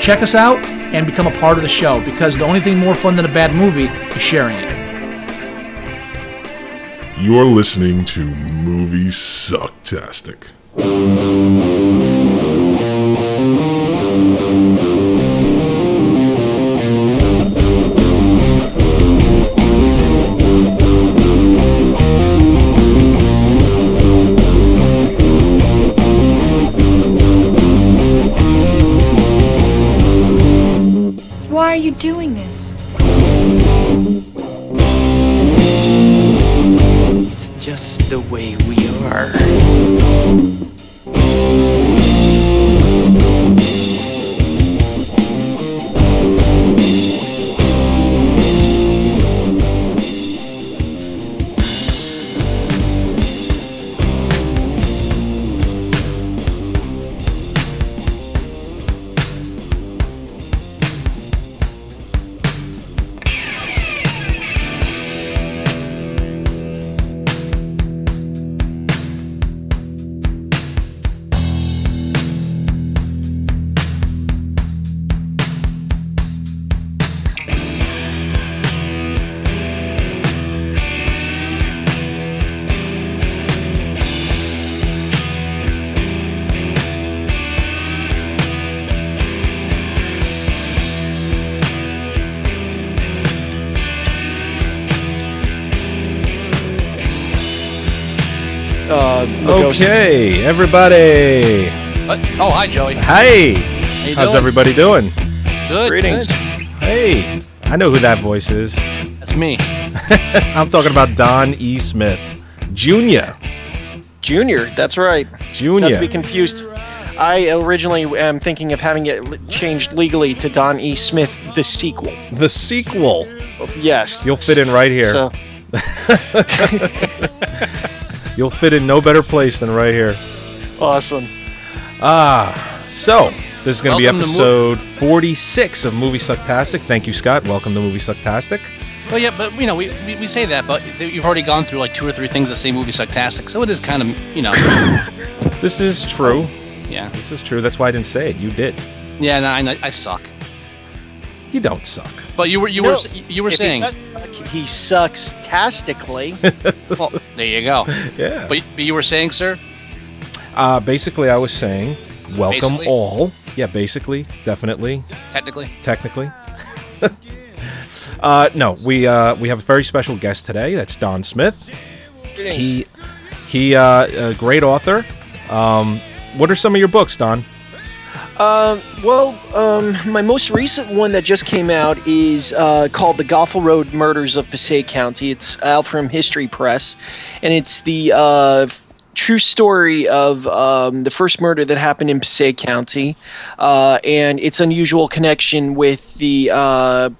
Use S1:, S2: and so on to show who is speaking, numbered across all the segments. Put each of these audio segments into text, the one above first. S1: Check us out and become a part of the show because the only thing more fun than a bad movie is sharing it.
S2: You're listening to Movie Sucktastic.
S3: Why are you doing this?
S4: It's just the way we are.
S5: Uh, the ghost-
S6: Okay, everybody.
S7: What? Oh, hi, Joey.
S6: Hey,
S7: How you
S6: how's
S7: doing?
S6: everybody doing?
S7: Good.
S5: Greetings.
S7: good.
S6: Hey, I know who that voice is.
S7: That's me.
S6: I'm talking about Don E. Smith, Jr.
S5: Junior, that's right. Not to
S6: Jr.
S5: be confused. I originally am thinking of having it le- changed legally to Don E. Smith, the sequel.
S6: the sequel.
S5: Yes.
S6: You'll fit in right here.
S5: So,
S6: You'll fit in no better place than right here.
S5: awesome.
S6: So, this is going to be
S7: Welcome to Mo-
S6: episode 46 of Movie Sucktastic. Thank you, Scott. Welcome to Movie Sucktastic.
S7: Well, yeah, but you know, we, we, we say that, but th- you've already gone through like two or three things that say movie sucktastic, so it is kind of you know,
S6: This is true.
S7: yeah,
S6: This is true. That's why I didn't say it. You did.
S7: yeah. No, I, know- I suck.
S6: You don't suck.
S7: But you were you were
S5: No,
S7: s- you were
S5: If he
S7: saying,
S5: does suck, he sucks tastically.
S7: well, there you go.
S6: Yeah.
S7: But, but you were saying, sir,
S6: Uh, basically, I was saying, welcome
S7: Basically?
S6: all. Yeah, basically, definitely,
S7: technically,
S6: technically. uh, no, we uh, we have a very special guest today. That's Don Smith.
S5: Greetings.
S6: He he, uh, a great author. Um, what are some of your books, Don?
S5: Um, well, um, my most recent one that just came out is uh, called The Goffle Road Murders of Passaic County. It's out from History Press, and it's the uh, true story of um, the first murder that happened in Passaic County, uh, and its unusual connection with the uh,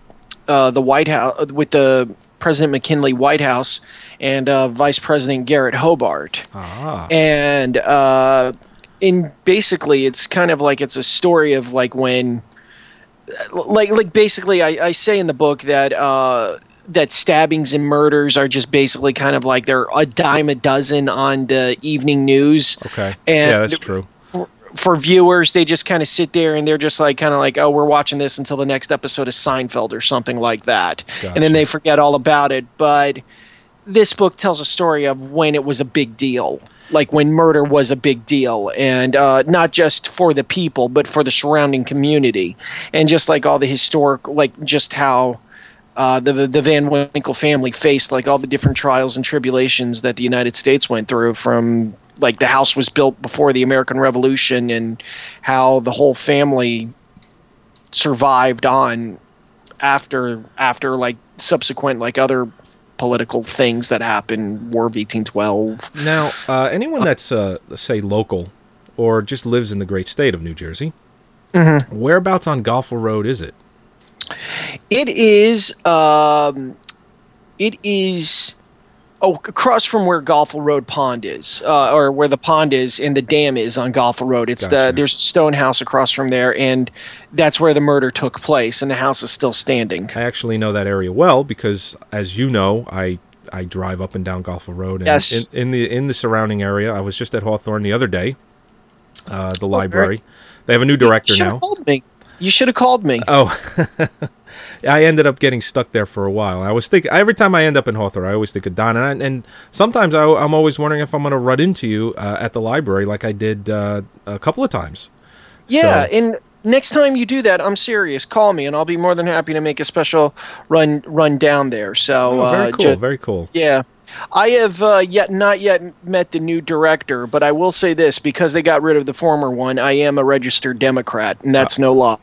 S5: uh, the White House with the President McKinley White House and uh, Vice President Garrett Hobart
S6: Ah,
S5: and uh, in basically it's kind of like it's a story of like when like like basically i, I say in the book that uh, that stabbings and murders are just basically kind of like they're a dime a dozen on the evening news
S6: okay.
S5: and-
S6: yeah, that's true.
S5: for viewers they just kind of sit there and they're just like kind of like oh we're watching this until the next episode of seinfeld or something like that and
S6: Gotcha.
S5: then they forget all about it but this book tells a story of when it was a big deal like when murder was a big deal and uh, not just for the people but for the surrounding community and just like all the historic like just how uh, the the Van Winkle family faced like all the different trials and tribulations that the United States went through from like the house was built before the American Revolution and how the whole family survived on after after like subsequent like other political things that happened war of 1812
S6: Now, uh, anyone that's uh, say local or just lives in the great state of New Jersey Whereabouts on Golfer Road is it?
S5: It is. Um, it is. Oh, across from where Golfle Road Pond is, uh, or where the pond is and the dam is on Golfle Road. It's
S6: Gotcha.
S5: the there's a stone house across from there, and that's where the murder took place, and the house is still standing.
S6: I actually know that area well because, as you know, I I drive up and down Golfer Road. And
S5: Yes.
S6: In, in the in the surrounding area, I was just at Hawthorne the other day. Uh, the library. They have a new
S5: Oh,
S6: director
S5: you should
S6: now.
S5: have called me. You should have called me.
S6: Oh, I ended up getting stuck there for a while. I was thinking every time I end up in Hawthorne, I always think of Don, and I, and sometimes I, am always wondering if I'm going to run into you uh, at the library, like I did uh, a couple of times.
S5: yeah,
S6: So-
S5: and next time you do that, I'm serious. Call me, and I'll be more than happy to make a special run run down there. So
S6: Oh,
S5: uh,
S6: very cool.
S5: ju-
S6: very cool.
S5: Yeah. I have uh, yet not yet met the new director, but I will say this because they got rid of the former one, I am a registered Democrat, and that's no lie.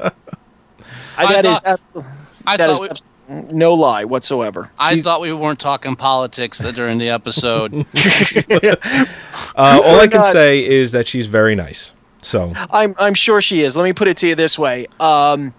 S5: I, that is
S7: thought-
S5: absolutely,
S7: I
S5: that
S7: thought
S5: is
S7: we-
S5: absolute- no lie whatsoever.
S7: I thought we weren't talking politics during the episode.
S6: Uh, all I
S5: We're
S6: can
S5: not-
S6: say is that she's very nice. So
S5: I'm I'm sure she is. Let me put it to you this way: um,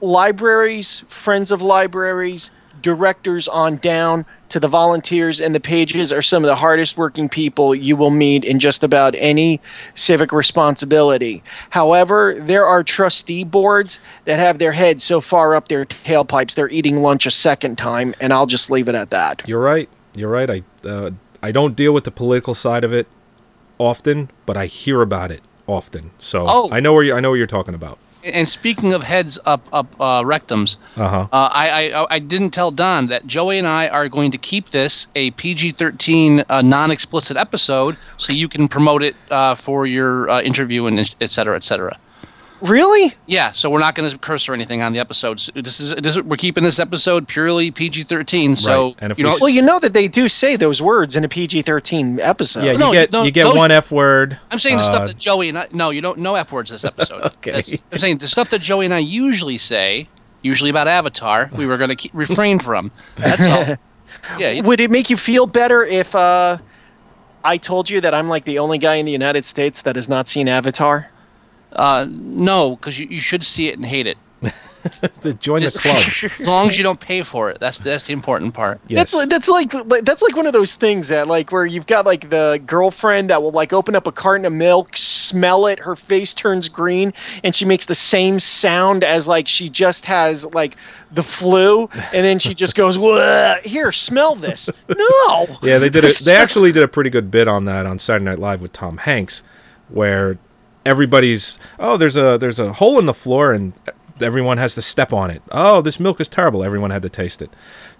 S5: libraries, friends of libraries, directors on down to the volunteers and the pages are some of the hardest working people you will meet in just about any civic responsibility. However, there are trustee boards that have their heads so far up their tailpipes they're eating lunch a second time, and I'll just leave it at that.
S6: you're right. You're right. I uh, I don't deal with the political side of it often, but I hear about it often. So
S7: Oh.
S6: I know where you, I know what you're talking about.
S7: and speaking of heads up up uh, rectums,
S6: Uh-huh.
S7: Uh, I, I I didn't tell Don that Joey and I are going to keep this a PG-13 uh, non-explicit episode, so you can promote it uh, for your uh, interview and et cetera, et cetera.
S5: Really?
S7: Yeah, so we're not going to curse or anything on the episodes. This is this is, we're keeping this episode purely PG-13. So
S6: Right, and if
S7: you
S6: we
S7: know,
S6: s-
S5: Well, you know that they do say those words in a PG-13 episode.
S6: Yeah, you
S7: no,
S6: get
S7: no,
S6: you get
S7: those-
S6: one F word.
S7: I'm saying the
S6: uh,
S7: stuff that Joey and I no, you don't know F words this episode.
S6: Okay.
S7: That's- I'm saying the stuff that Joey and I usually say, usually about Avatar, we were going to keep, refrain from. That's all. Yeah, you-
S5: Would it make you feel better if uh, I told you that I'm like the only guy in the United States that has not seen Avatar?
S7: no, because you, you should see it and hate it.
S6: to join the
S7: Just-
S6: club.
S7: As long as you don't pay for it, that's that's the important part.
S6: Yes.
S5: That's that's like like- that's like one of those things that like where you've got like the girlfriend that will like open up a carton of milk, smell it, her face turns green, and she makes the same sound as like she just has like the flu, and then she just goes, "Wah, "Here, smell this." No.
S6: yeah, they did it. They actually did a pretty good bit on that on Saturday Night Live with Tom Hanks, where everybody's oh, there's a there's a hole in the floor and everyone has to step on it. Oh, this milk is terrible. Everyone had to taste it.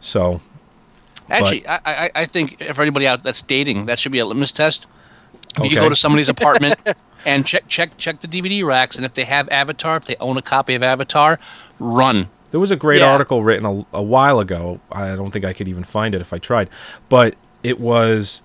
S6: So
S7: Actually, I, I I think for anybody out that's dating, that should be a litmus test. If you
S6: Okay.
S7: go to somebody's apartment and check check check the DVD racks, and if they have Avatar, if they own a copy of Avatar, run.
S6: There was a great
S5: Yeah.
S6: article written a, a while ago. I don't think I could even find it if I tried, but it was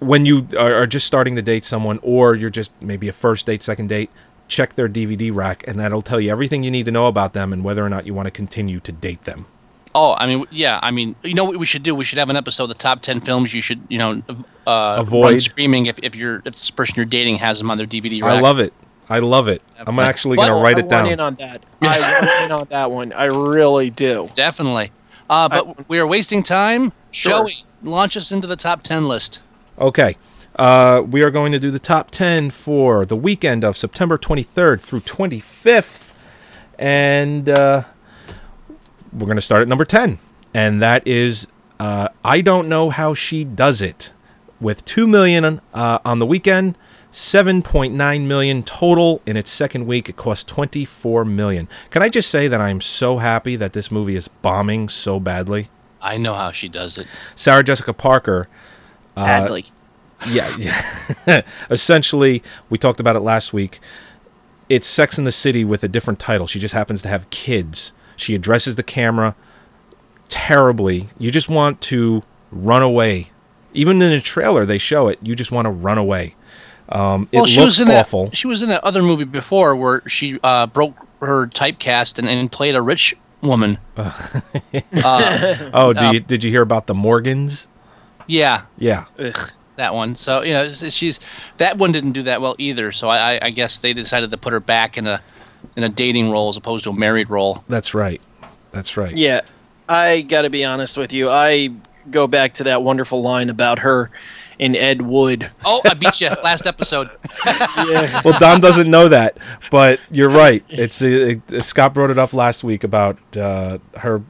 S6: when you are, are just starting to date someone, or you're just maybe a first date, second date. Check their DVD rack, and that'll tell you everything you need to know about them and whether or not you want to continue to date them.
S7: Oh, I mean, yeah, I mean, you know what we should do? We should have an episode of the top ten films you should, you know, uh,
S6: Avoid.
S7: run screaming if, if you're if this person you're dating has them on their DVD. Rack.
S6: I love it. I love it. I'm
S7: But-
S6: actually going to write
S5: I
S6: it
S5: want
S6: down.
S5: in on that. I want in on that one. I really do.
S7: Definitely. Uh, but we are wasting time.
S5: Sure.
S7: Joey, launch us into the top 10 list.
S6: Okay. Uh, we are going to do the top 10 for the weekend of September 23rd through 25th. And uh, we're going to start at number 10. And that is uh, I Don't Know How She Does It with 2 million uh, on the weekend. 7.9 million total in its second week. It cost 24 million. Can I just say that I'm so happy that this movie is bombing so badly?
S7: I know how she does it.
S6: Sarah Jessica Parker Uh,
S5: Badly.
S6: yeah, yeah. essentially we talked about it last week it's sex in the city with a different title she just happens to have kids she addresses the camera terribly you just want to run away even in the trailer they show it you just want to run away um, it looks
S7: in
S6: awful
S7: That, she was in that other movie before where she uh, broke her typecast and, and played a rich woman.
S6: oh do you, did you hear about the morgans
S7: Yeah.
S6: yeah
S7: that one. So you know, s- she's that one didn't do that well either. So I, I- I guess they decided to put her back in a in a dating role as opposed to a married role.
S6: That's right. That's right.
S5: Yeah, I got to be honest with you. I go back to that wonderful line about her and Ed Wood.
S7: Oh, I beat you last episode.
S5: Yeah,
S6: Well, Dom doesn't know that, but you're right. It's uh, it, it- Scott brought it up last week about uh, her.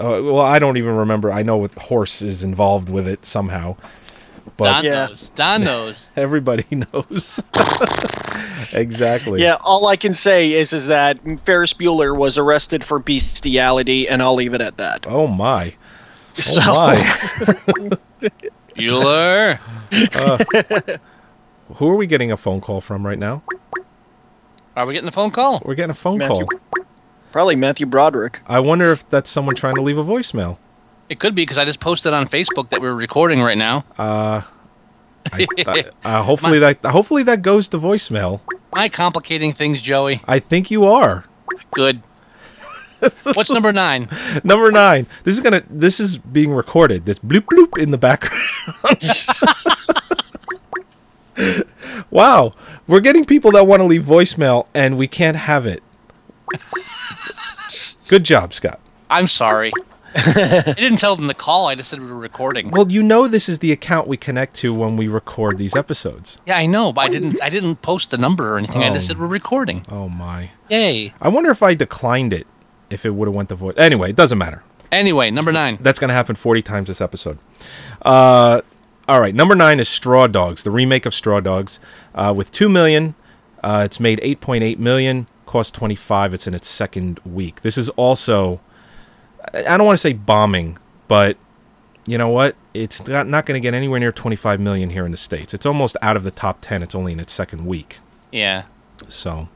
S6: Uh, well, I don't even remember. I know what horse is involved with it somehow, but
S7: Don
S5: Yeah.
S7: knows. Don knows.
S6: everybody knows exactly.
S5: yeah. All I can say is is that Ferris Bueller was arrested for bestiality, and I'll leave it at that.
S6: Oh my.
S5: so,
S6: Oh my.
S7: Bueller.
S6: Who are we getting a phone call from right now?
S7: Are we getting a phone call?
S6: We're getting a phone
S5: Matthew.
S6: call.
S5: probably Matthew Broderick.
S6: I wonder if that's someone trying to leave a voicemail.
S7: It could be because I just posted on Facebook that we are recording right now.
S6: I, I, uh, hopefully that hopefully that goes to voicemail.
S7: Am I complicating things, Joey?
S6: I think you are.
S7: Good. What's number nine?
S6: Number nine. This is gonna. This is being recorded. This bloop bloop in the background. wow, we're getting people that want to leave voicemail, and we can't have it. Good job, Scott.
S7: I'm sorry. I didn't tell them to call. I just said we were recording.
S6: Well, you know this is the account we connect to when we record these episodes.
S7: Yeah, I know, but I didn't. I didn't post the number or anything. I just
S6: Oh.
S7: said we're recording.
S6: Oh my!
S7: Yay!
S6: I wonder if I declined it, if it would have went to voice. Anyway, it doesn't matter.
S7: Anyway, number nine.
S6: That's going to happen 40 times this episode. Uh, all right, number nine is Straw Dogs, the remake of Straw Dogs, uh, with two million. Uh, it's made 8.8 million, cost 25. It's in its second week. This is also, I I don't want to say bombing, but you know what? It's not, not going to get anywhere near 25 million here in the states. It's almost out of the top 10. It's only in its second week.
S7: Yeah.
S6: So,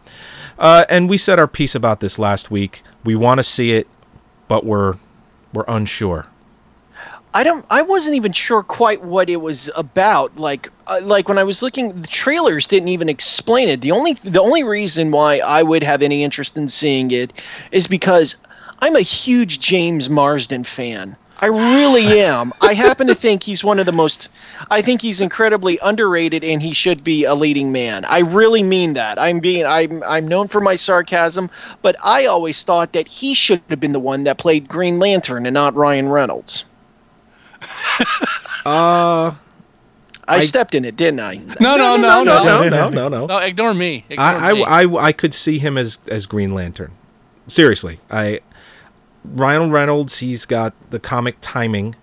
S6: uh, and we said our piece about this last week. We want to see it, but we're we're unsure.
S5: I don't. I wasn't even sure quite what it was about. Like, uh, like when I was looking, the trailers didn't even explain it. The only, the only reason why I would have any interest in seeing it is because I'm a huge James Marsden fan. I really am. I happen to think he's one of the most. I think he's incredibly underrated, and he should be a leading man. I really mean that. I'm being. I'm. I'm known for my sarcasm, but I always thought that he should have been the one that played Green Lantern and not Ryan Reynolds.
S6: Uh,
S5: I, stepped in it, didn't I?
S7: No, no, no, no, no.
S6: Oh, no, no, no, no.
S7: No, ignore me. Ignore
S6: I,
S7: me.
S6: I, I, I could see him as as Green Lantern. Seriously, I Ryan Reynolds. He's got the comic timing,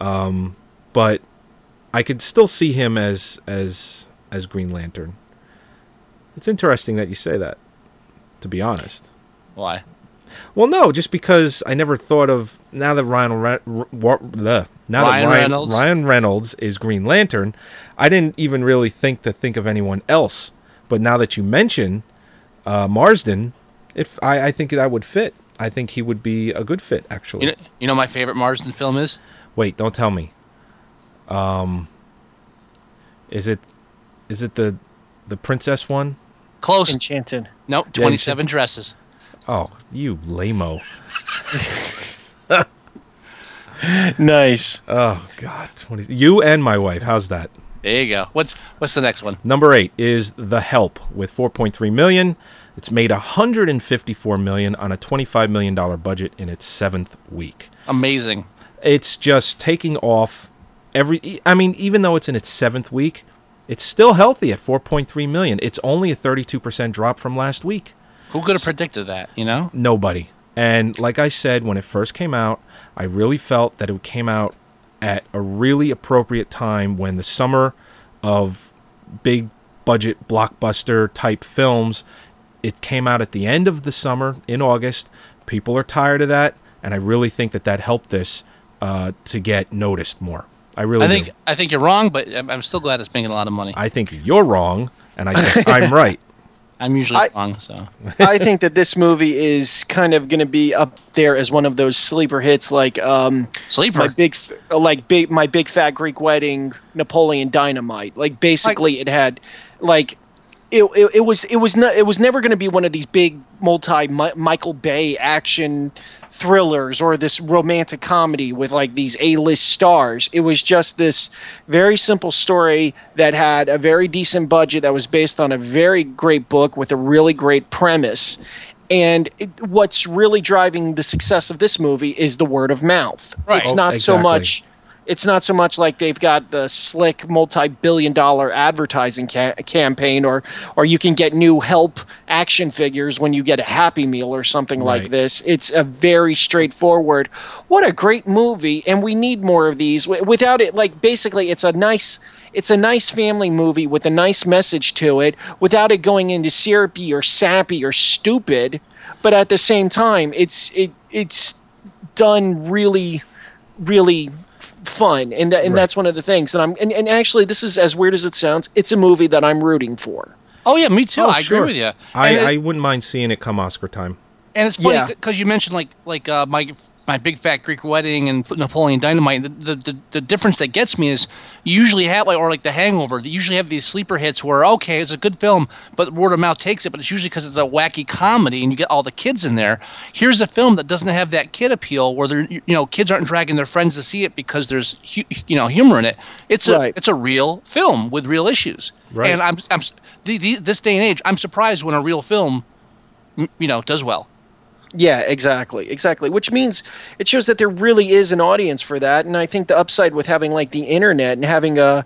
S6: um, but I could still see him as as as Green Lantern. It's interesting that you say that. To be honest.
S7: Why?
S6: Well, no, just because I never thought of now that Ryan Re- R- Wa- bleh. now
S7: Ryan
S6: that Ryan
S7: Reynolds?
S6: Ryan Reynolds is Green Lantern, I didn't even really think to think of anyone else. But now that you mention uh, Marsden, if I, I think that would fit. I think he would be a good fit, actually.
S7: You know, you know my favorite Marsden film is
S6: Wait, don't tell me. Um, is it is it the the princess one?
S7: Close.
S5: Enchanted.
S7: Nope.
S6: Yeah, you should-
S7: Twenty-seven dresses.
S6: Oh, you lameo!
S5: Nice.
S6: Oh God, twenty. You and my wife. How's that?
S7: There you go. What's What's the next one?
S6: Number eight is The Help with 4.3 million. It's made 154 million on a 25 million dollar budget in its seventh week.
S7: Amazing.
S6: It's just taking off every. I mean, even though it's in its seventh week, it's still healthy at 4.3 million. It's only a 32 percent drop from last week.
S7: Who could have predicted that? You know.
S6: Nobody. And like I said, when it first came out, I really felt that it came out at a really appropriate time when the summer of big budget blockbuster type films, it came out at the end of the summer in August. People are tired of that. And I really think that that helped this uh, to get noticed more. I really
S7: I think
S6: do.
S7: I think you're wrong, but I'm, I'm still glad it's making a lot of money.
S6: I think you're wrong, and I think I'm right.
S7: I'm usually
S5: I-
S7: wrong, so
S5: I think that this movie is kind of going to be up there as one of those sleeper hits, like um,
S7: sleeper.
S5: my big, like big, my big fat Greek wedding, Napoleon Dynamite. Like basically, it had, like, it, it, it was it was not it was never going to be one of these big multi Mi- Michael Bay action thrillers or this romantic comedy with like these A-list stars. It was just this very simple story that had a very decent budget that was based on a very great book with a really great premise. And it, what's really driving the success of this movie is the word of mouth.
S7: Right.
S5: It's not so
S6: Exactly.
S5: much it's not so much like they've got the slick multi-billion dollar advertising ca- campaign or or you can get new help action figures when you get a happy meal or something
S6: Right.
S5: like this it's a very straightforward what a great movie and we need more of these W- without it like basically it's a nice it's a nice family movie with a nice message to it without it going into syrupy or sappy or stupid but at the same time it's it it's done really really fun and that, and
S6: Right.
S5: that's one of the things that i'm and, and actually this is as weird as it sounds it's a movie that i'm rooting for
S7: Oh yeah, me too.
S6: Oh,
S7: I
S6: sure.
S7: agree with you.
S6: I,
S7: and, uh, it-
S6: I wouldn't mind seeing it come Oscar time.
S7: and it's funny
S5: Yeah.
S7: because you mentioned like like uh, my my big fat Greek wedding and Napoleon Dynamite. The, the the the difference that gets me is you usually have like or like The Hangover. You usually have these sleeper hits where okay, it's a good film, but word of mouth takes it. But it's usually because it's a wacky comedy and you get all the kids in there. Here's a film that doesn't have that kid appeal where they're you know kids aren't dragging their friends to see it because there's hu- you know humor in it. It's a
S5: Right.
S7: it's a real film with real issues.
S6: Right.
S7: And I'm I'm s- the, the, this day and age, I'm surprised when a real film m- you know does well.
S5: yeah exactly exactly which means it shows that there really is an audience for that and i think the upside with having like the internet and having a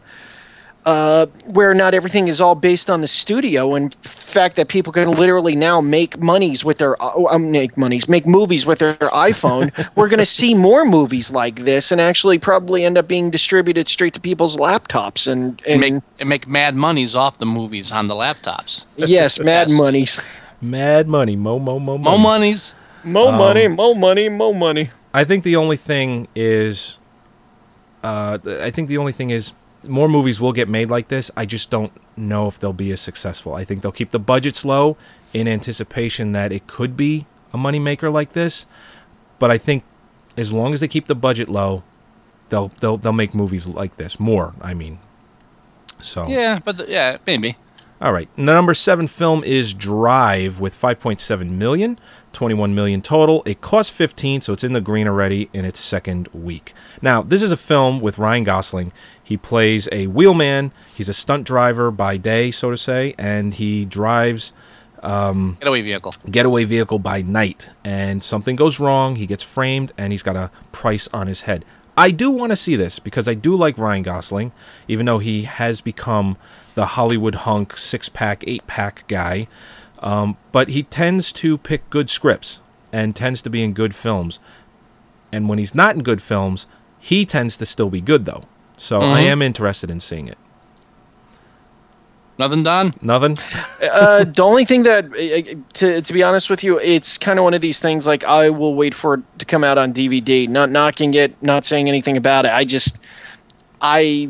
S5: uh, where not everything is all based on the studio and the fact that people can literally now make monies with their oh, um, make monies make movies with their iphone we're going to see more movies like this and actually probably end up being distributed straight to people's laptops and, and
S7: make and make mad monies off the movies on the laptops.
S5: Yes, Mad
S7: Yes.
S5: Monies.
S6: Mad money, mo mo mo
S7: Mo monies.
S5: Mo money, mo money, mo money.
S6: I think the only thing is, uh, I think the only thing is more movies will get made like this. I just don't know if they'll be as successful. I think they'll keep the budgets low in anticipation that it could be a moneymaker like this. But I think as long as they keep the budget low, they'll they'll they'll make movies like this more. I mean, so
S7: Yeah, but the, yeah, maybe.
S6: all right. The number seven film is Drive with 5.7 million, 21 million total. It cost 15, so it's in the green already in its second week. Now, this is a film with Ryan Gosling. He plays a wheelman. He's a stunt driver by day, so to say, and he drives
S7: Getaway vehicle.
S6: getaway vehicle by night and something goes wrong he gets framed and he's got a price on his head i do want to see this because i do like ryan gosling even though he has become the hollywood hunk six-pack eight-pack guy um, but he tends to pick good scripts and tends to be in good films and when he's not in good films he tends to still be good though so i am interested in seeing it
S7: Nothing done.
S6: nothing
S5: Uh, the only thing that, uh, uh, to, to be honest with you, it's kind of one of these things like I will wait for it to come out on DVD. Not knocking it, not saying anything about it. I just, I,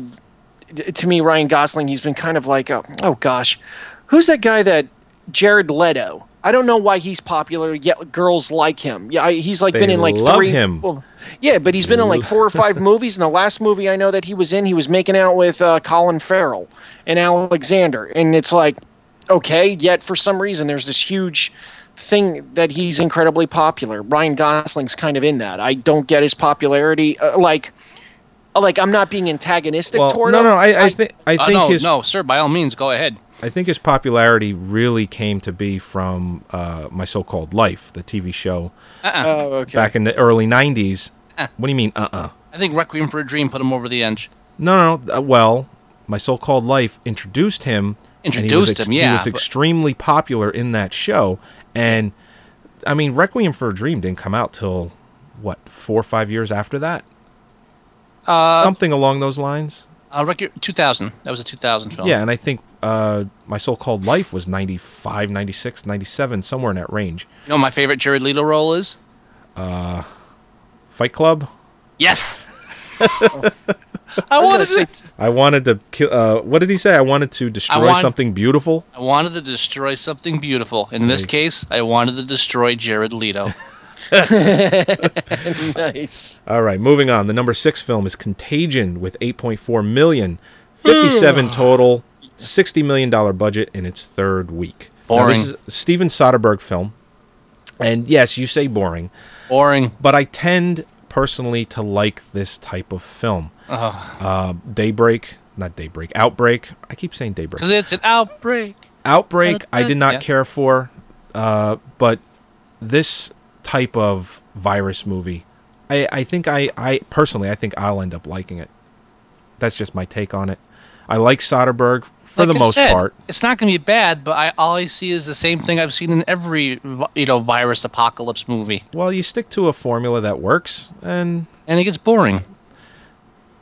S5: to me, Ryan Gosling, he's been kind of like, oh, oh gosh, who's that guy that Jared Leto? I don't know why he's popular yet girls like him. Yeah, I, he's like
S6: They
S5: been in like
S6: love
S5: three.
S6: him.
S5: well, yeah, but he's been in like four or five movies, and the last movie I know that he was in, he was making out with uh, Colin Farrell and Alexander, and it's like, okay, yet for some reason there's this huge thing that he's incredibly popular. Ryan Gosling's kind of in that. I don't get his popularity. Uh, like, like I'm not being antagonistic
S6: well
S5: toward
S6: no
S5: him.
S6: no i, I think i
S7: Uh,
S6: think
S7: no,
S6: his
S7: no, sir. By all means, go ahead.
S6: I think his popularity really came to be from uh, my so-called life, the TV show
S7: Uh-uh.
S5: Oh, okay.
S6: back in the early '90s. What do you mean, uh-uh?
S7: I think Requiem for a Dream put him over the edge.
S6: No, no, no. Uh, well, my so-called life introduced him. and he was
S7: Introduced him,
S6: He
S7: yeah,
S6: was
S7: but-
S6: extremely popular in that show, and I mean, Requiem for a Dream didn't come out till what four or five years after that,
S7: Uh,
S6: something along those lines.
S7: uh Requiem, 2000. That was a 2000 film.
S6: Yeah, and I think uh, my so-called life was 95, 96, 97, somewhere in that range.
S7: You know what my favorite Jared Leto role is?
S6: Fight Club.
S7: Yes. I wanted
S5: say,
S7: to.
S6: I wanted to kill. Uh, what did he say? I wanted to destroy
S7: want-
S6: something beautiful.
S7: I wanted to destroy something beautiful. In this case, I wanted to destroy Jared Leto.
S5: nice.
S6: All right, moving on. The number six film is Contagion with 8.4 million,
S7: Mm.
S6: 57 total, 60 million dollar budget in its third week. Now,
S7: Boring.
S6: this is a Steven Soderbergh film, and yes, you say boring.
S7: Boring.
S6: but I tend personally to like this type of film.
S7: Uh-huh.
S6: Uh, Daybreak, not Daybreak, Outbreak. I keep saying Daybreak.
S7: Because it's an outbreak.
S6: Outbreak, I did not
S7: Yeah.
S6: care for, uh, but this type of virus movie, I, I think I, I personally, I think I'll end up liking it. That's just my take on it. I like Soderbergh for
S7: Like
S6: the
S7: I
S6: most
S7: said,
S6: part.
S7: It's not going to be bad, but I all I see is the same thing I've seen in every you know virus apocalypse movie,
S6: Well, you stick to a formula that works, and
S7: and it gets boring.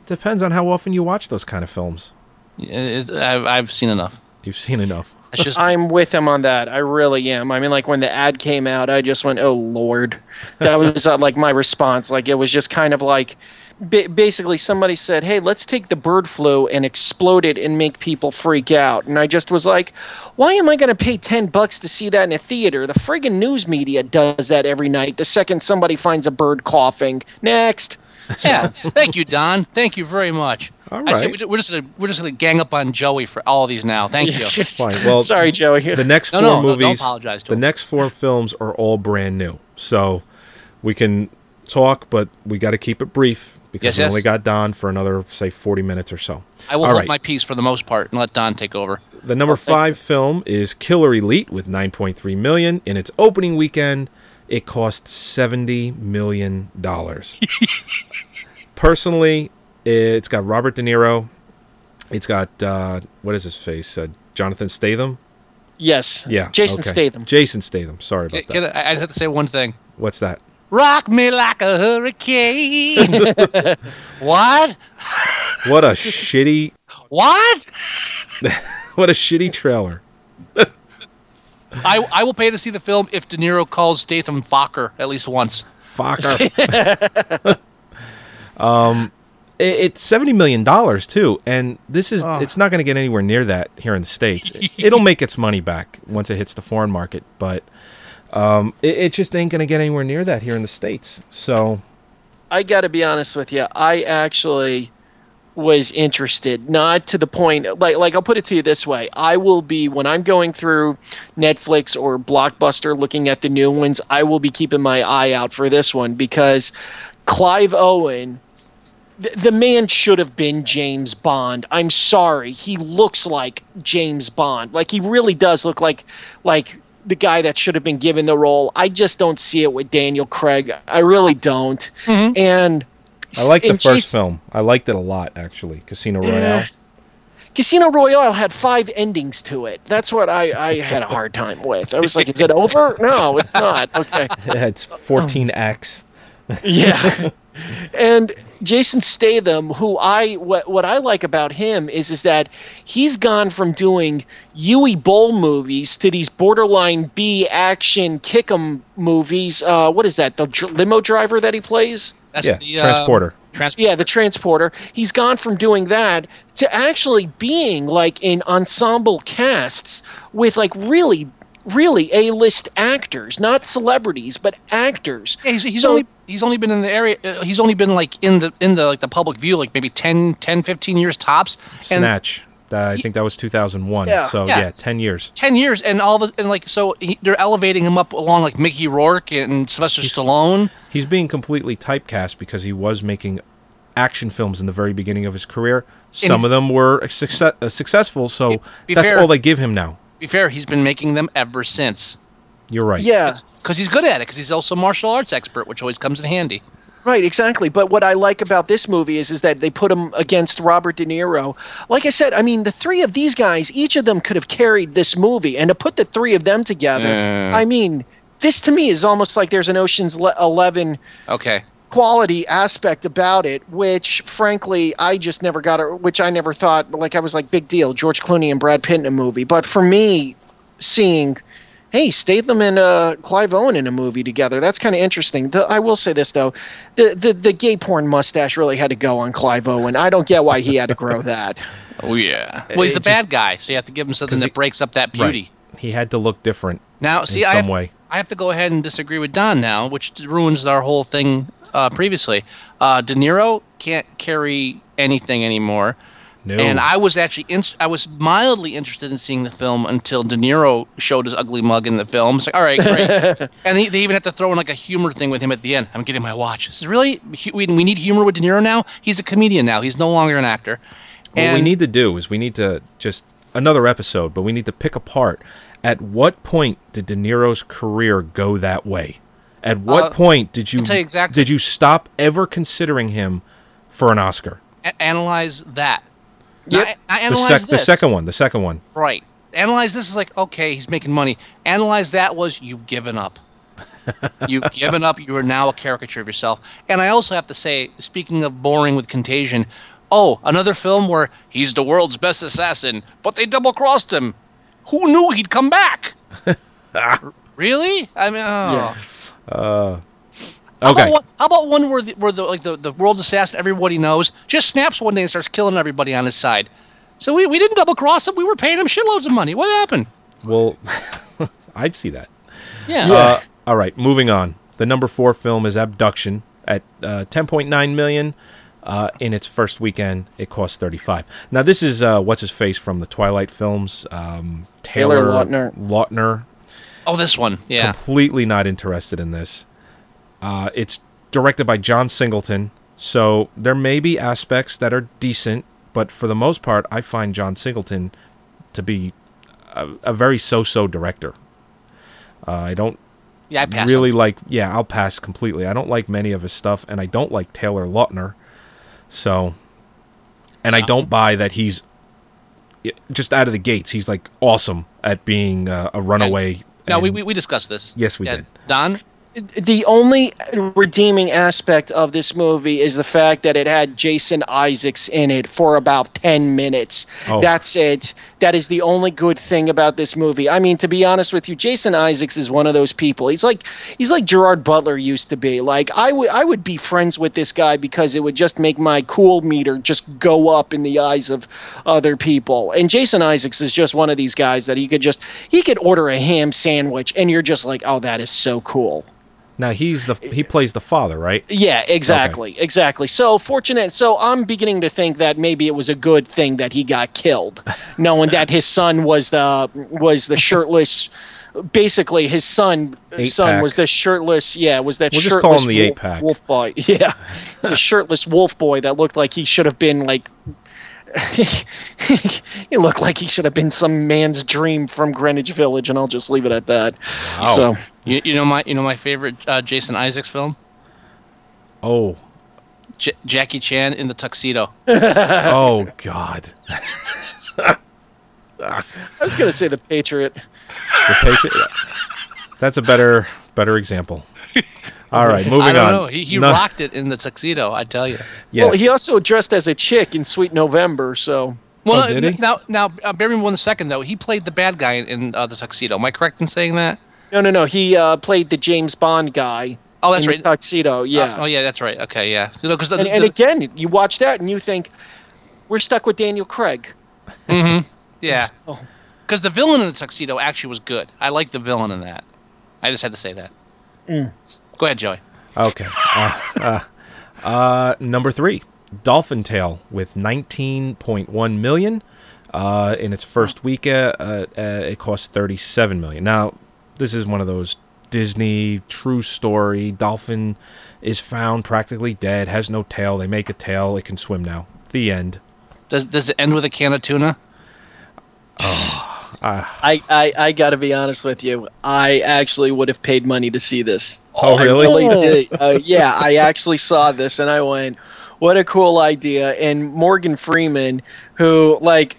S6: depends on how often you watch those kind of films.
S7: It- it- I, I've seen enough.
S6: You've seen enough.
S7: It's just
S5: I'm with him on that. I really am. I mean, like when the ad came out, I just went, "Oh Lord," that was uh, like my response. Like it was just kind of like, ba- basically, somebody said, "Hey, let's take the bird flu and explode it and make people freak out." And I just was like, "Why am I going to pay ten bucks to see that in a theater? The friggin' news media does that every night. The second somebody finds a bird coughing, next."
S7: yeah. Thank you, Don. Thank you very much.
S6: All
S7: I say
S6: right.
S7: we, we're just gonna, we're just gonna gang up on Joey for all these now. Thank you.
S6: Fine. Well,
S5: Sorry, Joey.
S6: the next
S7: No,
S6: four
S7: no, no, don't
S6: movies,
S7: apologize to
S6: the
S7: him.
S6: next four films are all brand new, so we can talk, but we got to keep it brief because
S7: Yes,
S6: we
S7: yes.
S6: only got Don for another say forty minutes or so.
S7: I will
S6: All
S7: hold
S6: right.
S7: my peace for the most part and let Don take over.
S6: The number five film is Killer Elite with 9.3 million. In its opening weekend, it cost 70 million dollars. Personally, it's got Robert De Niro. It's got uh, what is his face? Uh, Jonathan Statham.
S5: yes.
S6: Yeah,
S5: Jason
S6: okay.
S5: Statham.
S6: Jason Statham. Sorry about
S7: Can-
S6: that.
S7: can I, I just have to say one thing.
S6: What's that?
S7: Rock me like a hurricane. what?
S6: What a shitty,
S7: What?
S6: what a shitty trailer.
S7: I, I will pay to see the film if De Niro calls Statham Fokker at least once.
S6: Fucker. um, it, it's seventy million dollars too, and this is
S7: Oh.
S6: it's not going to get anywhere near that here in the states. It'll make its money back once it hits the foreign market, but um, it, it just ain't going to get anywhere near that here in the states. So
S5: I got to be honest with you. I actually was interested, not to the point. Like, like I'll put it to you this way: I will be when I'm going through Netflix or Blockbuster, looking at the new ones. I will be keeping my eye out for this one because Clive Owen. th- The man should have been James Bond. I'm sorry. He looks like James Bond. Like he really does look like like the guy that should have been given the role. I just don't see it with Daniel Craig. I really don't. And
S6: Mm-hmm. I like the
S5: and
S6: first
S5: Jason-
S6: film. I liked it a lot actually, Casino Royale.
S5: Casino Royale had five endings to it. That's what I, I had a hard time with. I was like, is it over? No, it's not. Okay.
S6: It had
S7: Uh, um,
S6: fourteen acts.
S5: Yeah. and Jason Statham, who I what what I like about him is is that he's gone from doing Yui Bowl movies to these borderline B action kick 'em movies. Uh, what is that? The dr- limo driver that he plays?
S7: That's
S6: Yeah,
S7: the uh,
S6: Transporter.
S7: Transporter.
S5: Yeah, the transporter. He's gone from doing that to actually being like in ensemble casts with like really, really A list actors, not celebrities, but actors.
S7: Yeah, he's, he's
S5: So-
S7: only he's only been in the area. Uh, he's only been like in the in the like the public view, like maybe 10, 10 15 years tops. And
S6: Snatch. That- I think that was two thousand one.
S5: Yeah.
S6: so
S7: Yeah.
S6: yeah, ten years.
S7: 10 years and all the and like so he, they're elevating him up along like Mickey Rourke and Sylvester Stallone.
S6: He's being completely typecast because he was making action films in the very beginning of his career. Some of them were a success, uh, successful, so
S7: be
S6: that's
S7: fair.
S6: all they give him now.
S7: To be fair, he's been making them ever since
S6: You're right.
S5: Yeah.
S7: because he's good at it because he's also a martial arts expert, which always comes in handy.
S5: Right, exactly. But what I like about this movie is is that they put him against Robert De Niro. Like I said, I mean, the three of these guys, each of them could have carried this movie, and to put the three of them together, I mean, this to me is almost like there's an Ocean's Le- Eleven
S7: Okay,
S5: quality aspect about it, which frankly I just never got. a- Which I never thought. Like I was like, big deal, George Clooney and Brad Pitt in a movie. But for me, seeing, hey, Statham and uh, Clive Owen in a movie together, that's kind of interesting. The, I will say this though, the, the the gay porn mustache really had to go on Clive Owen. I don't get why he had to grow that.
S7: oh yeah. Well, he's
S6: It
S7: the
S6: just-
S7: bad guy, so you have to give him something
S6: 'Cause
S7: that
S6: he-
S7: breaks up that
S6: Right.
S7: beauty.
S6: He had to look different.
S7: Now, see, I
S6: some
S7: have,
S6: way.
S7: I have to go ahead and disagree with Don now, which ruins our whole thing uh, previously. Uh, De Niro can't carry anything anymore.
S6: No.
S7: And I was actually in, I was mildly interested in seeing the film until De Niro showed his ugly mug in the film. It's like, all right, great. and they, they even had to throw in like a humor thing with him at the end. I'm getting my watch. This is really hu- we, we need humor with De Niro now. He's a comedian now. He's no longer an actor.
S6: What we need to do is we need to just another episode, but we need to pick apart at what point did De Niro's career go that way? At what
S7: Uh,
S6: point did you,
S7: tell you exactly.
S6: did you stop ever considering him for an Oscar?
S7: a- analyze that. Yep. I,
S6: The,
S7: analyze
S6: sec- the
S7: this.
S6: second one, the second one.
S7: Right. Analyze this is like, okay, he's making money. Analyze that was you've given up. you've given up. You are now a caricature of yourself. And I also have to say, speaking of boring with Contagion, oh, another film where he's the world's best assassin, but they double crossed him. Who knew he'd come back? really? I mean, oh. How
S6: Okay.
S7: about one, how about one where the, where the like the, the world assassin everybody knows just snaps one day and starts killing everybody on his side? So we, we didn't double cross him. We were paying him shitloads of money. What happened?
S6: Well, I'd see that.
S7: Yeah.
S6: Uh, all right, moving on. The number four film is Abduction at uh, 10.9 million. Uh, in its first weekend, it cost 35. Now this is uh, what's his face from the Twilight films, um, Taylor,
S5: Taylor Lautner.
S6: Lautner.
S7: oh, this one. Yeah.
S6: completely not interested in this. Uh, it's directed by John Singleton, so there may be aspects that are decent, but for the most part, I find John Singleton to be a, a very so-so director. Uh, I don't
S7: yeah, I passed.
S6: really
S7: Really?
S6: like. Yeah, I'll pass completely. I don't like many of his stuff, and I don't like Taylor Lautner. So, and I don't buy that he's y- just out of the gates. He's like awesome at being uh, a runaway.
S7: No, we,
S6: and-
S7: we, we discussed this.
S6: Yes, we
S7: Yeah.
S6: did.
S7: Don?
S5: The only redeeming aspect of this movie is the fact that it had Jason Isaacs in it for about 10 minutes.
S6: Oh.
S5: That's it. That is the only good thing about this movie. I mean, to be honest with you, Jason Isaacs is one of those people. He's like he's like Gerard Butler used to be. Like I would I would be friends with this guy because it would just make my cool meter just go up in the eyes of other people. And Jason Isaacs is just one of these guys that he could just he could order a ham sandwich and you're just like, "Oh, that is so cool."
S6: Now he's the he plays the father, right?
S5: Yeah, exactly, exactly. So fortunate. So I'm beginning to think that maybe it was a good thing that he got killed, knowing that his son was the was the shirtless. Basically, his son son
S6: Eight-pack.
S5: was the shirtless. Yeah, was that
S6: We'll just
S5: shirtless
S6: call him the
S5: wolf,
S6: eight-pack.
S5: wolf boy? Yeah, it's a shirtless wolf boy that looked like he should have been like. he looked like he should have been some man's dream from Greenwich Village, and I'll just leave it at that. So
S7: You, you know my you know my favorite uh, Jason Isaacs film?
S6: Oh,
S7: J- Jackie Chan in the tuxedo.
S6: oh God!
S5: I was gonna say the Patriot.
S6: The Patriot. That's a better better example. All right, moving
S7: I don't
S6: on.
S7: know. He, he
S6: No-
S7: rocked it in the tuxedo, I tell you.
S6: Yeah.
S5: Well, he also dressed as a chick in Sweet November, so
S7: Well,
S6: Oh, did
S7: n-
S6: he?
S7: now now uh, bear with me one second though. He played the bad guy in, in uh, the tuxedo. Am I correct in saying that?
S5: no, no, no. He uh, played the James Bond guy.
S7: Oh, that's
S5: in
S7: right.
S5: The tuxedo, yeah.
S7: Uh, oh yeah, that's right. Okay, yeah. You know, 'cause the,
S5: and, and
S7: the-
S5: again, you watch that and you think we're stuck with Daniel Craig.
S7: yeah,
S5: Oh,
S7: because the villain in the tuxedo actually was good. I like the villain in that. I just had to say that.
S5: Mm.
S7: Go ahead, Joey.
S6: okay. Uh, uh, uh, number three, Dolphin Tale with 19.1 million. Uh, in its first week, uh, uh, uh, it cost 37 million. Now, this is one of those Disney true story. Dolphin is found practically dead, has no tail. They make a tail. It can swim now. The end.
S7: Does does it end with a can of tuna?
S5: I, I, I gotta be honest with you. I actually would have paid money to see this.
S6: Oh, really?
S5: really did. Uh, yeah, I actually saw this and I went, "What a cool idea!" And Morgan Freeman, who like,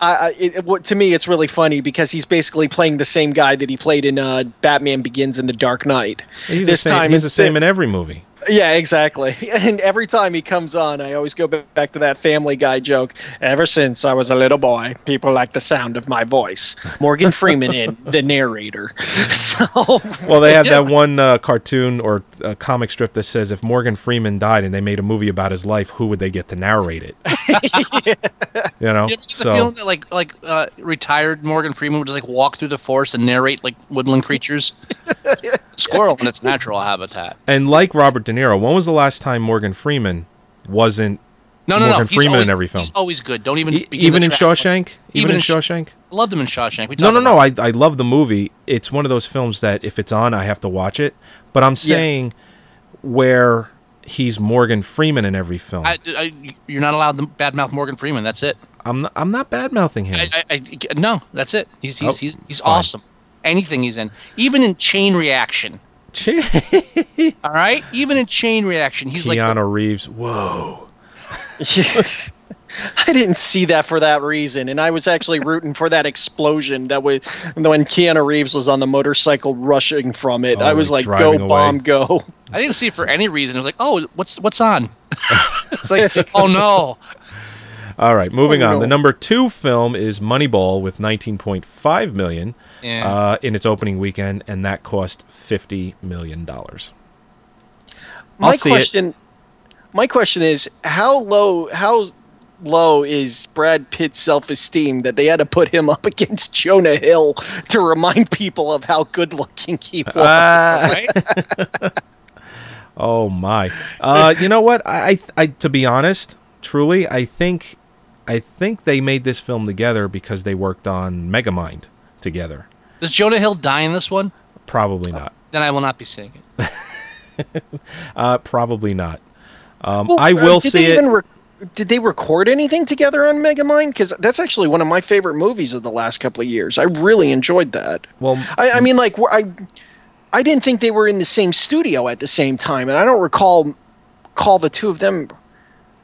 S5: I, I it, it- what to me it's really funny because he's basically playing the same guy that he played in uh, Batman Begins and The Dark Knight.
S6: He's
S5: This
S6: the same,
S5: time
S6: he's the
S5: instead-
S6: same in every movie.
S5: Yeah, exactly. And every time he comes on, I always go ba- back to that Family Guy joke. Ever since I was a little boy, people like the sound of my voice. Morgan Freeman in the narrator. So
S6: Well, they have that one uh, cartoon or uh, comic strip that says if Morgan Freeman died and they made a movie about his life, who would they get to narrate it? You know,
S7: Yeah, but the
S6: so
S7: feeling that like like uh, retired Morgan Freeman would just like walk through the forest and narrate like woodland creatures, squirrel in its natural habitat.
S6: and like Robert De Niro, when was the last time Morgan Freeman wasn't
S7: No, no, no.
S6: Morgan
S7: he's
S6: Freeman in
S7: always-
S6: every film.
S7: He's always good. Don't even
S6: E-
S7: begin
S6: even
S7: to
S6: in
S7: try.
S6: Shawshank, even, in
S7: in Sh-
S6: Shawshank.
S7: Loved him in Shawshank. We
S6: No,
S7: talked
S6: no, no.
S7: about
S6: I, I love the movie. It's one of those films that if it's on, I have to watch it. But I'm saying where he's Morgan Freeman in every film. I,
S7: it. I, I- you're not allowed to badmouth Morgan Freeman. That's it.
S6: am not, I'm not bad mouthing him.
S7: I, I, I, no, that's it. He's he's
S6: Oh,
S7: he's, he's
S6: fine.
S7: awesome. Anything he's in, even in Chain Reaction. All right, even in Chain Reaction, he's like
S6: Keanu Reeves. Whoa.
S5: I didn't see that for that reason, and I was actually rooting for that explosion that was when Keanu Reeves was on the motorcycle rushing from it.
S6: Oh,
S5: I was
S6: like
S5: like, "Go
S6: driving away.
S5: bomb, go!"
S7: I didn't see it for any reason. It was like, oh, what's what's on? it's like, oh no.
S6: All right, moving
S5: Oh,
S6: on.
S5: no.
S6: The number two film is Moneyball with 19.5 million
S7: Yeah.
S6: uh, in its opening weekend, and that cost 50 million dollars. I'll
S5: my
S6: see it.
S5: question, my question is, how low, how low is Brad Pitt's self-esteem that they had to put him up against Jonah Hill to remind people of how good-looking he
S6: Uh,
S5: was?
S7: Right?
S6: Oh my! Uh, you know what? I, I, I, to be honest, truly, I think, I think they made this film together because they worked on Megamind together.
S7: Does Jonah Hill die in this one?
S6: Probably
S5: Uh,
S6: not.
S7: Then I will not be seeing it.
S6: Uh, probably not. Um,
S5: Well,
S6: I
S5: uh,
S6: will
S5: did
S6: see
S5: they
S6: it.
S5: even re- did they record anything together on Megamind? Because that's actually one of my favorite movies of the last couple of years. I really enjoyed that.
S6: well,
S5: I, I mean, like, wh- I, I didn't think they were in the same studio at the same time, and I don't recall call the two of them.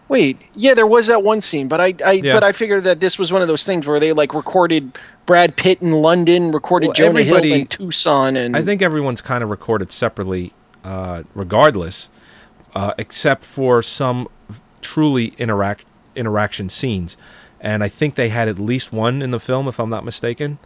S5: Wait, yeah, there was that one scene, but I, I
S6: Yeah.
S5: but I figured that this was one of those things where they like recorded Brad Pitt in London, recorded
S6: Well,
S5: Jonah Hill
S6: everybody-
S5: in Tucson, and
S6: I think everyone's kind of recorded separately, uh, regardless, uh, except for some truly interact interaction scenes, and I think they had at least one in the film, if I'm not mistaken.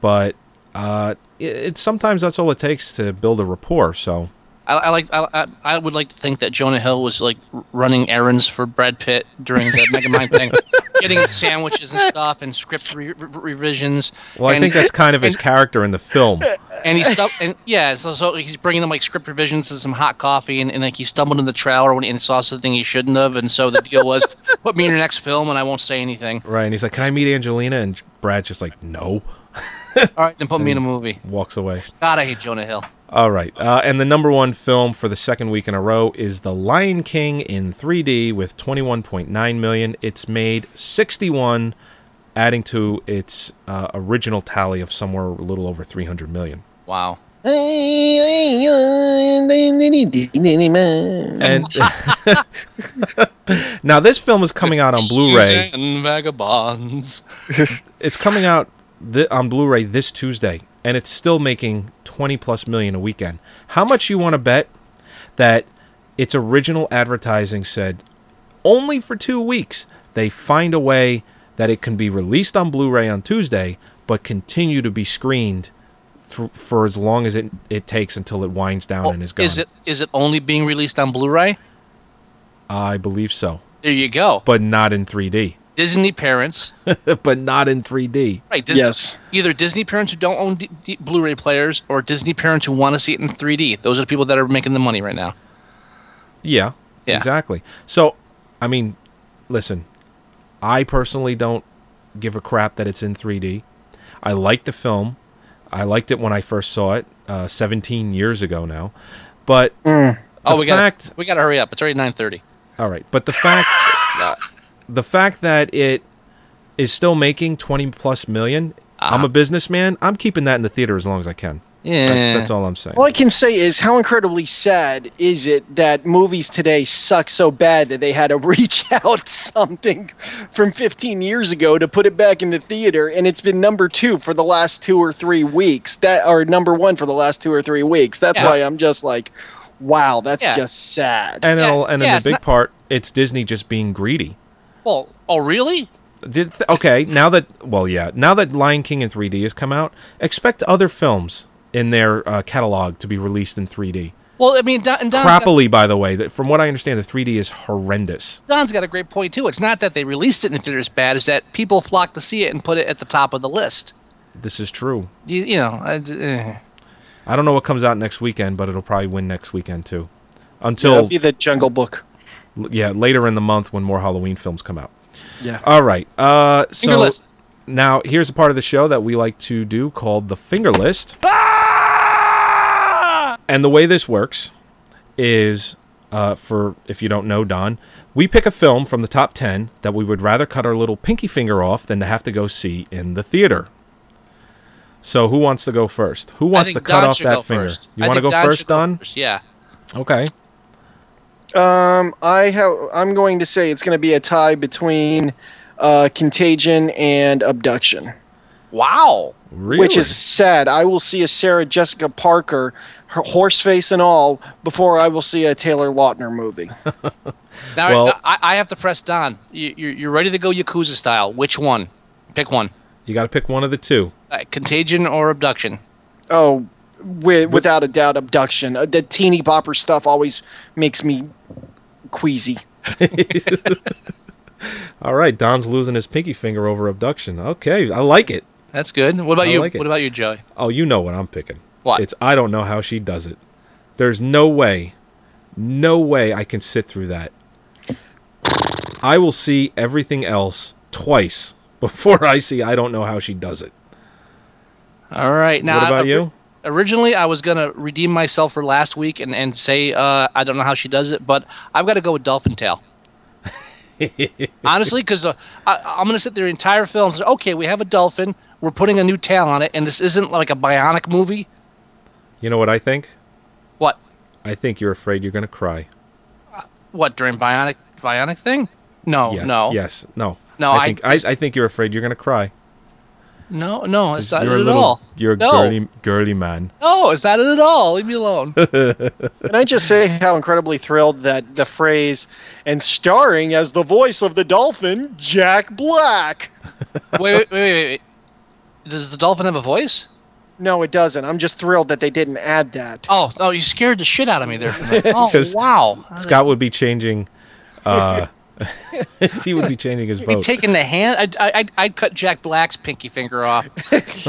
S6: But uh, it, it's sometimes that's all it takes to build a rapport. So
S7: I, I like. I, I- I would like to think that Jonah Hill was like r- running errands for Brad Pitt during the Megamind thing, getting him sandwiches and stuff, and script re- re- revisions.
S6: Well, I
S7: and-
S6: think that's kind of his character in the film.
S7: and he stuff and yeah, so so he's bringing them like script revisions and some hot coffee, and, and like he stumbled in the trailer when and saw something he shouldn't have, and so the deal was put me in your next film, and I won't say anything.
S6: Right. And he's like, Can I meet Angelina? And Brad's just like, No.
S7: All right, then put me in a movie.
S6: Walks away.
S7: God, I hate Jonah Hill.
S6: All right. Uh, and the number one film for the second week in a row is The Lion King in 3D with 21.9 million. It's made 61, adding to its uh, original tally of somewhere a little over 300 million.
S7: Wow.
S6: And now this film is coming out on Blu-ray.
S7: And vagabonds.
S6: it's coming out th- on Blu-ray this Tuesday, and it's still making twenty plus million a weekend. How much you want to bet that its original advertising said only for two weeks? They find a way that it can be released on Blu-ray on Tuesday, but continue to be screened thr- for as long as it, it takes until it winds down and is gone.
S7: Oh, Is it is it only being released on Blu-ray?
S6: I believe so,
S7: There you go.
S6: but not in 3D.
S7: Disney parents,
S6: but not in 3D.
S7: right? Disney,
S5: yes,
S7: Either Disney parents who don't own D- D- Blu-ray players, or Disney parents who want to see it in 3D. Those are the people that are making the money right now.
S6: Yeah,
S7: Yeah.
S6: exactly. So, I mean, listen, I personally don't give a crap that it's in 3D. I like the film. I liked it when I first saw it uh, 17 years ago now. But
S7: Oh,
S6: the
S7: we
S6: fact,
S7: got we got to hurry up. It's already 9:30.
S6: all right, but the fact, the fact that it is still making 20 plus million. I'm
S7: Ah.
S6: a businessman. I'm keeping that in the theater as long as I can.
S7: Yeah.
S6: That's, that's all I'm saying.
S5: All I can say is how incredibly sad is it that movies today suck so bad that they had to reach out something from 15 years ago to put it back in the theater, and it's been number two for the last two or three weeks. That or number one for the last two or three weeks. That's
S7: Yeah.
S5: why I'm just like, wow, that's
S7: Yeah.
S5: just sad.
S6: and
S7: Yeah,
S6: it'll- and
S7: yeah,
S6: in
S7: it's
S6: the big
S7: not-
S6: part, it's Disney just being greedy.
S7: Well, oh really?
S6: Did th- okay now that well yeah now that Lion King in 3D has come out, expect other films in their uh, catalog to be released in 3D.
S7: Well, I mean, Don, and Don's got,
S6: Crappily, by the way, that from what I understand, the 3D is horrendous.
S7: Don's got a great point too. It's not that they released it in theaters bad; it's that people flocked to see it and put it at the top of the list.
S6: This is true.
S7: You, you know, I, eh.
S6: I don't know what comes out next weekend, but it'll probably win next weekend too.
S5: That'll
S6: Until
S5: be the Jungle Book.
S6: L- yeah, later in the month when more Halloween films come out.
S5: Yeah.
S6: All right. Uh,
S7: Finger
S6: so
S7: list.
S6: now here's a part of the show that we like to do called the finger list. And the way this works is uh, for if you don't know, Don, we pick a film from the top 10 that we would rather cut our little pinky finger off than to have to go see in the theater. So who wants to go first? Who
S7: I
S6: wants to
S7: think
S6: cut
S7: Don
S6: off
S7: should
S6: that
S7: go
S6: finger?
S7: first.
S6: You
S7: I
S6: want to
S7: think
S6: go first,
S7: should
S6: Don?
S7: first, Yeah.
S6: Okay.
S5: Um, I have. I'm going to say it's going to be a tie between uh, Contagion and Abduction,
S7: Wow.
S6: Really?
S5: which is sad. I will see a Sarah Jessica Parker, her horse face and all, before I will see a Taylor Lautner movie.
S7: Now
S6: Well-
S7: I, I have to press Don. You, you're, you're ready to go Yakuza style. Which one? Pick one.
S6: you got to pick one of the two.
S7: Uh, contagion or Abduction?
S5: Oh, wi without a doubt, Abduction. Uh, the teeny bopper stuff always makes me queasy.
S6: All right, Don's losing his pinky finger over abduction. Okay, I like it.
S7: That's good. What about
S6: I
S7: you?
S6: like it.
S7: what about you, Joey?
S6: Oh, you know what I'm picking.
S7: What?
S6: It's I don't know how she does it. There's no way, no way I can sit through that. I will see everything else twice before I see I don't know how she does it.
S7: All right. Now,
S6: what about
S7: I- uh,
S6: you?
S7: Originally, I was gonna redeem myself for last week and and say uh, I don't know how she does it, but I've got to go with Dolphin Tail. Honestly, because uh, I- I'm gonna sit there the entire film. And say, okay, we have a dolphin. We're putting a new tail on it, and this isn't like a bionic movie.
S6: You know what I think?
S7: What?
S6: I think you're afraid you're gonna cry.
S7: What during bionic bionic thing? No,
S6: yes.
S7: Oh, no,
S6: Yes. No.
S7: No,
S6: I
S7: I
S6: think
S7: just-
S6: I, I think you're afraid you're gonna cry.
S7: no, no. It's not it
S6: You're a
S7: at
S6: little.
S7: all.
S6: You're a
S7: no,
S6: girly girly man.
S7: no, it's not it at all. Leave me alone.
S5: Can I just say how incredibly thrilled that the phrase "and starring as the voice of the dolphin, Jack Black"?
S7: wait, wait, wait, wait, wait. Does the dolphin have a voice?
S5: No, it doesn't. I'm just thrilled that they didn't add that.
S7: Oh, oh, you scared the shit out of me there. for a minute. Oh,
S6: 'Cause
S7: wow.
S6: Scott would be changing. Uh, he would be changing his
S7: Be
S6: vote.
S7: taking the hand. I, I, I'd- I'd cut Jack Black's pinky finger off.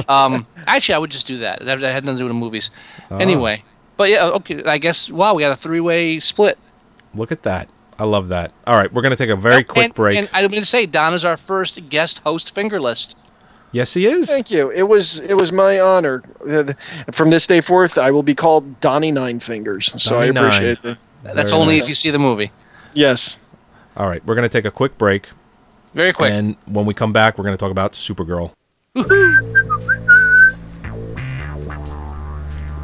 S7: um, actually, I would just do that. That that had nothing to do with movies.
S6: Ah.
S7: Anyway, but yeah, okay. I guess wow, we got a three-way split.
S6: Look at that. I love that. All right, we're going to take a very quick
S7: and,
S6: break.
S7: And I was going to say, Don is our first guest host finger list.
S6: yes, he is.
S5: Thank you. It was it was my honor. Uh, th- From this day forth, I will be called Donnie Nine Fingers. So
S6: Donnie
S5: I appreciate it.
S7: That's
S6: Very
S7: only
S6: nice.
S7: if you see the movie.
S5: Yes.
S6: All right, we're going to take a quick break.
S7: Very quick.
S6: And when we come back, we're going to talk about Supergirl.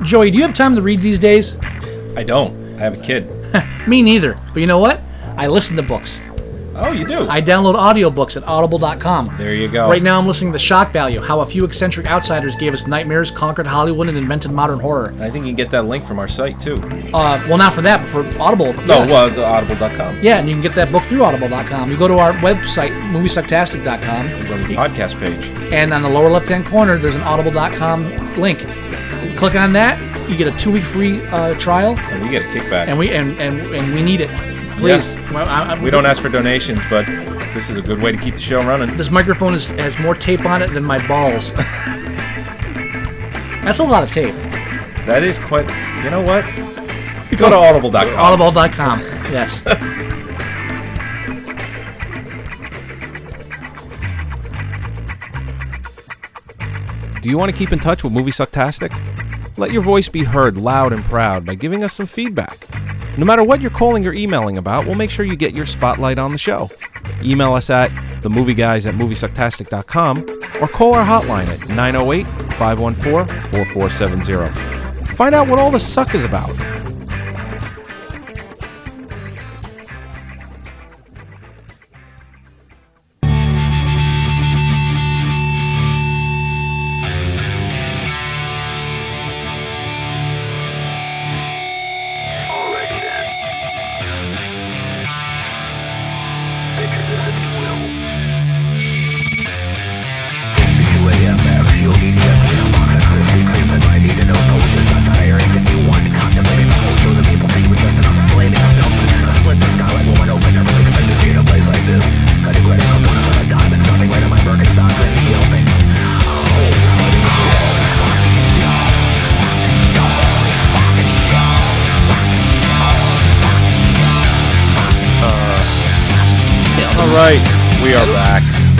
S1: Joey, do you have time to read these days?
S6: I don't. I have a kid.
S1: Me neither. But you know what? I listen to books.
S6: Oh, you do?
S1: I download audiobooks at audible.com.
S6: there you go.
S1: Right now, I'm listening to Shock Value How a Few Eccentric Outsiders Gave Us Nightmares, Conquered Hollywood, and Invented Modern Horror.
S6: I think you can get that link from our site, too.
S1: Uh, well, not for that, but for Audible. yeah.
S6: well, the audible.com.
S1: Yeah, and you can get that book through audible.com. You go to our website, moviesucktastic.com,
S6: From the podcast page.
S1: and on the lower left hand corner, there's an audible.com link. Click on that, you get a two week free uh, trial,
S6: And we get a kickback.
S1: and we and, and, and we need it. Please. Well, I- I-
S6: we don't ask for donations, but this is a good way to keep the show running.
S1: This microphone is, has more tape on it than my balls. That's a lot of tape.
S6: That is quite. You know what? Go to audible.com.
S1: Audible.com. Yes.
S6: Do you want to keep in touch with Movie Sucktastic? Let your voice be heard loud and proud by giving us some feedback. No matter what you're calling or emailing about, we'll make sure you get your spotlight on the show. Email us at themovieguys at moviesucktastic.com or call our hotline at 908 514 4470. Find out what all the suck is about.
S8: Media, Clear Box, and Crispy Creams, and I need to know poses as higher in 51, contemplated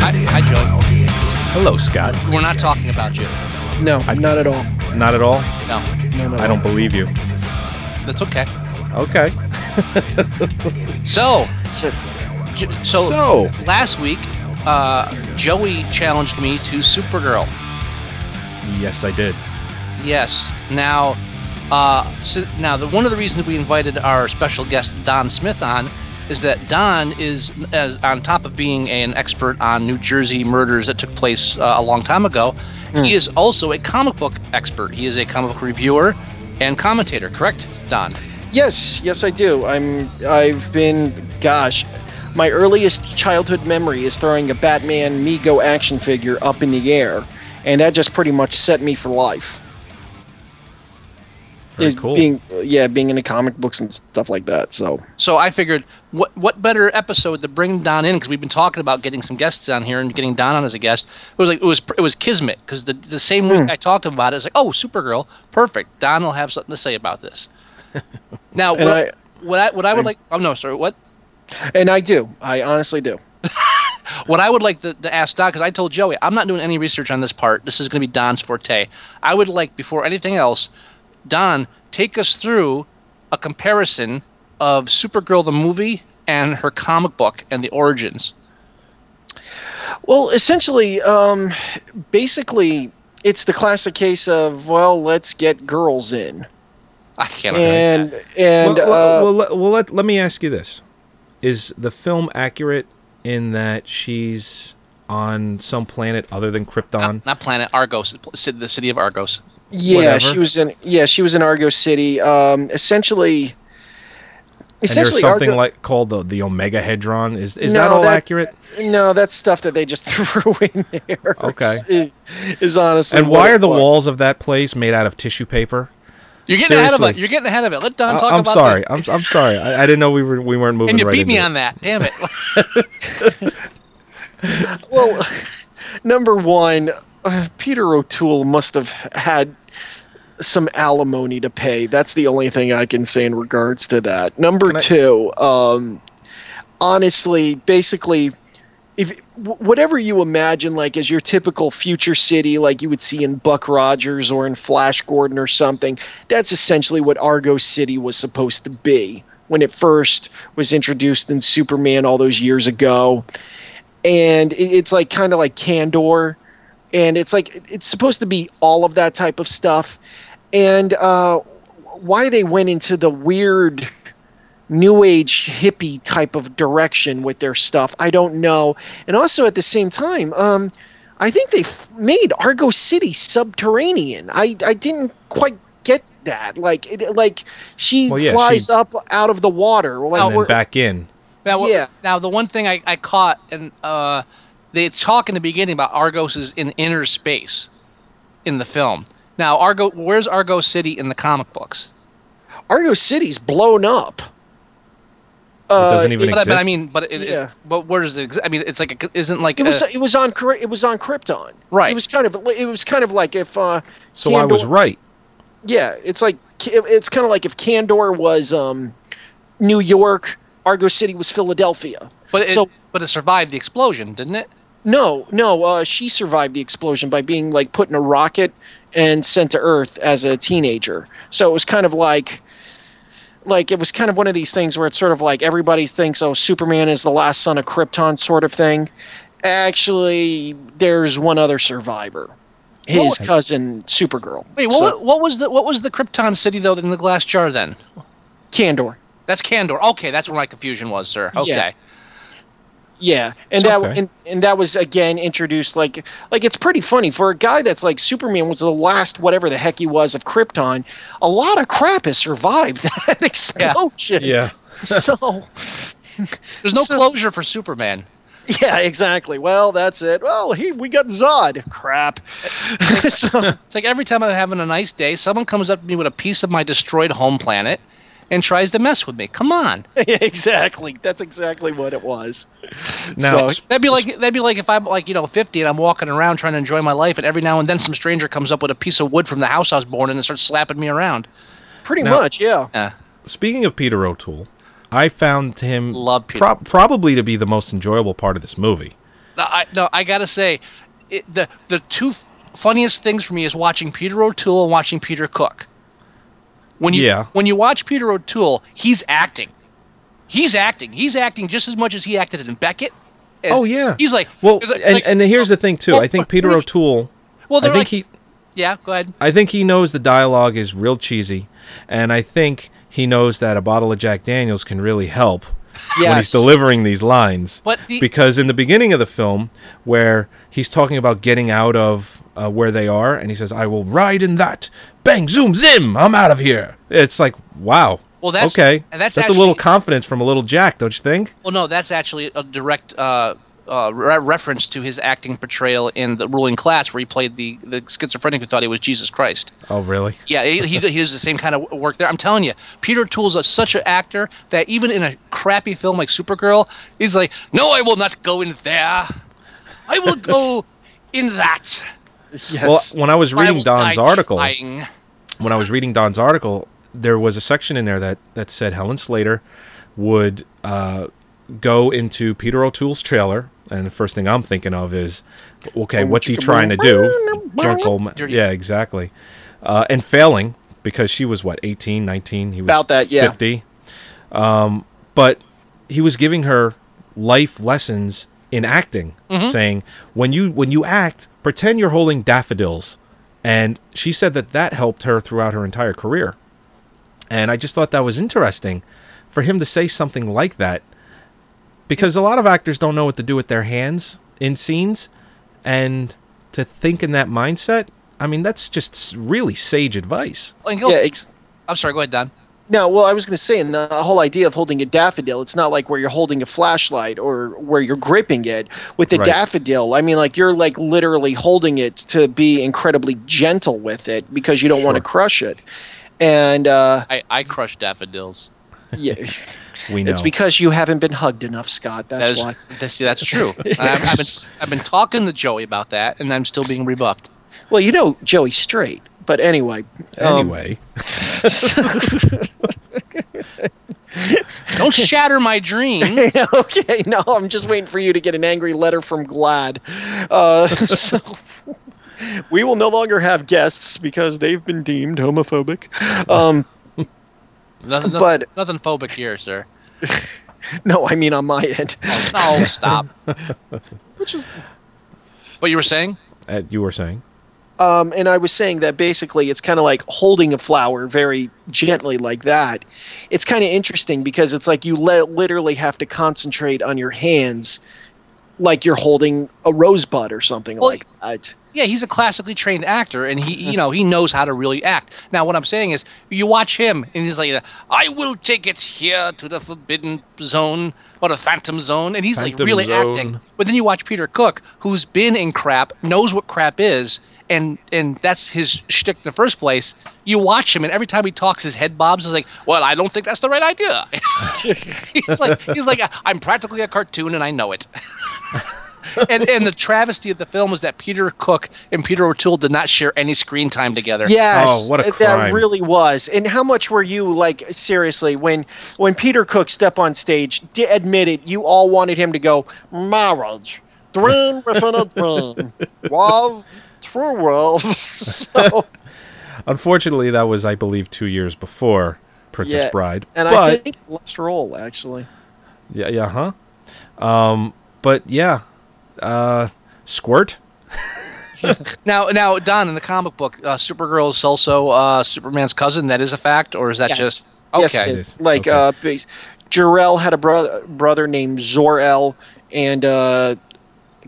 S1: Oh,
S7: Hi, Joe.
S6: Hello, Scott.
S7: We're not talking about you.
S5: No, not at all.
S6: Not at all.
S7: No,
S5: No, no.
S6: I don't believe you.
S7: that's okay.
S6: Okay.
S7: So,
S5: It's a-
S7: J- so,
S6: So.
S7: last week, uh, Joey challenged me to Supergirl.
S6: Yes, I did.
S7: Yes. Now, uh, so now the one of the reasons we invited our special guest Don Smith on is that Don is, as on top of being an expert on New Jersey murders that took place uh, a long time ago, he is also a comic book expert. He is a comic book reviewer and commentator. Correct, Don?
S5: Yes, yes, I do. I'm. I've been. Gosh, my earliest childhood memory is throwing a Batman Mego action figure up in the air, and that just pretty much set me for life.
S6: Very
S5: Is
S6: cool.
S5: Being, yeah, being into comic books and stuff like that. So
S7: So I figured, what what better episode to bring Don in because we've been talking about getting some guests on here and getting Don on as a guest. It was like it was it was kismet because the the same
S5: Hmm.
S7: week I talked about it, it's like oh Supergirl, perfect. Don will have something to say about this. now
S5: And
S7: what
S5: I-
S7: what I what I would like oh no sorry what
S5: And I do. I honestly do.
S7: what I would like to, to ask Don because I told Joey I'm not doing any research on this part. This is going to be Don's forte. I would like before anything else, Don take us through a comparison of Supergirl the movie and her comic book and the origins.
S5: Well, essentially, um, basically, it's the classic case of well, let's get girls in,
S7: I can't.
S5: and and
S6: well,
S5: uh,
S6: well, well, well, let, let me ask you this: Is the film accurate in that she's on some planet other than Krypton?
S7: not planet Argos, ci- the city of Argos.
S5: yeah,
S6: whatever.
S5: she was in yeah, she was in Argo City. Um, essentially,
S6: and there's
S5: essentially
S6: something
S5: Argo-
S6: like called the the Omega Hedron. Is is
S5: No,
S6: that all
S5: that-
S6: accurate?
S5: no, that's stuff that they just threw in there.
S6: Okay.
S5: is, is honestly
S6: And
S5: what
S6: why
S5: it
S6: are the
S5: was.
S6: walls of that place made out of tissue paper?
S7: You're getting ahead of it.
S6: Seriously.
S7: You're getting ahead of it. Let Don
S6: I,
S7: talk
S6: am
S7: about
S6: sorry.
S7: that.
S6: I'm I'm sorry. I, I didn't know we were we weren't moving.
S7: And you
S6: right
S7: beat
S6: into
S7: me
S6: it.
S7: on that. Damn it.
S5: Well, number one, uh, Peter O'Toole must have had some alimony to pay. That's the only thing I can say in regards to that. Number
S6: Can I-
S5: two, um, honestly, basically, if wh- whatever you imagine, like as your typical future city, like you would see in Buck Rogers or in Flash Gordon or something, that's essentially what Argo City was supposed to be when it first was introduced in Superman all those years ago and it- it's like kind of like candor and it's like it- it's supposed to be all of that type of stuff and uh, why they went into the weird new age hippie type of direction with their stuff i don't know and also at the same time um, i think they f- made argo city subterranean i, I didn't quite get that like it, like she
S6: Well, yeah, she-
S5: flies up out of the water like
S6: And then
S5: we're-
S6: back in.
S7: Now, what-
S5: Yeah.
S7: now the one thing I, I caught and uh, they talk in the beginning about Argos is in inner space in the film. Now, Argo, where's Argo City in the comic books?
S5: Argo City's blown up. Uh,
S6: doesn't even
S7: But, I- but I
S6: Exist?
S7: mean, but it, it-
S5: Yeah.
S7: but where does it? ex- I mean, it's like a, isn't like
S5: It was
S6: eh.
S7: a-
S5: it was on Kry- it was on Krypton.
S7: Right.
S5: It was kind of it was kind of like if uh,
S6: So I was right.
S5: yeah, it's like it's kind of like if Candor was um, New York, Argo City was Philadelphia.
S7: but it,
S5: so-
S7: but it survived the explosion, didn't it?
S5: No, no, uh, she survived the explosion by being like put in a rocket and sent to Earth as a teenager. So it was kind of like like it was kind of one of these things where it's sort of like everybody thinks oh Superman is the last son of Krypton sort of thing. Actually, there's one other survivor. His
S7: What?
S5: cousin Supergirl.
S7: Wait, what,
S5: So-
S7: what was the what was the Krypton city though in the glass jar then?
S5: Candor.
S7: That's Candor. Okay, that's where my confusion was, sir. Okay.
S5: Yeah. Yeah, and
S6: It's
S5: that
S6: okay.
S5: and, and that was again introduced like like it's pretty funny for a guy that's like Superman was the last whatever the heck he was of Krypton. A lot of crap has survived that explosion.
S6: Yeah.
S5: So
S7: There's no
S5: So-
S7: closure for Superman.
S5: yeah, exactly. Well, that's it. Well, he we got Zod. Crap. so,
S7: It's like every time I'm having a nice day, someone comes up to me with a piece of my destroyed home planet and tries to mess with me. Come on.
S5: exactly. That's exactly what it was.
S6: Now,
S5: So-
S7: That'd be like that'd be like if I'm like, you know, 50 and I'm walking around trying to enjoy my life and every now and then some stranger comes up with a piece of wood from the house I was born in and starts slapping me around.
S5: Pretty
S6: Now-
S5: much, yeah.
S7: Uh,
S6: speaking of Peter O'Toole, I found him
S7: Love Peter.
S6: prob- probably to be the most enjoyable part of this movie.
S7: I, no, I gotta say, it, the the two f- funniest things for me is watching Peter O'Toole and watching Peter Cook. When you
S6: Yeah.
S7: when you watch Peter O'Toole, he's acting. He's acting. He's acting just as much as he acted in Beckett. As-
S6: Oh yeah.
S7: He's like
S6: well,
S7: he's like-
S6: and,
S7: like-
S6: and here's the thing too.
S7: well,
S6: I think
S7: but-
S6: Peter O'Toole.
S7: Well,
S6: I
S7: they're
S6: think
S7: like,
S6: he.
S7: yeah. Go ahead.
S6: I think he knows the dialogue is real cheesy, and I think he knows that a bottle of Jack Daniels can really help when he's
S5: Yes.
S6: delivering these lines.
S7: But the-
S6: because in the beginning of the film, where he's talking about getting out of uh, where they are, and he says, "I will ride in that." Bang, zoom, zim! I'm out of here. It's like, wow.
S7: Well, that's-
S6: okay.
S7: and that's
S6: a little
S7: actually-
S6: confidence from a little Jack, don't you think?
S7: Well, no, that's actually a direct uh, uh, re- reference to his acting portrayal in the ruling class, where he played the, the schizophrenic who thought he was Jesus Christ.
S6: Oh, really?
S7: Yeah, he, he, he does the same kind of work there. I'm telling you, Peter O'Toole's a, such an actor that even in a crappy film like Supergirl, he's like, "No, I will not go in there. I will go in that."
S5: Yes.
S6: Well, when I was
S7: I
S6: reading
S7: will
S6: Don's
S7: die
S6: article,
S7: trying."
S6: when I was reading Don's article, there was a section in there that that said Helen Slater would uh, go into Peter O'Toole's trailer, and the first thing I'm thinking of is, okay, what's he trying to do? John Goldman.
S7: Dirty.
S6: Yeah, exactly. Uh, and failing because she was what 18, 19. He was
S5: About that, yeah.
S6: 50. Um, but he was giving her life lessons in acting,
S5: Mm-hmm.
S6: saying when you when you act, pretend you're holding daffodils, and she said that that helped her throughout her entire career. And I just thought that was interesting for him to say something like that because a lot of actors don't know what to do with their hands in scenes and to think in that mindset, I mean that's just s- really sage advice.
S7: And go-
S5: yeah. Ex-
S7: oh, I'm sorry. Go ahead, Don.
S5: no, well, I was going to say, and the whole idea of holding a daffodil, it's not like where you're holding a flashlight or where you're gripping it. With the
S6: Right.
S5: daffodil, I mean, like you're like literally holding it to be incredibly gentle with it because you don't want to
S6: Sure.
S5: crush it. And uh,
S7: I, I crush daffodils.
S5: yeah,
S6: We know.
S5: it's because you haven't been hugged enough, Scott. That's
S7: That is,
S5: why.
S7: that's, that's true. And I've, I've, been, I've been talking to Joey about that, and I'm still being rebuffed.
S5: Well, you know Joey's straight, but anyway. um,
S6: anyway,
S7: Don't shatter my dreams.
S5: okay, no, I'm just waiting for you to get an angry letter from Glad. Uh, so we will no longer have guests because they've been deemed homophobic. Um,
S7: Nothing, nothing,
S5: But-
S7: nothing phobic here, sir.
S5: no, I mean on my end.
S7: No, stop. What you were saying?
S6: uh, you were saying
S5: Um, and I was saying that basically it's kind of like holding a flower very gently like that. It's kind of interesting because it's like you le- literally have to concentrate on your hands like you're holding a rosebud or something
S7: Well,
S5: like that.
S7: Yeah, he's a classically trained actor, and he, you know, he knows how to really act. Now, what I'm saying is, you watch him, and he's like, "I will take it here to the forbidden zone or the phantom zone," and he's
S6: Phantom
S7: like really
S6: zone.
S7: acting. But then you watch Peter Cook, who's been in crap, knows what crap is, and and that's his shtick in the first place. You watch him, and every time he talks, his head bobs. He's like, "Well, I don't think that's the right idea." he's like, he's like, "I'm practically a cartoon, and I know it." and and the travesty of the film was that Peter Cook and Peter O'Toole did not share any screen time together.
S5: Yes.
S6: Oh, what a
S5: That
S6: crime.
S5: really was. And how much were you like seriously when when Peter Cook stepped on stage, d- admitted you all wanted him to go marriage, dream within a dream, love, true world. so,
S6: Unfortunately, that was, I believe, two years before Princess
S5: Yeah,
S6: Bride.
S5: and
S6: but,
S5: I think let's roll actually.
S6: yeah, yeah, huh? Um, but yeah, uh, Squirt.
S7: Now, now, Don, in the comic book, uh, Supergirl is also uh, Superman's cousin. That is a fact, or is that
S5: Yes.
S7: just
S5: Yes, it
S7: okay?
S5: is. Like
S6: Okay.
S5: uh bas- Jor-El had a brother brother named Zor-El and uh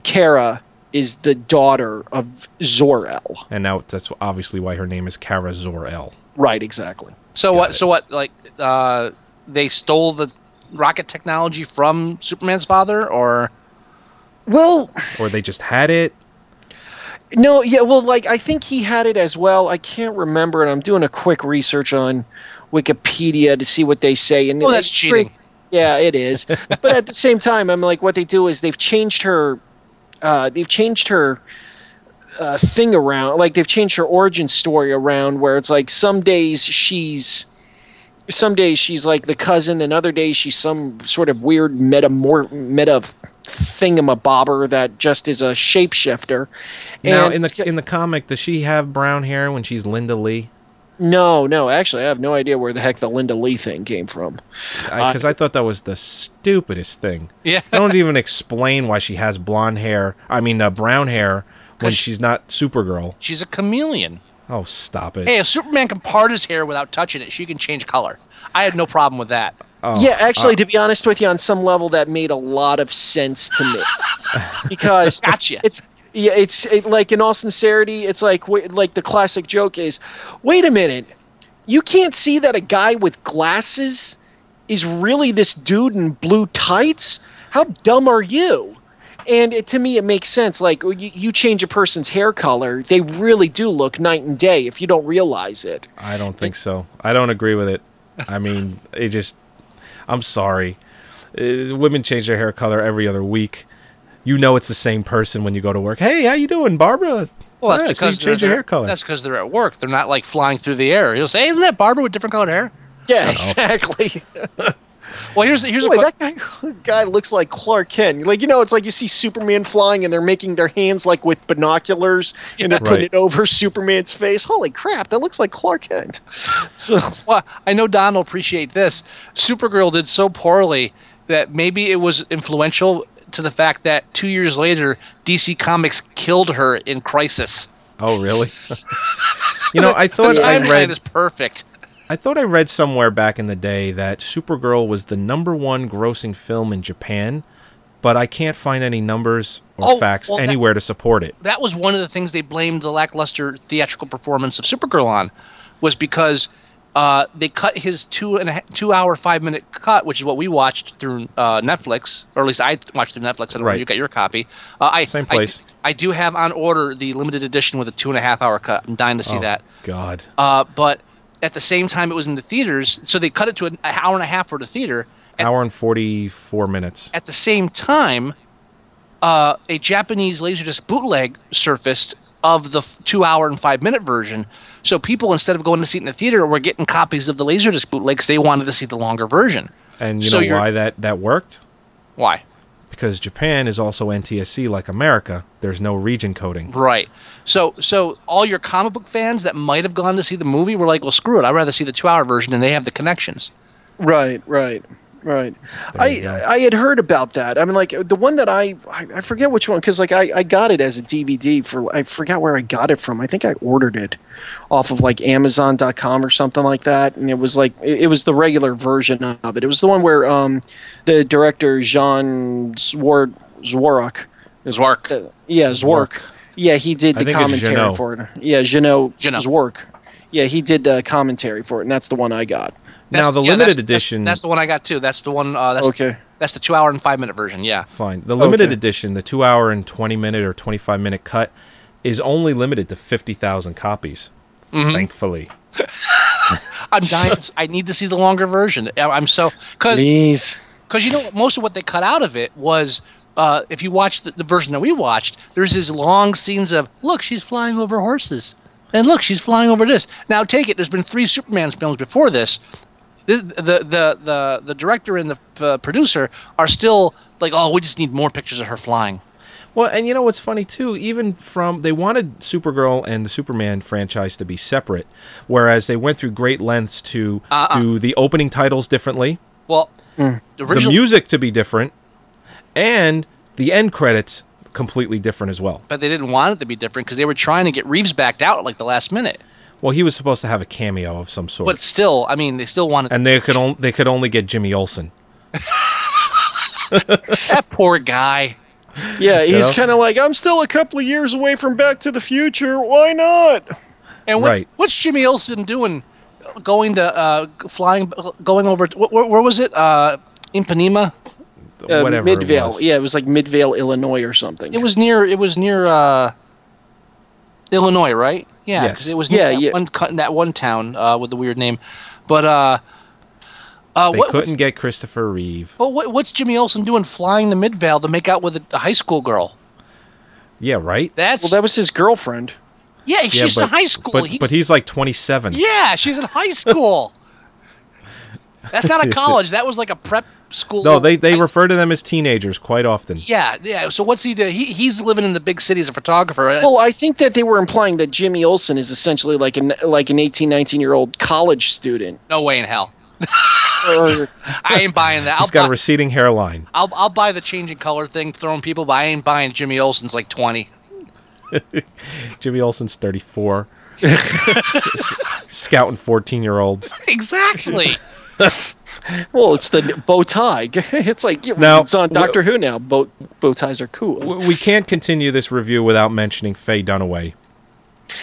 S5: Kara is the daughter of Zor-El.
S6: And now that's obviously why her name is Kara Zor-El.
S5: Right, exactly.
S7: so
S6: Got
S7: what?
S6: it.
S7: So what? Like uh, they stole the rocket technology from Superman's father, or
S5: Well,
S6: Or they just had it.
S5: No, yeah, well, like I think he had it as well. I can't remember, and I'm doing a quick research on Wikipedia to see what they say. And
S7: Oh, that's
S5: it's
S7: cheating.
S5: pretty- yeah, it is. but at the same time, I'm like, what they do is they've changed her, uh, they've changed her uh, thing around. Like they've changed her origin story around, where it's like some days she's some days she's like the cousin, and other days she's some sort of weird metamor meta thingamabobber that just is a shapeshifter.
S6: Now
S5: And-
S6: in the in the comic, does she have brown hair when she's Linda Lee?
S5: no, no, actually, I have no idea where the heck the Linda Lee thing came from.
S6: Because I, thought that was the stupidest thing.
S7: Yeah.
S6: I don't even explain why she has blonde hair. I mean, uh, brown hair when
S7: 'Cause-
S6: she's not Supergirl.
S7: She's a chameleon.
S6: Oh, stop it!
S7: Hey, if Superman can part his hair without touching it, she can change color. I had no problem with that.
S6: Oh,
S5: yeah, actually, to be honest with you, on some level, that made a lot of sense to me because
S7: Gotcha.
S5: it's yeah, it's it, like in all sincerity, it's like wait, like the classic joke is, wait a minute, you can't see that a guy with glasses is really this dude in blue tights. How dumb are you? And it, to me, it makes sense. Like you, you change a person's hair color, they really do look night and day if you don't realize it.
S6: I don't think so. I don't agree with it. I mean, it just. I'm sorry. Uh, women change their hair color every other week. You know it's the same person when you go to work. Hey, how you doing, Barbara?
S7: Well,
S6: Yeah,
S7: that's
S6: so you
S7: because
S6: change
S7: they're-
S6: your hair color.
S7: That's because they're at work. They're not like flying through the air. You'll say, "Hey, "Isn't that Barbara with different colored hair?"
S5: Yeah, exactly.
S7: Well, here's here's
S5: Boy,
S7: a que-
S5: that guy, guy looks like Clark Kent. Like you know, it's like you see Superman flying, and they're making their hands like with binoculars, and they're putting
S6: Right.
S5: it over Superman's face. Holy crap, that looks like Clark Kent. So
S7: Well, I know Don will appreciate this. Supergirl did so poorly that maybe it was influential to the fact that two years later, DC Comics killed her in Crisis.
S6: Oh, really? you know, I
S7: The
S6: thought I
S7: timeline
S6: read.
S7: is perfect.
S6: I thought I read somewhere back in the day that Supergirl was the number one grossing film in Japan, but I can't find any numbers or
S7: Oh,
S6: facts
S7: well, that-
S6: anywhere to support it.
S7: That was one of the things they blamed the lackluster theatrical performance of Supergirl on, was because uh, they cut his two and a ha- two hour five minute cut, which is what we watched through uh, Netflix, or at least I watched through Netflix. I don't know where
S6: Right.
S7: you got your copy. Uh, I,
S6: Same
S7: I-
S6: place.
S7: I, do have on order the limited edition with a two and a half hour cut. I'm dying to see
S6: Oh,
S7: that.
S6: God.
S7: Uh, but at the same time, it was in the theaters, so they cut it to an an hour and a half for the theater. At,
S6: Hour and 44 minutes.
S7: at the same time, uh, a Japanese Laserdisc bootleg surfaced of the f- two hour and five minute version. So people, instead of going to see it in the theater, were getting copies of the Laserdisc bootlegs. They wanted to see the longer version.
S6: And you
S7: so
S6: know
S7: you're-
S6: why that, that worked?
S7: Why?
S6: Because Japan is also NTSC like America. There's no region coding.
S7: Right. So, so all your comic book fans that might have gone to see the movie were like, "Well, screw it. I'd rather see the two hour version." And they have the connections.
S5: Right, right, right.
S6: you
S5: I
S6: go.
S5: I had heard about that. I mean, like the one that I I I forget which one because like I I got it as a DVD for I forgot where I got it from. I think I ordered it off of like Amazon.com or something like that, and it was like it, it was the regular version of it. It was the one where um the director Jean Zwar Zwarok,
S7: Zwark.
S5: uh, yeah Zwark, yeah he did
S6: I
S5: the
S6: think it's
S5: commentary
S6: Jeannot.
S5: for it. Yeah, Jeannot
S7: Jeannot.
S5: Zwark. Yeah, he did the commentary for it, and that's the one I got.
S6: Now, the
S7: yeah,
S6: limited
S7: that's- that's-
S6: edition.
S7: That's, the one I got too. That's the one. Uh, that's,
S5: Okay.
S7: That's the two hour and five minute version. Yeah.
S6: Fine. The limited
S5: Okay.
S6: edition, the two hour and 20 minute or 25 minute cut, is only limited to 50,000 copies,
S7: Mm-hmm.
S6: thankfully.
S7: I'm dying. I need to see the longer version. I- I'm so because
S5: Please.
S7: you know most of what they cut out of it was. Uh, if you watch the, the version that we watched, there's these long scenes of look, she's flying over horses, and look, she's flying over this. Now take it. There's been three Superman films before this. The the the the, the director and the uh, producer are still like, oh, we just need more pictures of her flying.
S6: Well, and you know what's funny too? Even from they wanted Supergirl and the Superman franchise to be separate, whereas they went through great lengths to do the opening titles differently,
S7: Well, the original
S6: the music to be different, and the end credits completely different as well.
S7: but they didn't want it to be different because they were trying to get Reeves backed out at like the last minute.
S6: Well, he was supposed to have a cameo of some sort,
S7: But still, I mean, they still wanted
S6: and they could on, they could only get Jimmy Olsen.
S7: that poor guy.
S5: Yeah, he's
S6: know?
S5: kind of like, I'm still a couple of years away from Back to the Future. Why not?
S7: And what,
S6: Right.
S7: what's Jimmy Olsen doing? Going to uh, flying, going over. Wh- wh- where was it? Uh, in Panema.
S5: Uh,
S6: Whatever it
S5: Midvale.
S6: was.
S5: Yeah, it was like Midvale, Illinois, or something.
S7: It was near. It was near uh, Illinois, right? Yeah. 'cause
S6: Yes.
S7: It was
S5: Yeah,
S7: near that
S5: yeah.
S7: one co- that one town uh, with the weird name, but uh, uh,
S6: They
S7: what,
S6: couldn't get Christopher Reeve.
S7: But what, what's Jimmy Olsen doing flying to Midvale to make out with a, a high school girl?
S6: Yeah, right.
S7: That's
S5: Well, that was his girlfriend.
S7: yeah.
S6: yeah,
S7: She's in high school.
S6: But, but he's like 27.
S7: yeah. She's in high school. That's not a college. that was like a prep school.
S6: No, they they
S7: high school.
S6: refer to them as teenagers quite often.
S7: Yeah, yeah. So what's he do? He, he's living in the big city as a photographer.
S6: Oh.
S5: Well, I think that they were implying that Jimmy Olsen is essentially like an like an 18, 19 year old college student.
S7: no way in hell.
S5: Or,
S7: I ain't buying that. I'll,
S6: He's got
S7: buy,
S6: a receding hairline.
S7: I'll, I'll buy the changing color thing, throwing people, but I ain't buying Jimmy Olsen's like 20.
S6: Jimmy Olsen's 34. S- s- Scouting 14 year olds.
S7: Exactly.
S5: well, it's the bow tie. It's like
S6: Now-
S5: it's on Doctor Who now. Bow bow ties are cool.
S6: W- We can't continue this review without mentioning Faye Dunaway.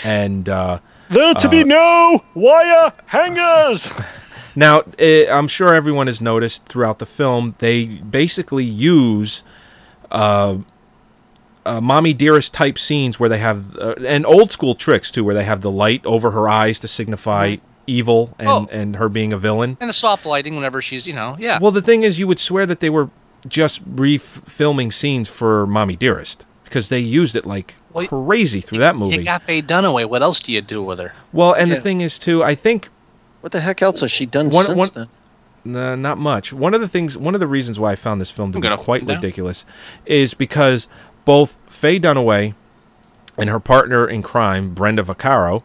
S6: And uh,
S5: there to be no wire hangers.
S6: Now, eh, I'm sure everyone has noticed throughout the film, they basically use uh, uh, Mommy Dearest type scenes where they have, uh, and old school tricks too, where they have the light over her eyes to signify evil and,
S7: Oh.
S6: and her being a villain.
S7: and the soft lighting whenever she's, you know, yeah.
S6: Well, the thing is, you would swear that they were just re filming scenes for Mommy Dearest because they used it like
S7: Well,
S6: crazy through that
S7: you
S6: movie.
S7: got Faye Dunaway. What else do you do with her?
S6: Well, and
S5: Yeah.
S6: the thing is, too, I think
S5: What the heck else has she done
S6: One-
S5: since
S6: one-
S5: then?
S6: Nah, not much. One of the things, one of the reasons why I found this film to
S7: I'm
S6: be
S7: gonna
S6: quite
S7: put it down.
S6: ridiculous is because both Faye Dunaway and her partner in crime, Brenda Vaccaro,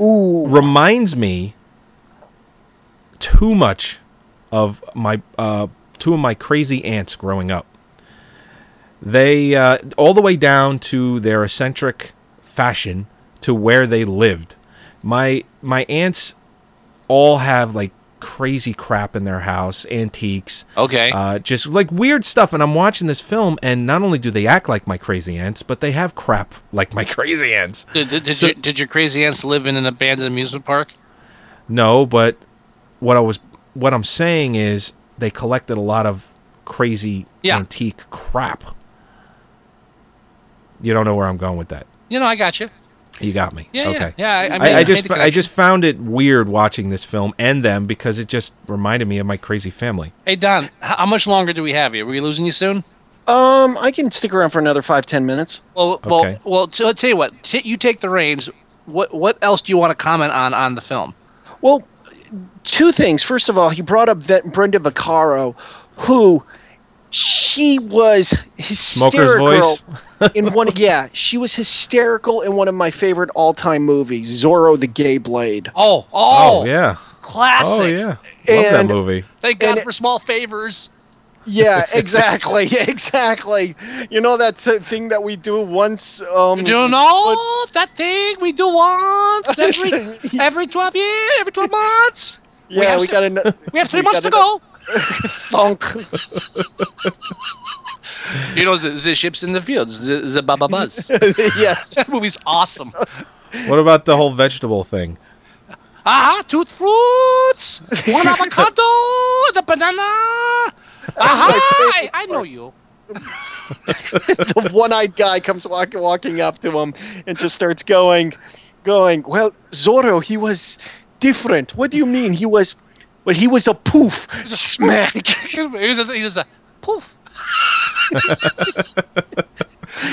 S6: reminds me too much of my uh, two of my crazy aunts growing up. They uh, all the way down to their eccentric fashion to where they lived. My my aunts all have like crazy crap in their house, antiques,
S7: Okay.
S6: uh, just like weird stuff. And I'm watching this film, and not only do they act like my crazy aunts, but they have crap like my crazy aunts.
S7: did, did, did,
S6: so-
S7: your, did your crazy aunts live in an abandoned amusement park?
S6: No, but what I was what I'm saying is they collected a lot of crazy
S7: Yeah.
S6: antique crap. You don't know where I'm going with that.
S7: You know, I got you.
S6: You got me.
S7: Yeah, yeah,
S6: okay.
S7: yeah, I- I made-
S6: I,
S7: I
S6: just
S7: made the
S6: I just found it weird watching this film and them because it just reminded me of my crazy family.
S7: Hey, Don, h- how much longer do we have you? Are we losing you soon?
S5: Um, I can stick around for another five ten minutes.
S7: Well, well,
S6: Okay.
S7: well. T- I'll tell you what. T- you take the reins. What What else do you want to comment on on the film?
S5: Well, two things. First of all, he brought up that Brenda Vaccaro, who she was
S6: Smoker's
S5: hysterical
S6: voice.
S5: in one. Yeah, she was hysterical in one of my favorite all-time movies, Zorro the Gay Blade.
S7: Oh, oh,
S6: Oh, yeah.
S7: classic.
S6: Oh yeah. Love that
S5: And-
S6: movie.
S7: Thank God
S5: And-
S7: for small favors.
S5: Yeah, exactly, exactly. You know that t- thing that we do once. Um,
S7: Do you know that thing we do once every every twelve year, every twelve months? we
S5: Yeah,
S7: have
S5: we
S7: to-
S5: got a
S7: We have three months to go.
S5: thunk.
S7: You know, the, the ships in the fields, the, the Baba Buzz.
S5: yes.
S7: that movie's awesome.
S6: What about the whole vegetable thing?
S7: Aha, two fruits, one avocado, the banana. Aha, I, I know you.
S5: the one-eyed guy comes walking walking up to him and just starts going, going. Well, Zorro, he was different. What do you mean he was? Well, he was a poof. Smack.
S7: He was a, he was a poof.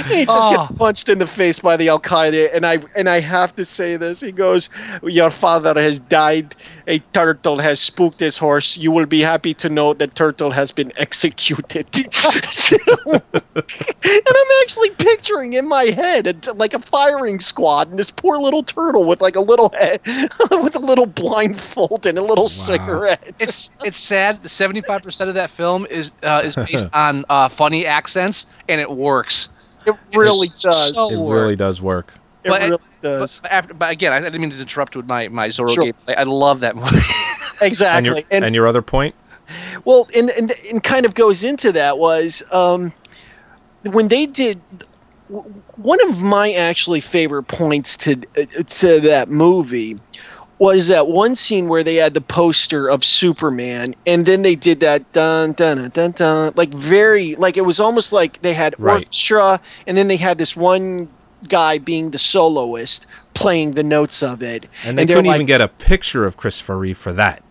S5: he just
S7: Oh.
S5: gets punched in the face by the Al Qaeda, and I and I have to say this. He goes, "Your father has died. A turtle has spooked his horse. You will be happy to know the turtle has been executed." So- and I'm actually picturing in my head a, like a firing squad, and this poor little turtle with like a little head, with a little blindfold and a little cigarette.
S7: It's it's sad. The seventy five percent of that film is uh, is based on uh, funny accents, and it works.
S5: it really does.
S7: so
S6: It
S7: works.
S6: really does work.
S5: it
S7: but-
S5: really
S7: But,
S5: does.
S7: but after, but again, I, I didn't mean to interrupt with my my Zorro
S5: Sure.
S7: gameplay. I love that movie.
S5: exactly.
S6: And your and, your other point?
S5: Well, and, and and kind of goes into that was um, when they did w- one of my actually favorite points to uh, to that movie was that one scene where they had the poster of Superman and then they did that dun dun dun dun, dun like very like it was almost like they had
S6: Right.
S5: orchestra and then they had this one guy being the soloist playing the notes of it
S6: And they
S5: they're
S6: couldn't
S5: like-
S6: even get a picture of Christopher Reeve for that.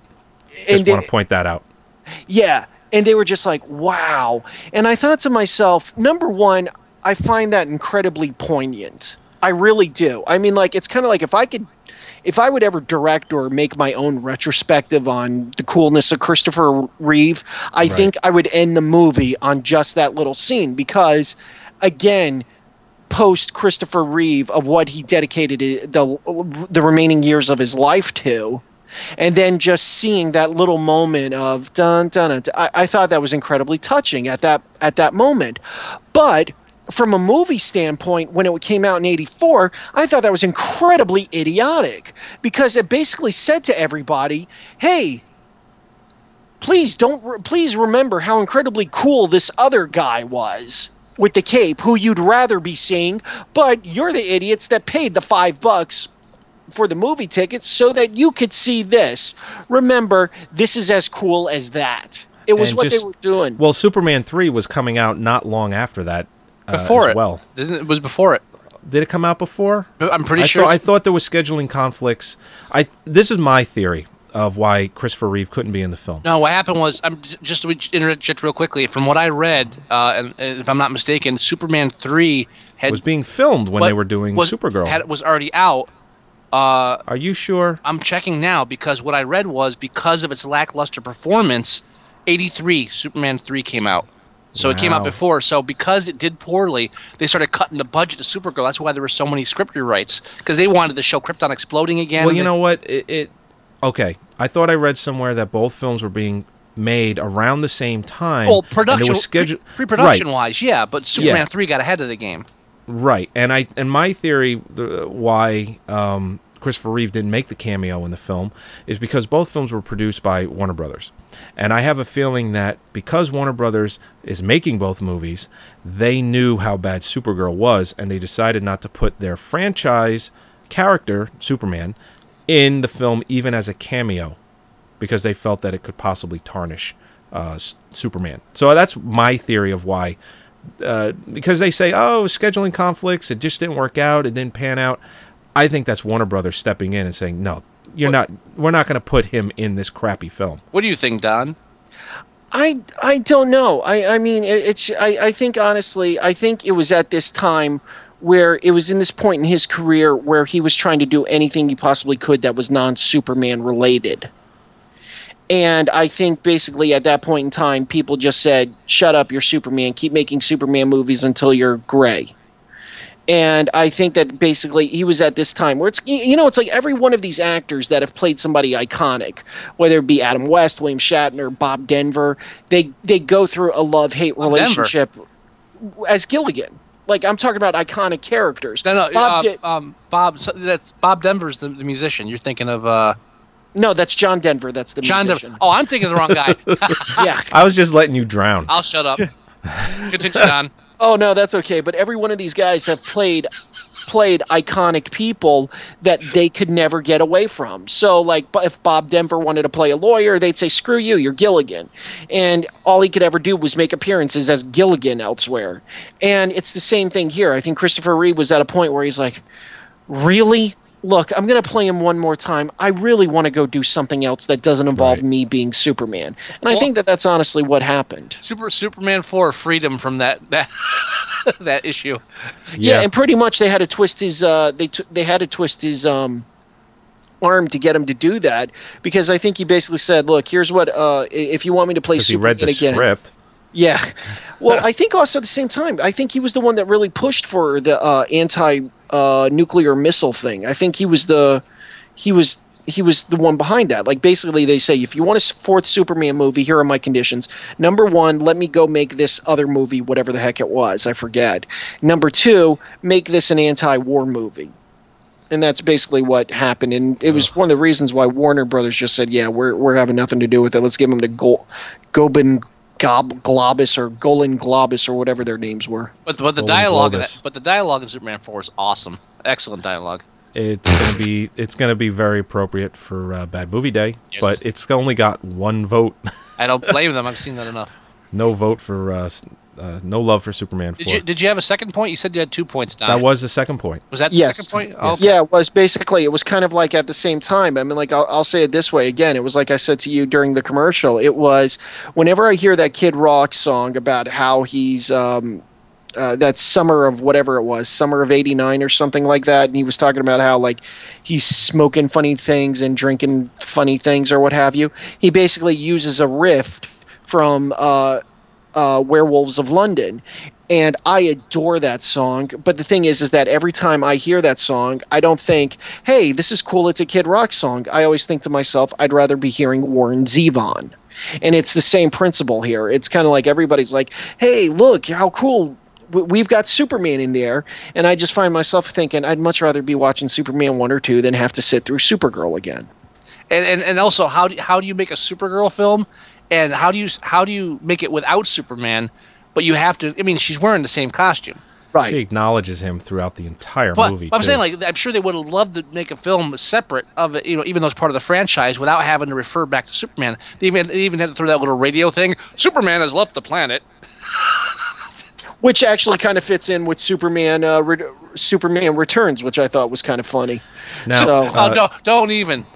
S6: Just
S5: and they-
S6: want to point that out.
S5: Yeah. And they were just like, wow. And I thought to myself, number one, I find that incredibly poignant. I really do. I mean, like it's kind of like if I could, if I would ever direct or make my own retrospective on the coolness of Christopher Reeve, I think I would end the movie on just that little scene because, again, post Christopher Reeve of what he dedicated i- the the remaining years of his life to. And then just seeing that little moment of dun dun, dun, dun I, I thought that was incredibly touching at that at that moment. But from a movie standpoint, when it came out in '84, I thought that was incredibly idiotic because it basically said to everybody, "Hey, please don't re- please remember how incredibly cool this other guy was with the cape who you'd rather be seeing but you're the idiots that paid the five bucks for the movie tickets so that you could see this remember this is as cool as that it was
S6: And
S5: what
S6: just-
S5: they were doing
S6: Well, Superman three was coming out not long after that. uh,
S7: before
S6: as
S7: it.
S6: well,
S7: Didn't- it was before it.
S6: did it come out before?
S7: But I'm pretty
S6: I
S7: sure
S6: Thought, I
S7: it's-
S6: thought there was scheduling conflicts. I this is my theory of why Christopher Reeve couldn't be in the film.
S7: No, what happened was I'm j- just to interject real quickly. From what I read, uh, and, and if I'm not mistaken, Superman three had
S6: was being filmed when
S7: what-
S6: they were doing
S7: was-
S6: Supergirl.
S7: had, was already out. Uh,
S6: Are you sure?
S7: I'm checking now because what I read was because of its lackluster performance, 83 Superman 3 came out. So it came out
S6: Wow.
S7: before. So because it did poorly, they started cutting the budget to Supergirl. That's why there were so many script rewrites because they wanted to show Krypton exploding again.
S6: well, you
S7: They-
S6: know what? It, it okay. I thought I read somewhere that both films were being made around the same time.
S7: well,
S6: and there
S7: production,
S6: was schedule-
S7: pre production
S6: Right,
S7: wise, yeah, but Superman 3 got ahead of the game.
S6: right. And I and my theory the, why um, Christopher Reeve didn't make the cameo in the film is because both films were produced by Warner Brothers, and I have a feeling that because Warner Brothers is making both movies, they knew how bad Supergirl was, and they decided not to put their franchise character Superman in the film even as a cameo because they felt that it could possibly tarnish uh, S- Superman. So that's my theory of why. Uh, because they say, oh, scheduling conflicts, it just didn't work out, it didn't pan out. I think that's Warner Brothers stepping in and saying, no, you're not. We're not going to put him in this crappy film.
S7: What do you think, Don?
S5: I I don't know. I I mean it, it's I I think honestly I think it was at this time where it was in this point in his career where he was trying to do anything he possibly could that was non Superman related. And I think basically at that point in time people just said, "Shut up, you're Superman. Keep making Superman movies until you're gray." and I think that basically he was at this time where it's y- you know it's like every one of these actors that have played somebody iconic, whether it be Adam West, William Shatner, Bob Denver, they they go through a love hate
S7: Denver.
S5: relationship as Gilligan. Like I'm talking about iconic characters.
S7: No, no,
S5: Bob
S7: Bob. Uh,
S5: Den-
S7: um, Bob so that's Bob Denver's the, the musician. You're thinking of uh,
S5: no, that's John Denver. That's the
S7: John
S5: musician.
S7: Denver. Oh, I'm thinking of the wrong guy.
S5: yeah.
S6: I was just letting you drown.
S7: I'll shut up. Continue, Don.
S5: Oh no, that's okay. But every one of these guys have played played iconic people that they could never get away from. So like bu- if Bob Denver wanted to play a lawyer, they'd say screw you, you're Gilligan. And all he could ever do was make appearances as Gilligan elsewhere. And it's the same thing here. I think Christopher Reeve was at a point where he's like, "Really? Look, I'm going to play him one more time. I really want to go do something else that doesn't involve
S6: Right.
S5: me being Superman." And I
S7: Well-
S5: think that that's honestly what happened.
S7: Super Superman four freedom from that that that issue.
S5: Yeah. and pretty much they had to twist his uh, they t- they had to twist his um, arm to get him to do that because I think he basically said, "Look, here's what uh, i- if you want me to play
S6: because he read
S5: Superman
S6: the
S5: again."
S6: script.
S5: Yeah, well, I think also at the same time, I think he was the one that really pushed for the uh, anti uh, nuclear missile thing. I think he was the he was he was the one behind that. Like basically, they say if you want a s- fourth Superman movie, here are my conditions. Number one, let me go make this other movie, whatever the heck it was, I forget. Number two, make this an anti-war movie. And that's basically what happened, and it was one of the reasons why Warner Brothers just said, "Yeah, we're we're having nothing to do with it. Let's give them to Go- Gobin Gob- Globus or Golan Globus or whatever their names were."
S7: But but the
S6: Golden
S7: dialogue in
S6: Globus.
S7: that, but the dialogue in Superman four is awesome. Excellent dialogue.
S6: It's gonna be it's gonna be very appropriate for uh, Bad Movie Day,
S7: Yes.
S6: but it's only got one vote.
S7: I don't blame them. I've seen that enough.
S6: no vote for uh, s- uh, no love for Superman.
S7: Did
S6: 4.
S7: you did you have a second point? You said you had two points, Don.
S6: that was the second point.
S7: was that the
S5: Yes.
S7: second point?
S6: Yes.
S7: Okay.
S5: Yeah, it was basically it was kind of like at the same time. I mean, like I'll, I'll say it this way again. It was like I said to you during the commercial. It was whenever I hear that Kid Rock song about how he's um, uh, that summer of whatever it was, summer of '89 or something like that, and he was talking about how like he's smoking funny things and drinking funny things or what have you. He basically uses a rift from uh, uh, Werewolves of London, and I adore that song. But the thing is, is that every time I hear that song, I don't think, "Hey, this is cool. It's a Kid Rock song." I always think to myself, "I'd rather be hearing Warren Zevon." And it's the same principle here. It's kind of like everybody's like, "Hey, look how cool." w- We've got Superman in there, and I just find myself thinking I'd much rather be watching Superman one or two than have to sit through Supergirl again.
S7: and and, and also how do, how do you make a Supergirl film, and how do you how do you make it without Superman, but you have to. I mean, she's wearing the same costume.
S5: Right.
S6: She acknowledges him throughout the entire
S7: But,
S6: movie.
S7: but I'm
S6: too.
S7: saying, like, I'm sure they would have loved to make a film separate of it, you know, even though it's part of the franchise, without having to refer back to Superman. They even they even had to throw that little radio thing. Superman has left the planet.
S5: which actually kind of fits in with Superman. Uh, re- Superman Returns, which I thought was kind of funny.
S6: now,
S5: so-
S6: uh,
S7: oh, don't, don't even,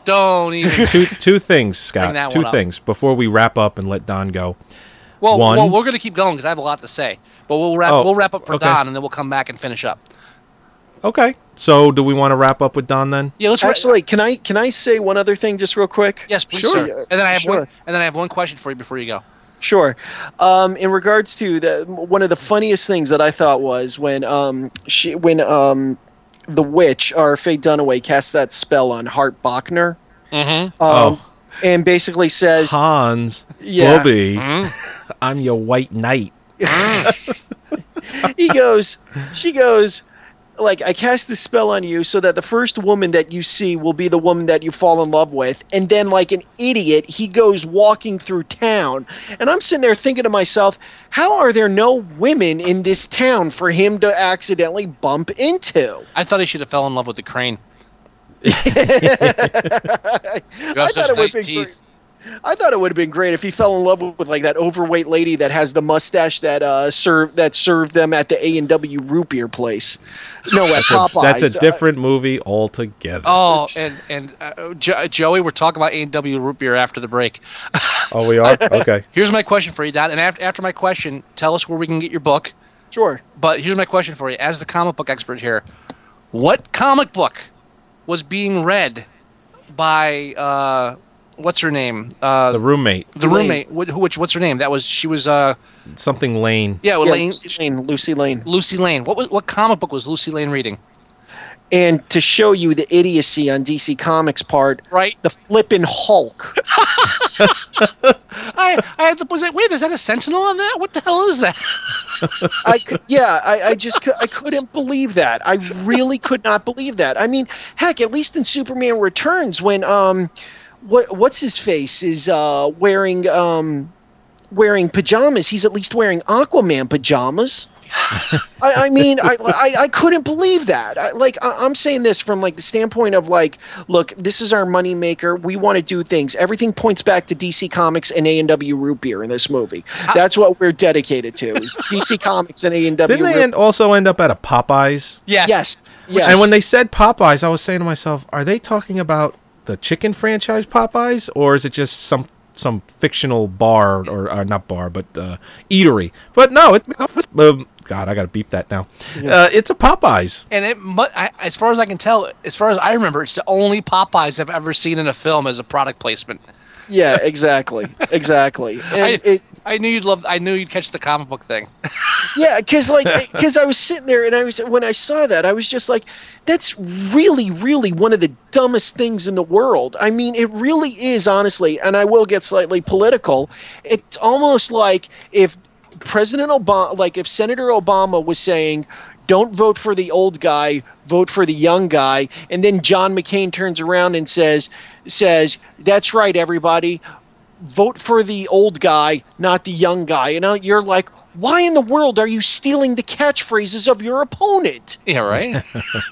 S7: don't even.
S6: two two things,
S7: that
S6: Scott. Two
S7: one up.
S6: things before we wrap up and let Don go.
S7: Well,
S6: One.
S7: well, we're gonna keep going because I have a lot to say. But we'll wrap
S6: Oh,
S7: we'll wrap up for
S6: okay.
S7: Don, and then we'll come back and finish up.
S6: Okay. So, do we want to wrap up with Don then?
S7: Yeah,
S5: Uh,
S7: let's wrap.
S5: Actually, can I can I say one other thing just real quick?
S7: Yes, please,
S5: Sure.
S7: sir. And then I have
S5: Sure.
S7: one. And then I have one question for you before you go.
S5: Sure. Um, in regards to the one of the funniest things that I thought was when um, she when um, the witch or Faye Dunaway cast that spell on Hart Bachner. Mm-hmm. Um,
S6: Oh.
S5: And basically says,
S6: Hans,
S5: Yeah.
S6: Bobby,
S7: Hmm?
S6: I'm your white knight.
S5: he goes, she goes, like, I cast this spell on you so that the first woman that you see will be the woman that you fall in love with. And then, like an idiot, he goes walking through town. And I'm sitting there thinking to myself, how are there no women in this town for him to accidentally bump into?
S7: I thought he should have fell in love with the crane. you have
S5: I
S7: such
S5: thought it
S7: nice
S5: would be
S7: teeth.
S5: I thought it would have been great if he fell in love with like that overweight lady that has the mustache that uh served that served them at the A and W root beer place. No, at Popeyes.
S6: That's a
S5: Uh,
S6: different movie altogether. Oh,
S7: Oh, and and uh, jo- Joey, we're talking about A and W root beer after the break.
S6: Oh, we are? Okay.
S7: Here's my question for you, Don. And after after my question, tell us where we can get your book.
S5: sure.
S7: But here's my question for you, as the comic book expert here: What comic book was being read by uh, what's her name? Uh,
S6: The
S7: the,
S6: roommate,
S7: roommate. Wh- who? Which? What's her name? That was she was. Uh,
S6: something Lane.
S7: yeah,
S5: Yeah,
S7: Lane,
S5: Lucy Oh, Lane, Lucy Lane.
S7: Lucy Lane. What was what comic book was Lucy Lane reading?
S5: And to show you the idiocy on DC Comics part,
S7: Right.
S5: the flippin' Hulk.
S7: I I had the, was it wait is that a Sentinel on that? What the hell is that?
S5: I could, yeah, I, I just cou- I couldn't believe that. I really could not believe that. I mean, heck, at least in Superman Returns, when um, what what's his face is uh wearing um wearing pajamas. He's at least wearing Aquaman pajamas. I, I mean, I, I I couldn't believe that. I, like I, I'm saying this from like the standpoint of like, look, this is our moneymaker. We want to do things. Everything points back to DC Comics and A and W root beer in this movie.
S6: Uh,
S5: That's what we're dedicated to. Is DC Comics and A and W.
S6: Didn't they end, also end up at a Popeyes?
S7: Yes.
S5: Yes. Yes.
S6: And when they said Popeyes, I was saying to myself, are they talking about the chicken franchise Popeyes, or is it just some some fictional bar or, or not bar, but uh, eatery? But no, it, um, God, I gotta beep that now. Uh, it's a Popeyes.
S7: And it, mu- I, as far as I can tell, as far as I remember, it's the only Popeyes I've ever seen in a film as a product placement.
S5: yeah, exactly, exactly.
S7: I,
S5: And it,
S7: I knew you'd love. I knew you'd catch the comic book thing.
S5: Yeah, because like, because I was sitting there and I was when I saw that I was just like, that's really, really one of the dumbest things in the world. I mean, it really is honestly, and I will get slightly political. It's almost like if President Obama, like if Senator Obama was saying, "Don't vote for the old guy, vote for the young guy," and then John McCain turns around and says, "says That's right, everybody." vote for the old guy, not the young guy. You know, you're like, why in the world are you stealing the catchphrases of your opponent?
S7: Yeah, right.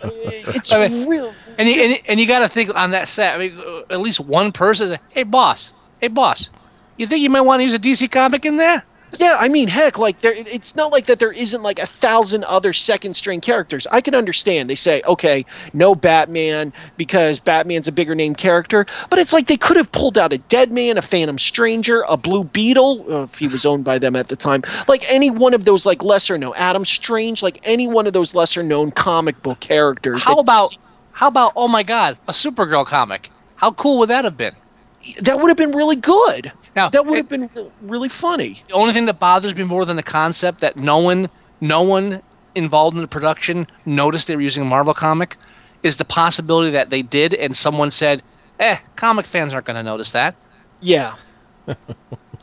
S5: It's
S7: I mean-
S5: real.
S7: and you, and, you- and you got to think on that set. I mean, uh, at least one person. Is like, hey, boss. Hey, boss. You think you might want to use a DC comic in there?
S5: Yeah, I mean, heck, like there, it's not like that. There isn't like a thousand other second string characters. I can understand. They say, okay, no Batman because Batman's a bigger name character, but it's like they could have pulled out a Deadman, a Phantom Stranger, a Blue Beetle, uh, if he was owned by them at the time. Like any one of those, like lesser known Adam Strange, like any one of those lesser known comic book characters.
S7: How
S5: that-
S7: about how about oh my god, a Supergirl comic? How cool would that have been?
S5: that? Would have been really good.
S7: Now,
S5: that would
S7: it-
S5: have been re- really funny.
S7: The only thing that bothers me more than the concept that no one, no one involved in the production noticed they were using a Marvel comic, is the possibility that they did and someone said, "Eh, comic fans aren't going to notice that."
S5: Yeah.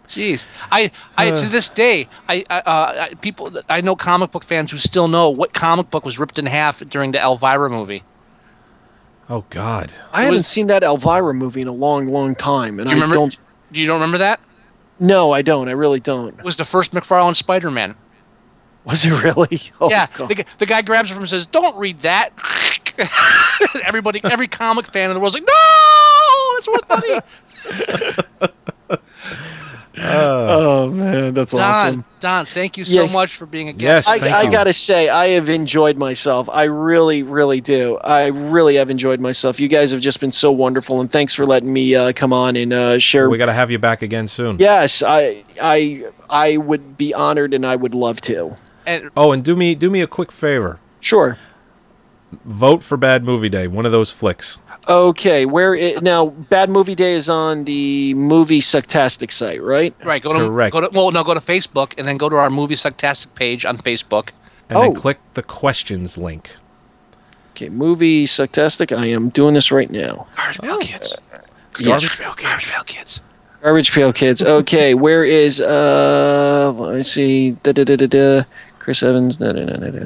S7: Jeez, I, I
S5: Uh.
S7: to this day, I, I, uh, I people, that- I know comic book fans who still know what comic book was ripped in half during the Elvira movie.
S6: Oh God.
S5: I haven't seen that Elvira movie in a long, long time, and
S7: Do
S5: I
S7: you remember?
S5: don't.
S7: Do you don't remember that?
S5: No, I don't. I really don't.
S7: It was the first McFarlane Spider-Man.
S5: Was it really? Oh,
S7: yeah,
S5: God.
S7: the, g- the guy grabs it from him and says, "Don't read that." Everybody, every comic fan in the world's like, "No, it's worth money."
S5: oh man, that's
S7: Don,
S5: awesome.
S7: Don, thank you so
S5: Yeah.
S7: much for being a
S6: Yes,
S7: guest.
S5: I,
S6: thank
S5: I
S6: you.
S5: gotta say, I have enjoyed myself. I really, really do. I really have enjoyed myself. You guys have just been so wonderful, and thanks for letting me uh, come on and uh, share.
S6: We got to have you back again soon.
S5: yes, I, I, I would be honored, and I would love to.
S7: And
S6: Oh, and do me do me a quick favor.
S5: Sure.
S6: Vote for Bad Movie Day. One of those flicks.
S5: Okay. Where it, now? Bad Movie Day is on the movie Sucktastic site, right?
S7: right, go to
S6: Correct.
S7: go to well, no, go to Facebook and then go to our movie sucktastic page on Facebook.
S6: and then
S5: Oh.
S6: click the questions link.
S5: Okay. Movie Sucktastic. I am doing this right now.
S7: Garbage Pail Kids,
S5: Yeah.
S6: Garbage Pail
S7: Garbage
S6: Kids.
S7: Pail Kids.
S5: Garbage Pail Kids. Okay, where is uh? Let me see. Da da da da da. Chris Evans. Da da da da da.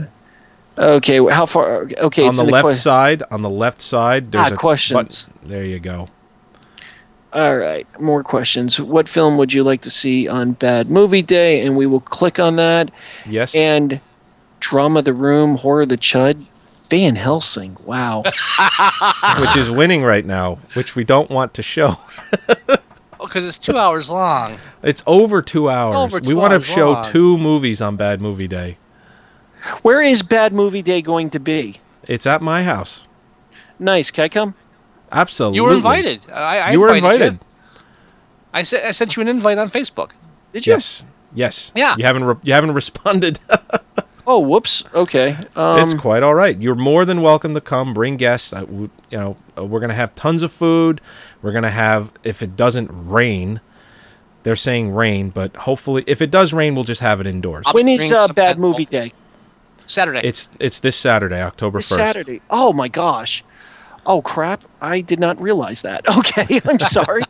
S5: Okay, how far? Okay,
S6: On
S5: it's
S6: the
S5: in the
S6: left
S5: que-
S6: side, on the left side, there's
S5: Ah,
S6: a
S5: questions.
S6: button. There you go.
S5: All right, more questions. What film would you like to see on Bad Movie Day? And we will click on that.
S6: Yes.
S5: And drama the room, horror the chud, Van Helsing. Wow.
S6: which is winning right now, which we don't want to show.
S7: because Oh, it's two hours long.
S6: It's over two hours.
S7: Over
S6: we
S7: two
S6: want
S7: hours
S6: to show
S7: long.
S6: two movies on Bad Movie Day.
S5: where is Bad Movie Day going to be?
S6: It's at my house.
S5: Nice. Can I come?
S6: Absolutely.
S7: You were invited. I, I
S6: you were
S7: invited.
S6: invited.
S7: You. I sent I sent you an invite on Facebook.
S5: Did you?
S6: Yes. Yes.
S7: Yeah.
S6: You haven't. Re- you haven't responded.
S5: Oh, whoops. Okay. Um,
S6: it's quite all right. You're more than welcome to come. Bring guests. I, w- you know, uh, we're gonna have tons of food. We're gonna have if it doesn't rain. They're saying rain, but hopefully, if it does rain, we'll just have it indoors.
S5: when is
S7: Drinks
S5: uh,
S7: of
S5: Bad
S7: Bad
S5: Movie
S7: Mul-
S5: Day?
S7: Saturday.
S6: It's it's this Saturday, October
S5: This
S6: first.
S5: Saturday. Oh my gosh. Oh crap! I did not realize that. Okay, I'm sorry.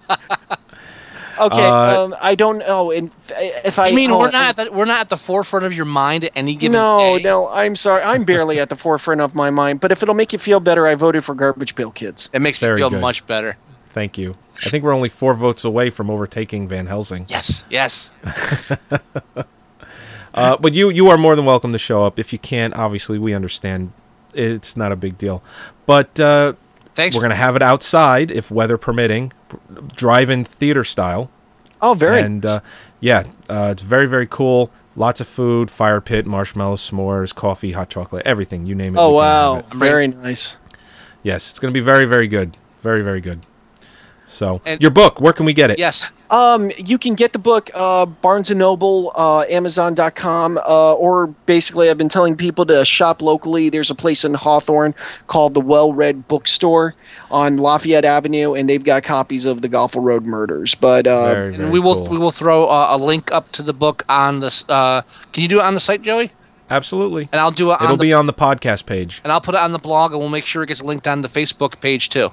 S5: okay,
S6: Uh,
S5: um, I don't know. And if I
S7: I mean,
S5: oh,
S7: we're not at the, we're not at the forefront of your mind at any given
S5: No,
S7: day.
S5: no, I'm sorry. I'm barely at the forefront of my mind. But if it'll make you feel better, I voted for Garbage Pail Kids.
S7: It makes
S6: Very
S7: me feel
S6: good.
S7: much better.
S6: Thank you. I think we're only four votes away from overtaking Van Helsing.
S7: Yes, yes.
S6: Uh, but you you are more than welcome to show up. If you can't, obviously we understand. It's not a big deal. But uh,
S7: Thanks.
S6: we're gonna have it outside if weather permitting, drive-in theater style.
S5: Oh, very.
S6: and uh, yeah, uh, it's very very cool. Lots of food, fire pit, marshmallows, s'mores, coffee, hot chocolate, everything you name it.
S5: oh
S6: we can have
S5: wow,
S6: it.
S5: very nice.
S6: Yes, it's gonna be very very good. Very very good. So
S7: And-
S6: your book, where can we get it?
S7: yes.
S5: Um, you can get the book uh, Barnes and Noble, uh, Amazon.com, uh, or basically, I've been telling people to shop locally. There's a place in Hawthorne called the Well Read Bookstore on Lafayette Avenue, and they've got copies of the Goffle Road Murders. But uh,
S6: Very,
S7: And
S6: very
S7: we will
S6: cool.
S7: we will throw uh, a link up to the book on this. Uh, can you do it on the site, Joey?
S6: Absolutely.
S7: And I'll do it on
S6: It'll
S7: the
S6: be on the podcast page.
S7: and I'll put it on the blog, and we'll make sure it gets linked on the Facebook page too.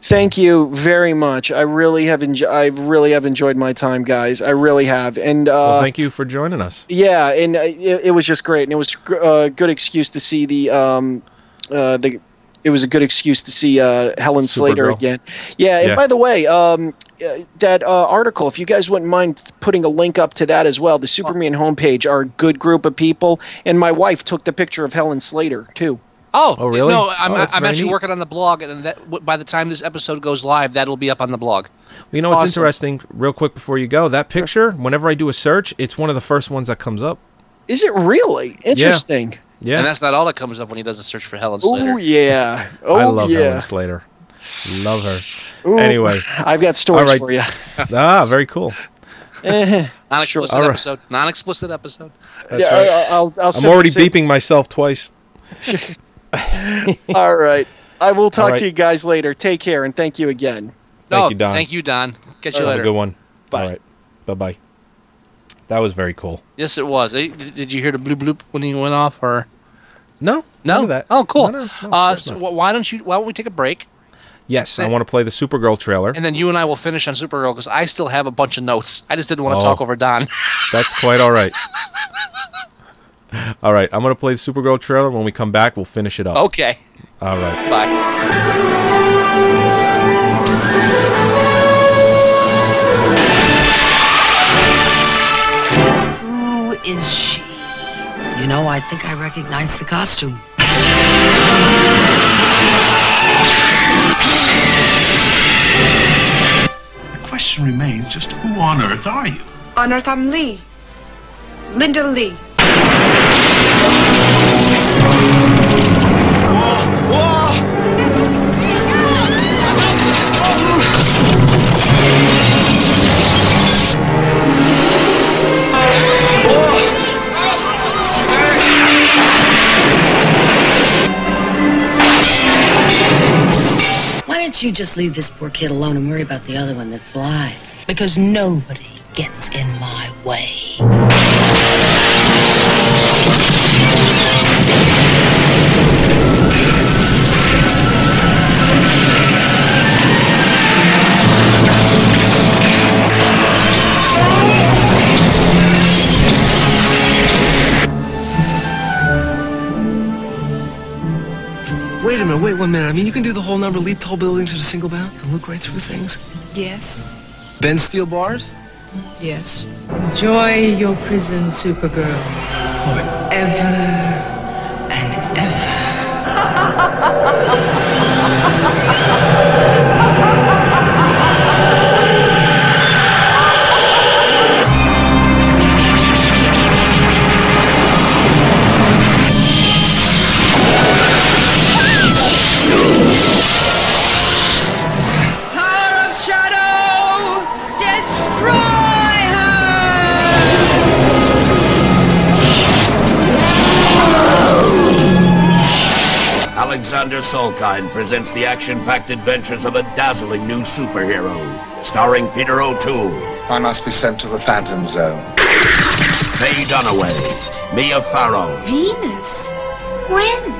S5: Thank you very much. I really have enjoyed. I really have enjoyed my time, guys. I really have. And uh,
S6: Well, thank you for joining us.
S5: yeah, and uh, it, it was just great, and it was gr- a good excuse to see the um, uh, the. It was a good excuse to see uh, Helen Slater
S6: Supergirl.
S5: again. Yeah, and
S6: Yeah.
S5: by the way, um, uh, that uh, article, if you guys wouldn't mind putting a link up to that as well, the Superman homepage are a good group of people, and my wife took the picture of Helen Slater too.
S7: Oh,
S6: Oh, really?
S7: No, I'm,
S6: Oh, that's
S7: I'm
S6: very
S7: actually
S6: neat.
S7: working on the blog, and that, w- by the time this episode goes live, that'll be up on the blog.
S6: You know what's
S5: Awesome.
S6: interesting? Real quick before you go, that picture. Whenever I do a search, it's one of the first ones that comes up.
S5: Is it really interesting?
S6: Yeah,
S7: And that's not all that comes up when he does a search for Helen Slater.
S5: Oh yeah. Oh
S6: I love
S5: yeah.
S6: Helen Slater. Love her.
S5: Ooh,
S6: Anyway,
S5: I've got stories
S6: Alright.
S5: for you.
S6: ah, very cool.
S7: Non-explicit
S6: All right.
S7: episode. Non-explicit episode.
S5: yeah,
S7: uh,
S6: right.
S5: I, I'll, I'll
S6: I'm
S5: send-
S6: already
S5: send-
S6: beeping myself twice.
S5: All right. I will talk
S6: Alright.
S5: to you guys later. Take care and thank you again.
S6: Thank
S7: no,
S6: you, Don.
S7: Oh, Thank you, Don. Catch you
S6: Have
S7: later.
S6: a good one.
S5: Bye.
S6: All right. Bye bye. That was very cool.
S7: Yes, it was. Eh, Did did you hear the bloop bloop when he went off, or
S6: No,
S7: no?
S6: none of that.
S7: Oh, cool.
S6: No, no, no, of
S7: uh,
S6: course
S7: so
S6: not.
S7: wh- why don't you? Why don't we take a break,
S6: yes, I
S7: Hey.
S6: want to play the Supergirl trailer.
S7: and then you and I will finish on Supergirl because I still have a bunch of notes. I just didn't want
S6: Oh.
S7: to talk over Don.
S6: That's quite all right. all right, I'm gonna play the Supergirl trailer. When we come back, we'll finish it up.
S7: okay,
S6: All right.
S7: bye.
S8: Who is she? You know, I think I recognize the costume.
S9: The question remains just who on earth are you?
S3: On Earth, I'm Lee. Linda Lee.
S8: Why don't you just leave this poor kid alone and worry about the other one that flies? Because nobody gets in my way.
S10: Wait a minute, wait one minute. I mean, you can do the whole number, leap tall buildings at a single bound, and look right through things.
S3: Yes.
S10: Bend steel bars?
S3: Yes.
S8: Enjoy your prison, Supergirl. Forever and ever.
S11: Power of Shadow! Destroy her!
S9: Alexander Solkind presents the action-packed adventures of a dazzling new superhero, starring Peter O'Toole,
S10: I must be sent to the Phantom Zone.
S9: Faye Dunaway, Mia Farrow,
S3: Venus. When?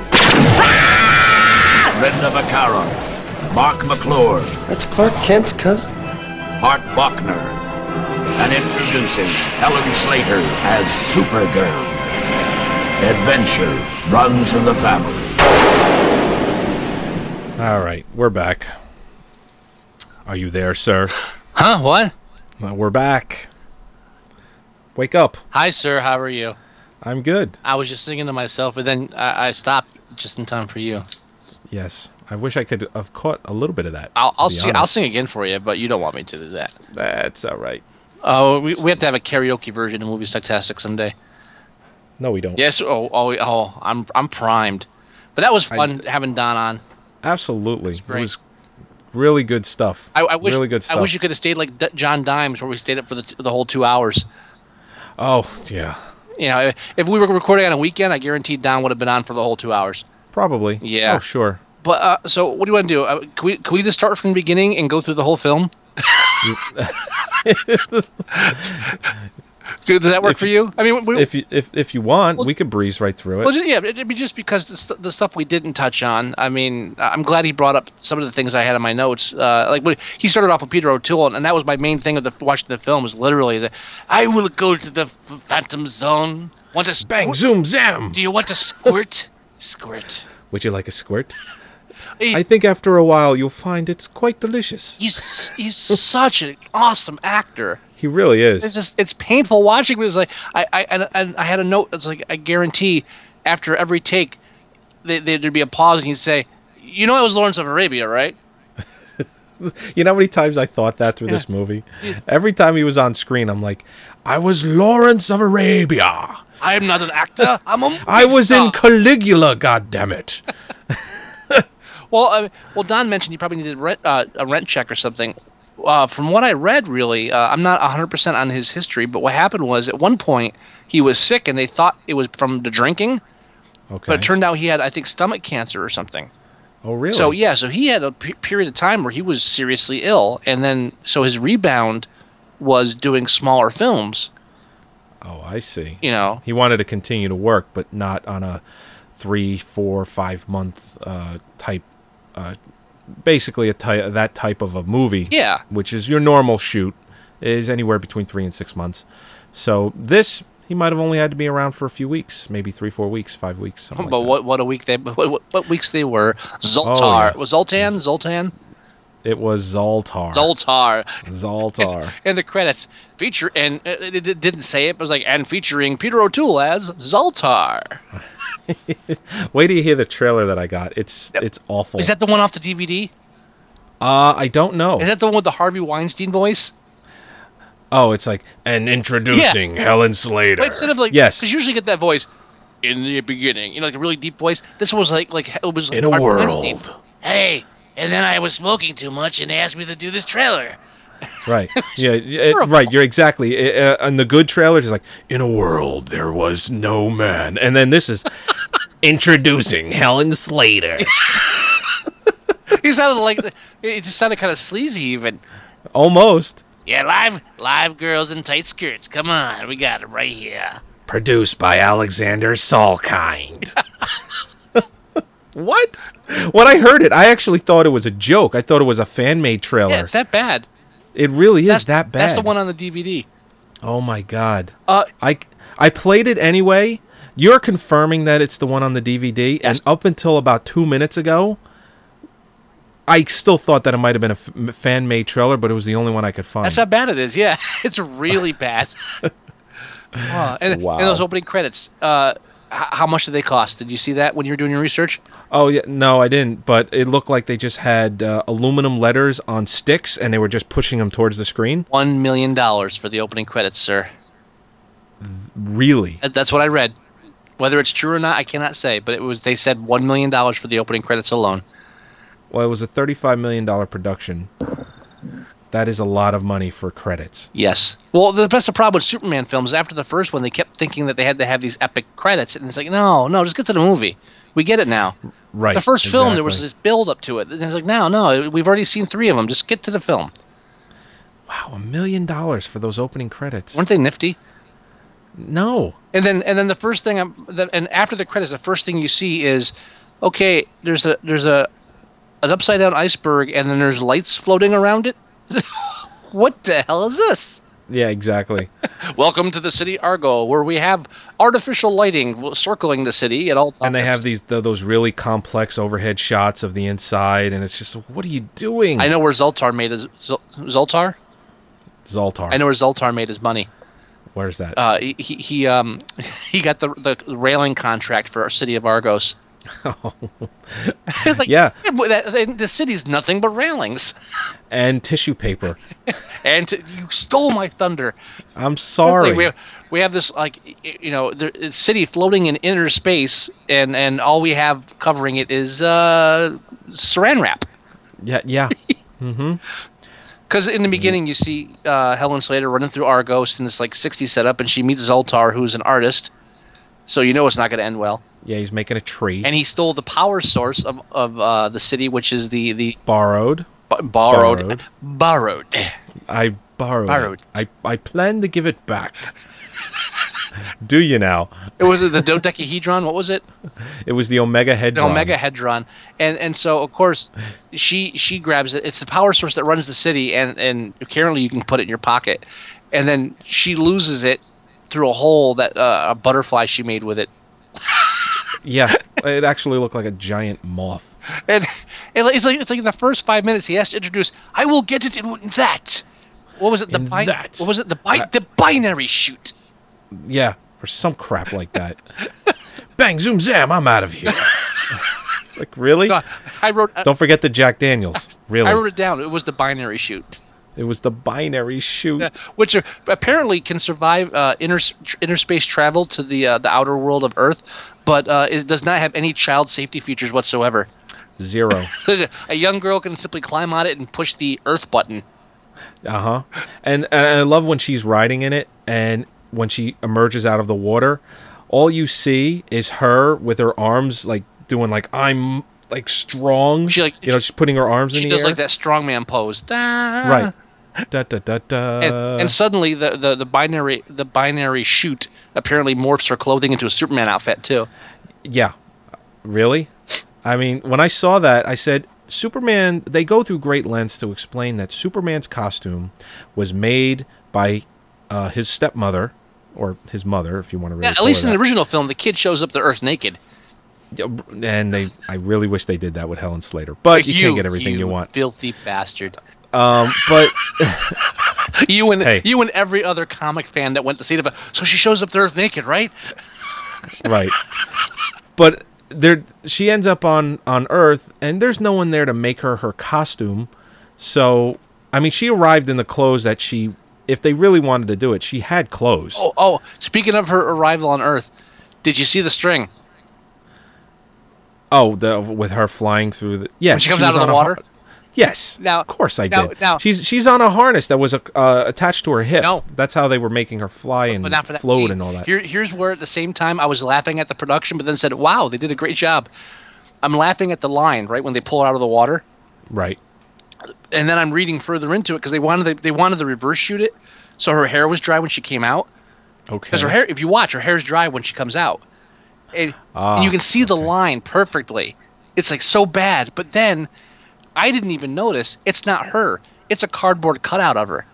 S9: Brenda Vaccaro, Mark McClure,
S10: That's Clark Kent's cousin.
S9: Hart Buckner, and introducing Helen Slater as Supergirl. Adventure runs in the family.
S6: All right, we're back. Are you there, sir?
S7: Huh? What?
S6: Well, we're back. Wake up.
S7: Hi, sir. How are you?
S6: I'm good.
S7: I was just singing to myself, but then I, I stopped just in time for you.
S6: Yes. I wish I could have caught a little bit of that.
S7: I'll
S6: to
S7: I'll
S6: be
S7: sing, I'll
S6: honest.
S7: sing again for you, but you don't want me to do that.
S6: That's all right.
S7: Oh, we, we have to have a karaoke version of Movie Sucktastic someday.
S6: No, we don't.
S7: Yes. Oh, oh, oh, I'm I'm primed. But that was fun having Don on.
S6: Absolutely. It
S7: great.
S6: was really good stuff.
S7: I, I wish
S6: really good stuff.
S7: I wish you could have stayed like D- John Dimes, where we stayed up for the, t- the whole two hours.
S6: Oh, yeah.
S7: You know, if- if we were recording on a weekend, I guarantee Don would have been on for the whole two hours.
S6: Probably.
S7: Yeah.
S6: Oh, sure.
S7: But uh, so, what do you want to do? Uh, can we can we just start from the beginning and go through the whole film? Does that work
S6: If
S7: for
S6: you-
S7: you? I mean, we,
S6: If you if, if you want, we could breeze right through it.
S7: Well, ju- yeah, it'd be just because the, st- the stuff we didn't touch on. I mean, I- I'm glad he brought up some of the things I had in my notes. Uh, like when he started off with Peter O'Toole, and, and that was my main thing of the watching the film is literally that I will go to the f- Phantom Zone. Want to squirt?
S6: Bang, zoom, zam.
S7: Do you want to squirt? squirt.
S6: Would you like a squirt?
S7: Hey.
S6: I think after a while you'll find it's quite delicious.
S7: He's he's such an awesome actor.
S6: He really
S7: It's
S6: is.
S7: just it's painful watching, but it's like I I and, and I had a note. It's like I guarantee, after every take, they, they, there'd be a pause, and he'd say, "You know, it was Lawrence of Arabia, right?"
S6: you know how many times I thought that through this
S1: Yeah.
S6: movie? Every time he was on screen, I'm like, I was Lawrence of Arabia.
S1: I am not an actor. I'm a.
S6: I was in Caligula, goddammit.
S1: Well, uh, well, Don mentioned you probably needed rent, uh, a rent check or something. Uh, from what I read, really, uh, I'm not 100% on his history, but what happened was at one point he was sick and they thought it was from the drinking,
S6: Okay.
S1: but it turned out he had, I think, stomach cancer or something.
S6: oh, really?
S1: So, yeah, so he had a pe- period of time where he was seriously ill, and then so his rebound was doing smaller films,
S6: Oh, I see.
S1: you know.
S6: He wanted to continue to work, but not on a three, four, five month uh, type, uh, basically a ty- that type of a movie.
S1: Yeah.
S6: Which is your normal shoot is anywhere between three and six months. So this he might have only had to be around for a few weeks, maybe three, four weeks, five weeks. Something
S1: but
S6: like
S1: what what a week they what, what, what weeks they were Zoltar
S6: Oh, yeah.
S1: was Zoltan Zoltan
S6: that. It was Zoltar.
S1: Zoltar
S6: Zoltar.
S1: in the credits feature and uh, it it didn't say it but it was like and featuring Peter O'Toole as Zoltar.
S6: Wait till you hear the trailer that I got. It's it's awful.
S1: Is that the one off the DVD?
S6: Uh, I don't know.
S1: Is that the one with the Harvey Weinstein voice?
S6: oh, it's like and introducing Helen Slater.
S1: But instead of like
S6: yes,
S1: because usually you get that voice in the beginning, you know, like a really deep voice. This one was like like it was
S6: In a
S1: Harvey Weinstein.
S6: world.
S1: Hey, and then I was smoking too much, and they asked me to do this trailer.
S6: Right. Yeah. y- uh, right. You're exactly. Uh, uh, on the good trailers, it's like, in a world there was no man. And then this is introducing Helen Slater.
S1: he sounded like the- it just sounded kind of sleazy even.
S6: Almost.
S1: Yeah, live live girls in tight skirts. Come on, we got it right here.
S6: Produced by Alexander Salkind. what? When I heard it, I actually thought it was a joke. I thought it was a fan made trailer.
S1: Yeah, it's that bad.
S6: it really is that bad.
S1: That's the one on the DVD.
S6: Oh my god.
S1: Uh,
S6: I I played it anyway. You're confirming that it's the one on the DVD, and up until about two minutes ago, I still thought that it might have been a f- fan-made trailer, but it was the only one I could find.
S1: That's how bad it is. Yeah, it's really bad. Oh, and,
S6: Wow.
S1: and those opening credits. Uh, h- how much did they cost? Did you see that when you were doing your research?
S6: oh yeah, no, I didn't. But it looked like they just had uh, aluminum letters on sticks, and they were just pushing them towards the screen.
S1: One million dollars for the opening credits, sir.
S6: Really?
S1: That- Uh, That's what I read. Whether it's true or not, I cannot say. But it was they said one million dollars for the opening credits alone.
S6: Well, it was a thirty-five million dollar production. That is a lot of money for credits.
S1: Yes. Well, the best the problem with Superman films after the first one, they kept thinking that they had to have these epic credits, and it's like, no, no, just get to the movie. We get it now.
S6: Right.
S1: The first film, there was
S6: exactly.
S1: this build up to it, and it's like, no, no, we've already seen three of them. Just get to the film.
S6: wow, a million dollars for those opening credits.
S1: Weren't they nifty?
S6: No.
S1: And then, and then the first thing, I'm, the, and after the credits, the first thing you see is, okay, there's a there's a an upside down iceberg, and then there's lights floating around it. what the hell is this?
S6: Yeah, exactly.
S1: Welcome to the city Argo, where we have artificial lighting w- circling the city at all times.
S6: and they have these th- those really complex overhead shots of the inside, and it's just what are you doing?
S1: I know where Zoltar made his Zol- Zoltar.
S6: Zoltar.
S1: I know where Zoltar made his money.
S6: Where's that?
S1: Uh, he, he he um he got the the railing contract for our city of Argos. it's like
S6: Yeah.
S1: "Yeah, but that, and the city's nothing but railings.
S6: and tissue paper.
S1: And t- you stole my thunder.
S6: I'm sorry.
S1: Like, we, have, we have this like y- y- you know the it's city floating in inner space, and and all we have covering it is uh, saran wrap.
S6: yeah, yeah.
S1: Because in the
S7: Mm-hmm.
S1: beginning, you see uh, Helen Slater running through Argos in this like 60 setup, and she meets Zoltar, who's an artist. So you know it's not going to end well.
S6: Yeah, he's making a tree.
S1: And he stole the power source of, of uh, the city, which is the the
S6: borrowed.
S1: b- borrowed
S6: Borrowed.
S1: borrowed.
S6: I borrowed. it.
S1: Borrowed.
S6: I I plan to give it back. Do you now?
S1: It was the dodecahedron. What was it?
S6: It was the Omega head.
S1: The omega hedron. And and so of course, she she grabs it. It's the power source that runs the city, and and currently you can put it in your pocket. And then she loses it through a hole that uh, a butterfly she made with it.
S6: Yeah, it actually looked like a giant moth.
S1: And, and it's like it's like in the first five minutes he has to introduce. I will get it in that. What was it? The
S6: In
S1: bi-
S6: that.
S1: What was it? The bi- the binary shoot.
S6: Yeah, or some crap like that. Bang, zoom, zam. I'm out of here. Like really?
S1: No, I wrote. uh,
S6: Don't forget the Jack Daniels. Really?
S1: I wrote it down. It was the binary shoot.
S6: It was the binary shoot,
S1: which are, apparently can survive uh, inter interspace travel to the uh, the outer world of Earth, but uh, it does not have any child safety features whatsoever.
S6: Zero.
S1: a young girl can simply climb on it and push the Earth button.
S6: Uh huh. And, and I love when she's riding in it, and when she emerges out of the water, all you see is her with her arms like doing like I'm like strong. She like you know she's putting her arms in
S1: She
S6: the
S1: does
S6: air.
S1: like that strongman pose. Da!
S6: Right. Uh. Da da da da.
S1: And, and suddenly the, the, the binary the binary shoot apparently morphs her clothing into a Superman outfit too.
S6: Yeah. Really? I mean, when I saw that, I said, Superman, they go through great lengths to explain that Superman's costume was made by uh, his stepmother, or his mother, if you want to really
S1: Yeah, at
S6: call
S1: least
S6: her
S1: in
S6: that.
S1: the original film, the kid shows up to Earth naked.
S6: And they, I really wish they did that with Helen Slater, but you, can't get everything you, want.
S1: filthy bastard.
S6: Um, but
S1: you and
S6: Hey.
S1: you and every other comic fan that went to see it. But so she shows up to Earth naked, right?
S6: right. But there, she ends up on on Earth, and there's no one there to make her her costume. So, I mean, she arrived in the clothes that she, if they really wanted to do it, she had clothes.
S1: Oh, oh. Speaking of her arrival on Earth, did you see the string?
S6: Oh, the with her flying through the yeah,
S1: When she comes out of the water.
S6: Yes.
S1: Now, of
S6: course I
S1: now,
S6: did.
S1: Now,
S6: she's she's on a harness that was uh, attached to her hip.
S1: No.
S6: that's how they were making her fly and
S1: but not for that
S6: float
S1: scene.
S6: and all that.
S1: Here, here's where at the same time I was laughing at the production, but then said, "Wow, they did a great job." I'm laughing at the line right when they pull her out of the water,
S6: right.
S1: and then I'm reading further into it because they wanted the, they wanted to reverse shoot it, so her hair was dry when she came out.
S6: Okay.
S1: Because her hair, if you watch, her hair's dry when she comes out. And,
S6: Ah,
S1: and you can see the line perfectly. It's like so bad. But then I didn't even notice it's not her, it's a cardboard cutout of her.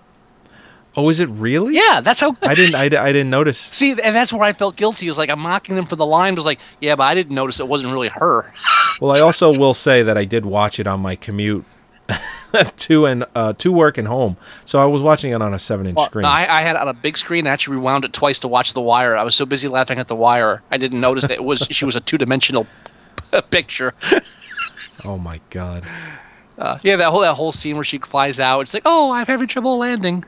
S6: Oh, is it really?
S1: Yeah, that's how.
S6: I didn't. I, di- I didn't notice.
S1: See, and that's where I felt guilty. It was like I'm mocking them for the line. It was like, yeah, but I didn't notice it wasn't really her.
S6: Well, I also will say that I did watch it on my commute to and uh, to work and home. So I was watching it on a seven-inch
S1: Well,
S6: screen.
S1: I, I had it on a big screen. I actually rewound it twice to watch The Wire. I was so busy laughing at The Wire, I didn't notice that it was she was a two dimensional picture.
S6: oh my god.
S1: Uh, yeah, that whole that whole scene where she flies out. It's like, oh, I'm having trouble landing.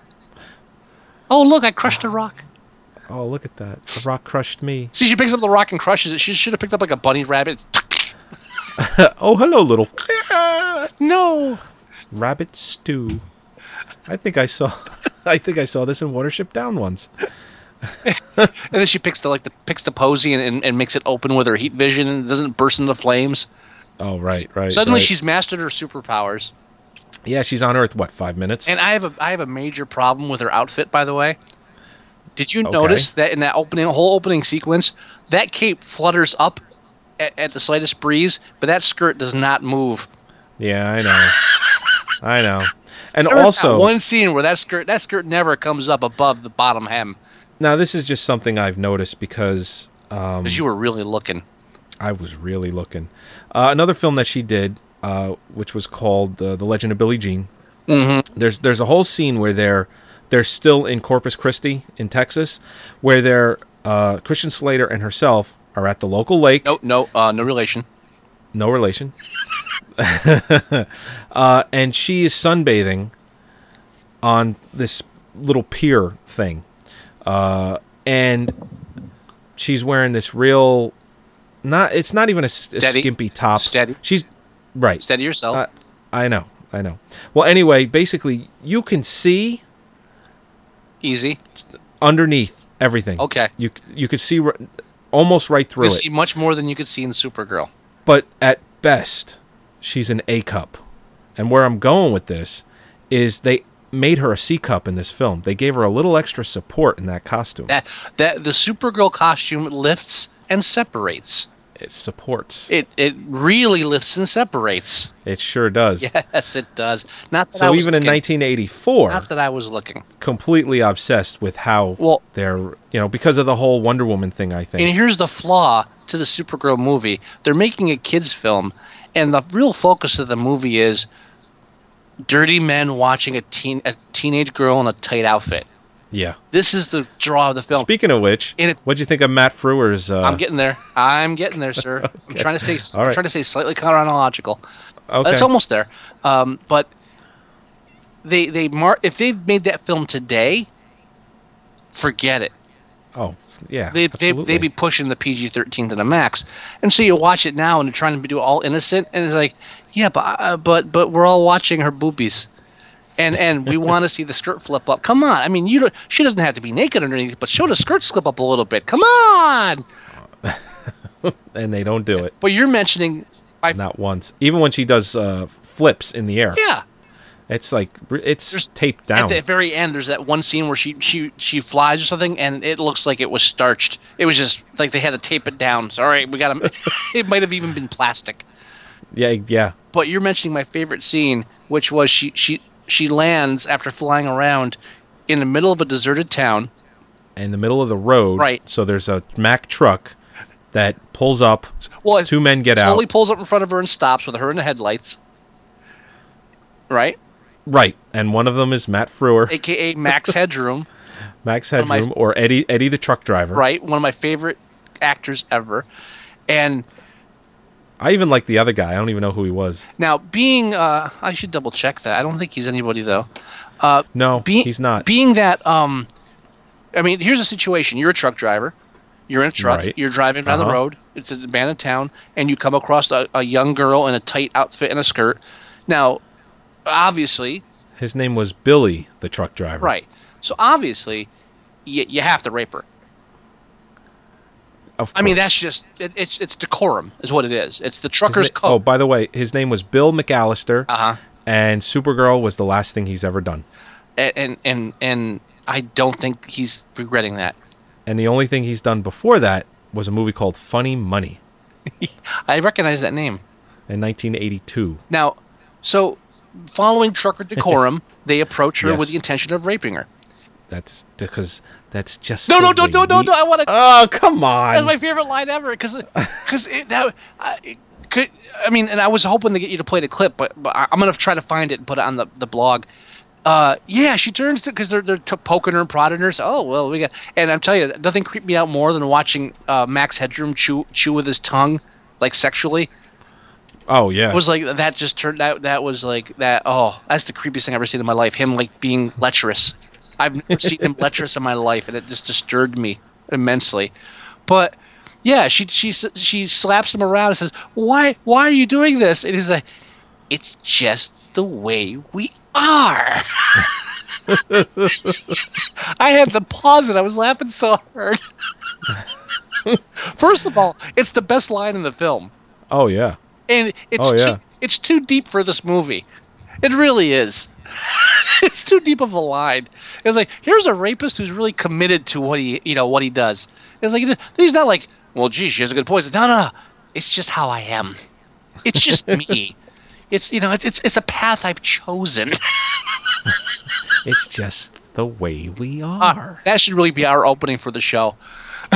S1: Oh, look, I crushed a rock.
S6: Oh, look at that. The rock crushed me.
S1: See, she picks up the rock and crushes it. She should have picked up like a bunny rabbit.
S6: oh, hello, little
S1: no.
S6: rabbit stew. I think I saw. I think I saw this in Watership Down once.
S1: And then she picks the like the picks the posy and, and, and makes it open with her heat vision and it doesn't burst into flames.
S6: Oh right, right.
S1: Suddenly
S6: right.
S1: she's mastered her superpowers.
S6: yeah, she's on Earth. What five minutes?
S1: And I have a I have a major problem with her outfit, by the way. Did you notice that in that opening whole opening sequence, that cape flutters up at, at the slightest breeze, but that skirt does not move.
S6: yeah, I know. I know. And
S1: There is not
S6: also,
S1: one scene where that skirt that skirt never comes up above the bottom hem
S6: now this is just something I've noticed because um,
S1: because you were really looking.
S6: I was really looking. Uh, another film that she did, uh, which was called uh, "The Legend of Billie Jean."
S1: Mm-hmm.
S6: There's there's a whole scene where they're they're still in Corpus Christi in Texas, where they're uh, Christian Slater and herself are at the local lake.
S1: No, no, uh, no relation.
S6: no relation. uh, and she is sunbathing on this little pier thing, uh, and she's wearing this real, not it's not even a, s- a
S1: Steady.
S6: skimpy top.
S1: Steady.
S6: She's right.
S1: Steady yourself.
S6: Uh, I know. I know. Well, anyway, basically, you can see
S1: Easy.
S6: underneath everything.
S1: Okay.
S6: You c- you could see r- almost right through
S1: You
S6: it.
S1: see much more than you could see in Supergirl.
S6: but at best, she's an A cup. And where I'm going with this is they made her a C cup in this film. They gave her a little extra support in that costume.
S1: That that the Supergirl costume lifts and separates.
S6: It supports.
S1: It it really lifts and separates.
S6: It sure does.
S1: Yes, it does. Not that I
S6: so
S1: was
S6: even in
S1: looking.
S6: 1984,
S1: Not that I was looking.
S6: completely obsessed with how
S1: Well-
S6: they're, you know, because of the whole Wonder Woman thing, I think.
S1: And here's the flaw to the Supergirl movie. They're making a kids film and the real focus of the movie is dirty men watching a teen a teenage girl in a tight outfit.
S6: Yeah.
S1: This is the draw of the film.
S6: Speaking of which,
S1: And it-
S6: what'd you think of Matt Frewer's? Uh,
S1: I'm getting there. I'm getting there, sir. I'm
S6: Okay.
S1: trying to stay.
S6: All
S1: I'm
S6: right.
S1: trying to stay slightly chronological.
S6: Okay.
S1: It's almost there. Um, but they they mar- if they've made that film today, forget it.
S6: Oh, yeah.
S1: they they
S6: absolutely.
S1: they be pushing the PG thirteen to the max, and so you watch it now and they're trying to do all innocent, and it's like, yeah, but uh, but but we're all watching her boobies, and and we want to see the skirt flip up. Come on, I mean you don't, she doesn't have to be naked underneath, but show the skirt slip up a little bit. Come on,
S6: and they don't do it.
S1: but you're mentioning,
S6: Not once. Even when she does uh, flips in the air.
S1: yeah.
S6: It's like it's taped down.
S1: At the very end, there's that one scene where she she she flies or something, and it looks like it was starched. It was just like they had to tape it down. So, all right, we got to. it might have even been plastic.
S6: yeah, yeah.
S1: but you're mentioning my favorite scene, which was she she she lands after flying around in the middle of a deserted town.
S6: In the middle of the road.
S1: Right.
S6: So there's a Mack truck that pulls up.
S1: Well,
S6: two men get
S1: slowly
S6: out.
S1: pulls up in front of her and stops with her in the headlights. Right,
S6: Right, and one of them is Matt Frewer,
S1: aka Max Headroom.
S6: Max
S1: one of my-
S6: Headroom, or Eddie Eddie the truck driver.
S1: Right, one of my favorite actors ever. And
S6: I even like the other guy. I don't even know who he was.
S1: now being, uh, I should double check that. I don't think he's anybody though. Uh,
S6: No,
S1: Being-
S6: he's not.
S1: being that um i mean here's a situation you're a truck driver you're in a truck
S6: Right.
S1: you're driving down the
S6: Uh-huh.
S1: road it's an abandoned town and you come across a, a young girl in a tight outfit and a skirt now obviously
S6: His name was Billy, the truck driver.
S1: right so obviously you, you have to rape her
S6: Of
S1: i mean
S6: course.
S1: that's just it, it's it's decorum is what it is it's the trucker's
S6: His na- Oh,
S1: code
S6: by the way, his name was Bill McAllister,
S1: uh-huh
S6: and Supergirl was the last thing he's ever done.
S1: and, and and and i don't think he's regretting that
S6: And the only thing he's done before that was a movie called Funny Money
S1: i recognize that name
S6: in 1982.
S1: Now, so following trucker decorum, they approach her
S6: Yes.
S1: with the intention of raping her.
S6: That's because that's just
S1: No,
S6: the
S1: no, don't,
S6: way
S1: don't, don't,
S6: we-
S1: don't! I want to.
S6: Oh, come
S1: That's
S6: on!
S1: my favorite line ever, because because that I, it could. I mean, and I was hoping to get you to play the clip, but, but I- I'm gonna try to find it and put it on the the blog. Uh, yeah, she turns to because they're they're t- poking her and prodding her. So, oh well, we got. And I'm telling you, nothing creeped me out more than watching uh, Max Headroom chew chew with his tongue, like sexually.
S6: oh yeah,
S1: was like that just turned that that was like that oh that's the creepiest thing i've ever seen in my life him like being lecherous i've never seen him lecherous in my life and it just disturbed me immensely but yeah she she s- she slaps him around and says why why are you doing this and he's like it's just the way we are i had to pause it i was laughing so hard first of all it's the best line in the film
S6: oh yeah.
S1: and it's
S6: Oh, yeah.
S1: too, it's too deep for this movie. It really is. it's too deep of a line. It's like here's a rapist who's really committed to what he you know what he does. It's like he's not like well, gee, she has a good poison. No, no, it's just how I am. It's just me. It's you know it's it's it's a path I've chosen.
S6: It's just the way we
S1: Uh,
S6: are.
S1: that should really be our opening for the show.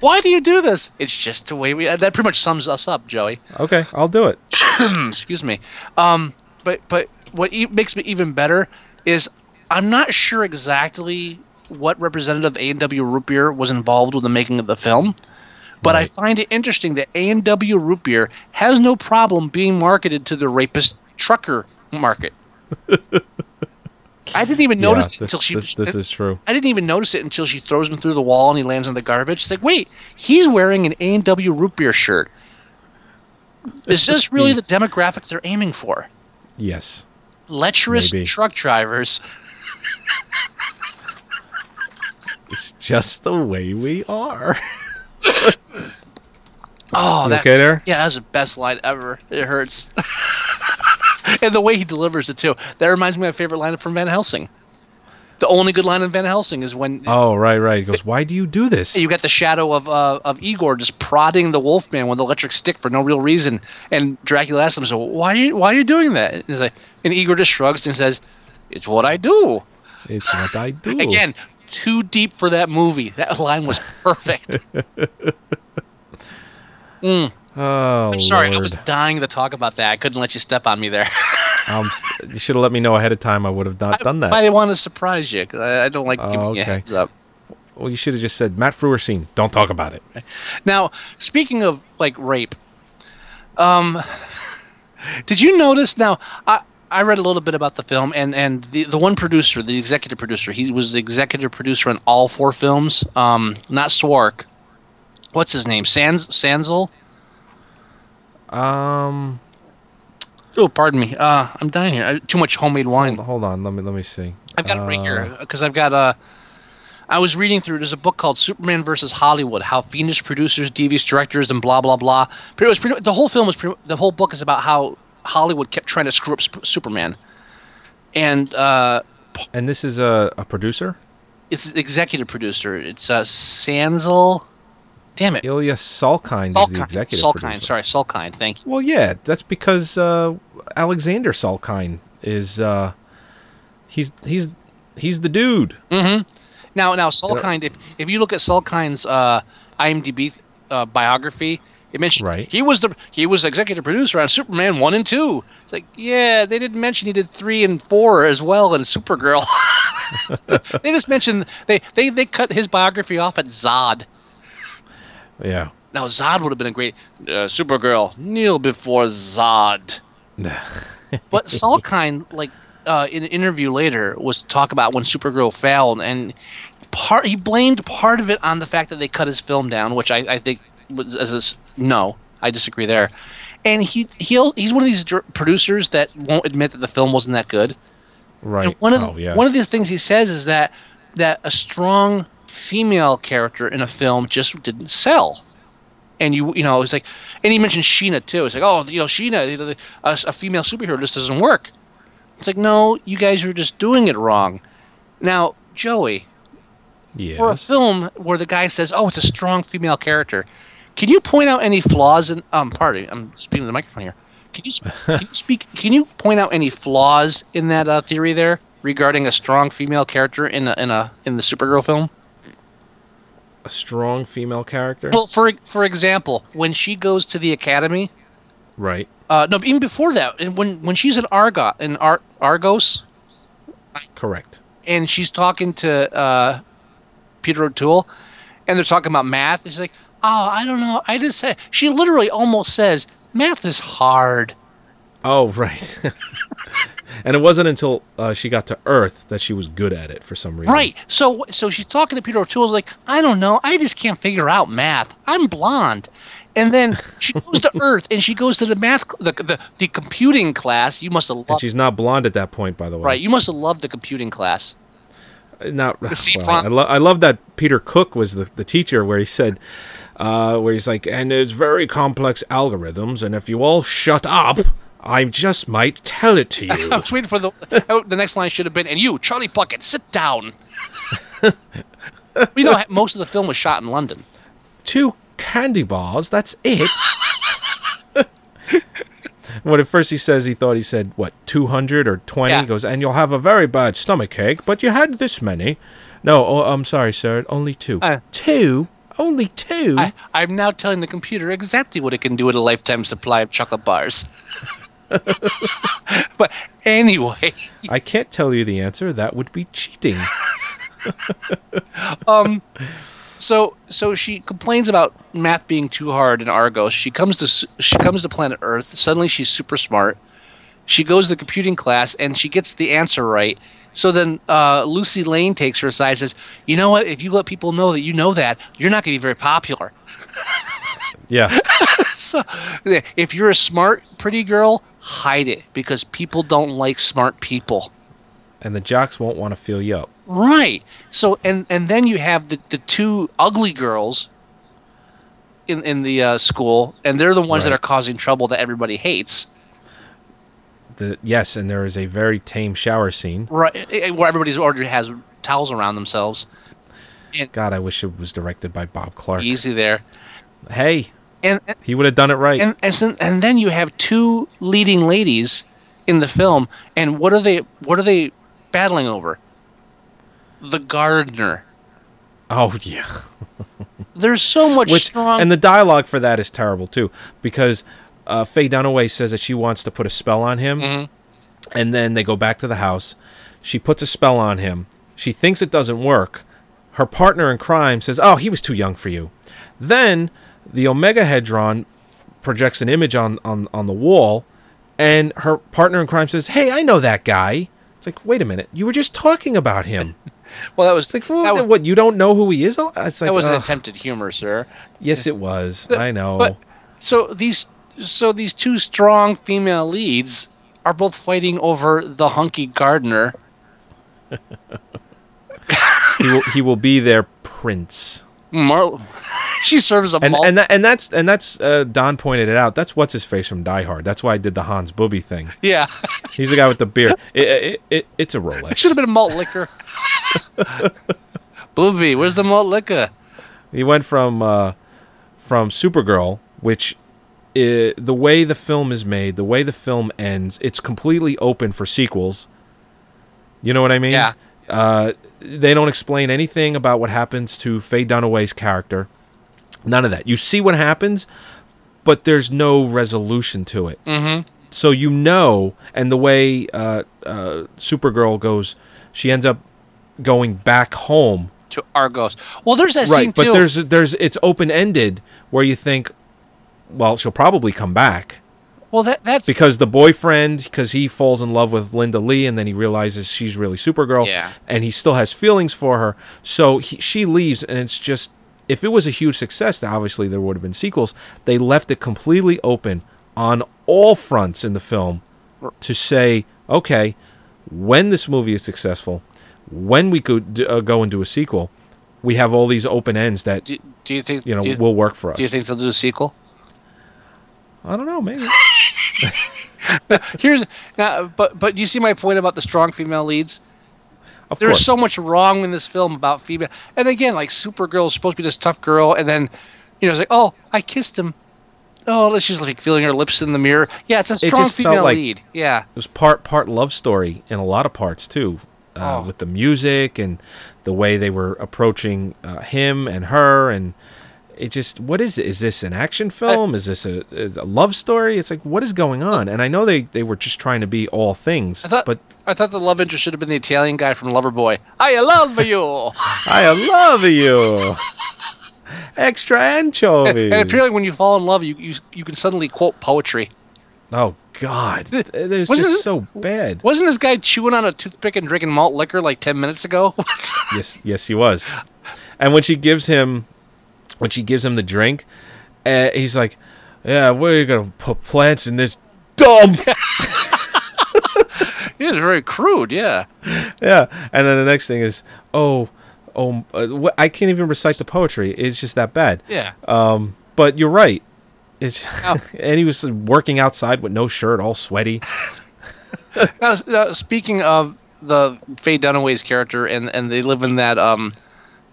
S1: Why do you do this? It's just the way we. That pretty much sums us up, Joey.
S6: okay, I'll do it.
S1: excuse me. Um, but but what e- makes me even better is I'm not sure exactly what representative A and W Root Beer was involved with the making of the film, but
S6: Right.
S1: I find it interesting that A and W Root Beer has no problem being marketed to the rapist trucker market. I didn't even notice
S6: yeah,
S1: it until
S6: this,
S1: she
S6: this, this is true.
S1: I didn't even notice it until she throws him through the wall and he lands on the garbage. It's like, wait, he's wearing an A and W root beer shirt. Is this really the demographic they're aiming for?
S6: Yes.
S1: Lecherous
S6: Maybe.
S1: truck drivers.
S6: It's just the way we are.
S1: Oh,
S6: You
S1: that,
S6: okay there?
S1: Yeah, that's the best line ever. It hurts. and the way he delivers it too. That reminds me of my favorite line from Van Helsing. The only good line in Van Helsing is when
S6: Oh, right, right. He goes, Why do you do this?
S1: You got the shadow of uh, of Igor just prodding the Wolfman with an electric stick for no real reason, and Dracula asks him, "So why are you, why are you doing that?" And, he's like, and Igor just shrugs and says, "It's what I do."
S6: It's what I do.
S1: Again, too deep for that movie. That line was perfect.
S6: Oh,
S1: I'm sorry, I
S6: Lord. Oh,
S1: was dying to talk about that. I couldn't let you step on me there.
S6: Um, you should have let me know ahead of time. I would have not done that.
S1: I didn't want to surprise you because I, I don't like giving you a heads up.
S6: Well, you should have just said Matt Frewer scene. Don't talk about it.
S1: Now, speaking of like rape, um, did you notice? Now, I I read a little bit about the film, and and the the one producer, the executive producer, he was the executive producer on all four films. Um, not Swark. What's his name? Sans Sanzel.
S6: Um.
S1: Oh, pardon me. Uh, I'm dying here. I, too much homemade wine.
S6: Hold on. Let me let me see. Uh,
S1: I've got it right here because I've got a. I was reading through. There's a book called Superman versus Hollywood: How Fiendish Producers, Devious Directors, and Blah Blah Blah. But it was pretty, the whole film was pretty, the whole book is about how Hollywood kept trying to screw up Sp- Superman, and uh,
S6: And this is a, a producer.
S1: it's an executive producer. It's uh, Sanzel. Damn it,
S6: Ilya Salkind is the
S1: Salkind.
S6: executive
S1: Salkind.
S6: producer.
S1: Sorry, Salkind. Thank you.
S6: Well, yeah, that's because uh, Alexander Salkind is uh, he's he's he's the dude.
S1: Mm-hmm. Now, now Salkind. If if you look at Salkind's uh, IMDb uh, biography, it mentions he was the he was the executive producer on Superman one and two. It's like yeah, they didn't mention he did three and four as well and Supergirl. they just mentioned they, they they cut his biography off at Zod.
S6: Yeah.
S1: Now Zod would have been a great uh, Supergirl. Kneel before Zod. but Salkind, like uh, in an interview later, was to talk about when Supergirl failed, and part he blamed part of it on the fact that they cut his film down, which I, I think was as a s no, I disagree there. And he he'll, he's one of these dir- producers that won't admit that the film wasn't that good.
S6: Right.
S1: One of the,
S6: oh, yeah.
S1: one of the things he says is that that a strong female character in a film just didn't sell. And you you know it's like, and he mentioned Sheena too. It's like oh you know Sheena you know, the- a, a female superhero just doesn't work. It's like no, you guys are just doing it wrong. Now Joey,
S6: yeah.
S1: for a film where the guy says oh it's a strong female character, can you point out any flaws in um pardon me, I'm speaking to the microphone here. Can you, sp- can you speak? Can you point out any flaws in that uh, theory there regarding a strong female character in a, in a in the Supergirl film?
S6: a strong female character.
S1: Well, for for example, when she goes to the academy,
S6: right.
S1: uh, no, even before that, and when when she's in Argo in Ar- Argos,
S6: Correct.
S1: and she's talking to uh, Peter O'Toole, and they're talking about math. And she's like, "Oh, I don't know. I just said." She literally almost says, "Math is hard."
S6: Oh, right. and it wasn't until uh, she got to Earth that she was good at it for some reason.
S1: Right. So so she's talking to Peter O'Toole. Like I don't know. I just can't figure out math. I'm blonde. And then she goes to Earth and she goes to the math cl- the the, the computing class. You must have loved.
S6: And she's not blonde at that point, by the way.
S1: right. You must have loved the computing class.
S6: Not
S1: sea
S6: well,
S1: plant.
S6: I, lo- I love that Peter Cook was the, the teacher where he said, uh, where he's like, and there's very complex algorithms, and if you all shut up, I just might tell it to you.
S1: I was waiting for the oh, the next line should have been and you Charlie Puckett sit down. you know most of the film was shot in London.
S6: Two candy bars, that's it. when at first he says he thought he said what 200 or 20 He goes and you'll have a very bad stomach ache but you had this many no oh, i'm sorry sir only two two only two
S1: Oh. I, I'm now telling the computer exactly what it can do with a lifetime supply of chocolate bars. but anyway,
S6: i can't tell you the answer that would be cheating
S1: um, so so she complains about math being too hard in Argos. She comes to s- she comes to planet Earth. Suddenly she's super smart. She goes to the computing class and she gets the answer right. So then uh, Lucy Lane takes her aside and says, "You know what? If you let people know that you know that, you're not going to be very popular.
S6: yeah
S1: so, yeah, if you're a smart, pretty girl, hide it because people don't like smart people."
S6: and the jocks won't want to feel you up
S1: Right. So and and then you have the the two ugly girls in in the uh, school, and they're the ones that
S6: Right.
S1: are causing trouble that everybody hates.
S6: the yes and there is a very tame shower scene
S1: Right, eh, eh, where everybody's already has towels around themselves.
S6: god i wish it was directed by bob clark
S1: Easy there.
S6: hey
S1: And and
S6: he would have done it right
S1: and, and, so- and then you have two leading ladies in the film, and what are they? What are they battling over? The gardener.
S6: oh yeah
S1: There's so much strong.
S6: and the dialogue for that is terrible too because uh, Faye Dunaway says that she wants to put a spell on him,
S7: Mm-hmm.
S6: And then they go back to the house. She puts a spell on him. She thinks it doesn't work. Her partner in crime says, "Oh, he was too young for you." Then the Omega Hedron projects an image on on on the wall, and her partner in crime says, "Hey, I know that guy." It's like, wait a minute, you were just talking about him.
S7: well, that was
S6: like, well, what, You don't know who he is? It's like,
S7: that was an
S6: ugh. Oh.
S7: attempted humor, sir.
S6: Yes, it was.
S7: Th-
S6: I know.
S7: But so these so these two strong female leads are both fighting over the hunky gardener.
S6: he will he will be their prince.
S7: Mar- she serves a
S6: And
S7: malt.
S6: and that, and that's and that's uh, Don pointed it out. That's what's his face from Die Hard. That's why I did the Hans Booby thing.
S7: yeah,
S6: He's the guy with the beard. It, it, it, it's a Rolex.
S7: it should have been a malt liquor. Booby, where's the malt liquor?
S6: He went from uh, from Supergirl, which i the way the film is made, the way the film ends, it's completely open for sequels. You know what I mean? Yeah. Uh, they don't explain anything about what happens to Faye Dunaway's character. None of that. You see what happens, but there's no resolution to it.
S7: Mm-hmm.
S6: So you know, and the way uh, uh, Supergirl goes, she ends up going back home
S7: To Argos. Well, there's that
S6: right,
S7: scene
S6: but
S7: too.
S6: there's there's it's open ended where you think, well, she'll probably come back
S7: well that that's
S6: because the boyfriend because he falls in love with Linda Lee and then he realizes she's really Supergirl,
S7: Yeah.
S6: and he still has feelings for her. So he, she leaves, and it's just if it was a huge success, then obviously there would have been sequels. They left it completely open on all fronts in the film to say, okay, when this movie is successful, when we could uh, go and do a sequel, we have all these open ends that
S7: do, do you think
S6: you know
S7: do you-
S6: will work for us.
S7: Do you think they'll do a sequel?
S6: I don't know, maybe.
S7: Here's now, but but you see my point about the strong female leads.
S6: Of
S7: There's
S6: course.
S7: so much wrong in this film about female, and again, like Supergirl is supposed to be this tough girl, and then you know it's like, oh, I kissed him. Oh, let's just like feeling her lips in the mirror. Yeah, it's a
S6: It
S7: strong
S6: just felt
S7: female
S6: like-
S7: lead. Yeah,
S6: It was part part love story in a lot of parts too,
S7: Oh.
S6: uh, with the music and the way they were approaching uh, him and her, and it just what is it? Is this an action film? is this a, is a love story? It's like what is going on? And I know they they were just trying to be all things, but
S7: I thought the love interest should have been the Italian guy from Loverboy. I love you.
S6: I love you. Extra
S7: and,
S6: anchovies.
S7: and apparently, when you fall in love, you you, you can suddenly quote poetry.
S6: oh God, there's
S7: Wasn't
S6: just
S7: it-
S6: so bad.
S7: Wasn't this guy chewing on a toothpick and drinking malt liquor like ten minutes ago?
S6: yes, yes, he was. And when she gives him, when she gives him the drink, uh, he's like, "Yeah, where are you gonna put plants in this dump?"
S7: He was very crude. Yeah.
S6: yeah. And then the next thing is, "Oh, oh, uh, wh- I can't even recite the poetry. It's just that bad."
S7: Yeah. Oh.
S6: Um, but you're right. It's and he was working outside with no shirt, all sweaty.
S7: now, s- now, speaking of the Faye Dunaway's character, and and they live in that um,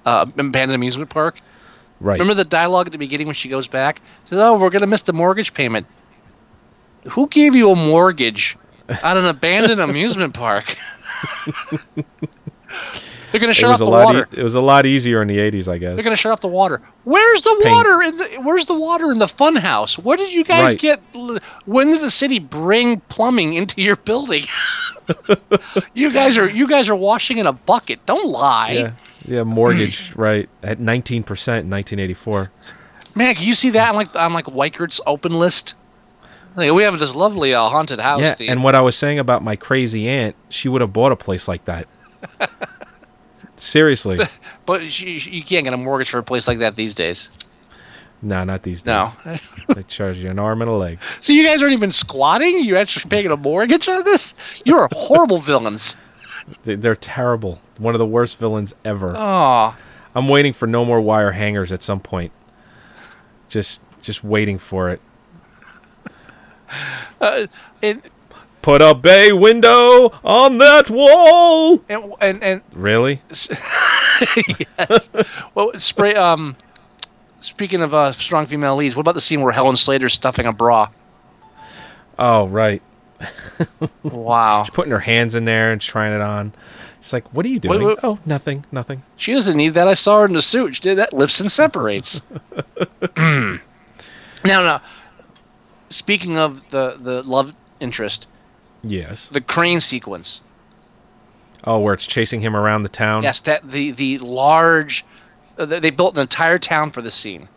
S7: uh, abandoned amusement park.
S6: Right.
S7: Remember the dialogue at the beginning when she goes back? Says, "Oh, we're gonna miss the mortgage payment." Who gave you a mortgage at an abandoned amusement park? They're gonna shut
S6: it was
S7: off the
S6: a lot.
S7: water.
S6: E- it was a lot easier in the '80s, I guess.
S7: They're gonna shut off the wawater. Where's the water in the Where's the water in the fun house? Where did you guys
S6: Right.
S7: get? When did the city bring plumbing into your building? you guys are you guys are washing in a bucket. Don't lie,
S6: yeah, yeah,
S7: Mm.
S6: mortgage right at 19 percent in 1984.
S7: man. Can you see that on like on like Weikert's open list? Like, we have this lovely uh, haunted house.
S6: Yeah,
S7: Steve.
S6: and what I was saying about my crazy aunt, she would have bought a place like that. Seriously,
S7: but you, you can't get a mortgage for a place like that these days.
S6: no, not these days.
S7: No.
S6: they charge you an arm and a leg.
S7: So you guys aren't even squatting. You're actually paying a mortgage on this. You are horrible villains.
S6: They- They're terrible. One of the worst villains ever.
S7: Oh.
S6: I'm waiting for no more wire hangers at some point. Just, just waiting for it.
S7: Uh, and
S6: Put a bay window on that wall.
S7: and and, and
S6: Really?
S7: yes. Well, spray.
S1: uh,
S7: Um, speaking of uh, strong female leads, what about the scene where Helen Slater's stuffing a bra?
S6: Oh, right.
S7: Wow.
S6: She's putting her hands in there and trying it on. She's like, "What are you
S7: Wait,
S6: doing?"
S7: wait.
S6: Oh, nothing, nothing.
S7: She doesn't need that. I saw her in the suit. She did that. Lifts and separates. now, now, speaking of the the love interest,
S6: Yes.
S1: The crane sequence.
S6: Oh, where it's chasing him around the town.
S1: Yes, that the the large. Uh, they they built an entire town for this scene.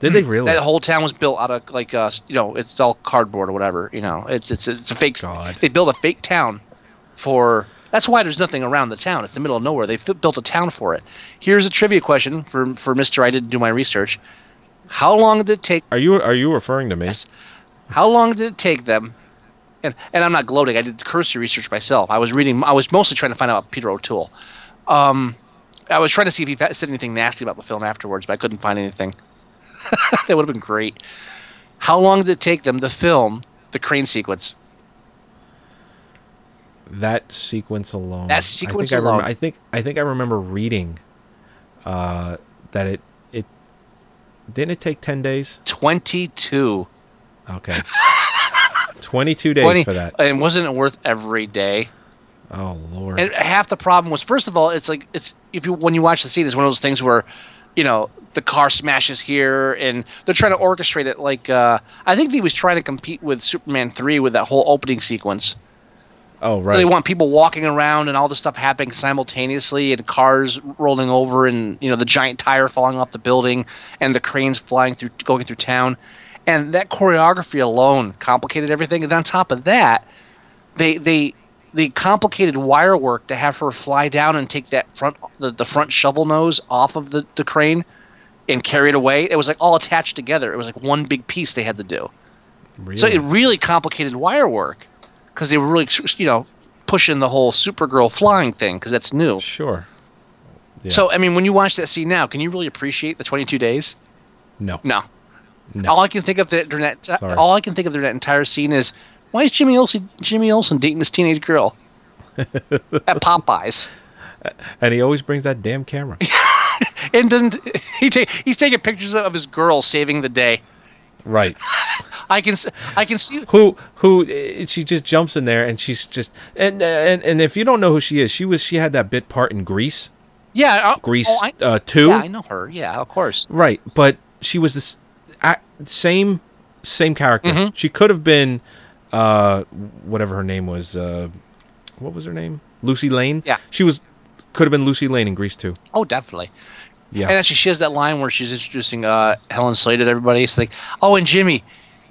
S6: Did they really?
S1: Mm-hmm. That whole town was built out of like uh, you know it's all cardboard or whatever. You know it's it's it's a fake. God. They built a fake town for. That's why there's nothing around the town. It's the middle of nowhere. They fi- built a town for it. Here's a trivia question for for Mister. I didn't do my research. How long did it take?
S6: Are you are you referring to me?
S1: How long did it take them? And and I'm not gloating. I did cursory research myself. I was reading. I was mostly trying to find out about Peter O'Toole. Um, I was trying to see if he fa- said anything nasty about the film afterwards, but I couldn't find anything. that would have been great. How long did it take them to film the crane sequence?
S6: That sequence alone.
S1: That sequence
S6: I think I,
S1: alone.
S6: remem- I think I think I remember reading uh, that it it didn't it take ten days.
S1: Twenty two.
S6: Okay. Twenty two days for that.
S1: And wasn't it worth every day?
S6: Oh lord.
S1: And half the problem was, first of all, it's like it's if you when you watch the scene, it's one of those things where, you know, the car smashes here, and they're trying to orchestrate it. Like uh, I think he was trying to compete with Superman three with that whole opening sequence.
S6: oh
S1: So
S6: right.
S1: They want people walking around and all this stuff happening simultaneously, and cars rolling over, and you know the giant tire falling off the building, and the cranes flying through, going through town, and that choreography alone complicated everything. And on top of that, they they the complicated wire work to have her fly down and take that front the, the front shovel nose off of the, the crane and carry it away. It was like all attached together. It was like one big piece they had to do. So
S6: Really?
S1: it really complicated wire work because they were really, you know, pushing the whole Supergirl flying thing because that's new.
S6: Sure. Yeah.
S1: So I mean, when you watch that scene now, can you really appreciate the 22 days?
S6: No.
S1: No.
S6: No.
S1: All I can think of that during that
S6: Sorry.
S1: all I can think of during that entire scene is why is Jimmy Olsen Jimmy Olsen dating this teenage girl at Popeyes?
S6: And he always brings that damn camera.
S1: And doesn't he take he's taking pictures of his girl saving the day.
S6: right.
S1: I can s- I can see
S6: who who eh, she just jumps in there and she's just and uh, and and if you don't know who she is, she was she had that bit part in Grease,
S1: yeah I-
S6: Grease
S1: oh, I-
S6: uh, two,
S1: Yeah, I know her. Yeah, of course.
S6: right? But she was this ac same same character.
S1: Mm-hmm.
S6: She could have been uh, whatever her name was. Uh, what was her name? Lucy Lane.
S1: Yeah.
S6: she was could have been Lucy Lane in Grease two.
S1: Oh, definitely.
S6: Yeah.
S1: And actually, she has that line where she's introducing uh, Helen Slater to everybody. It's like, oh, and Jimmy,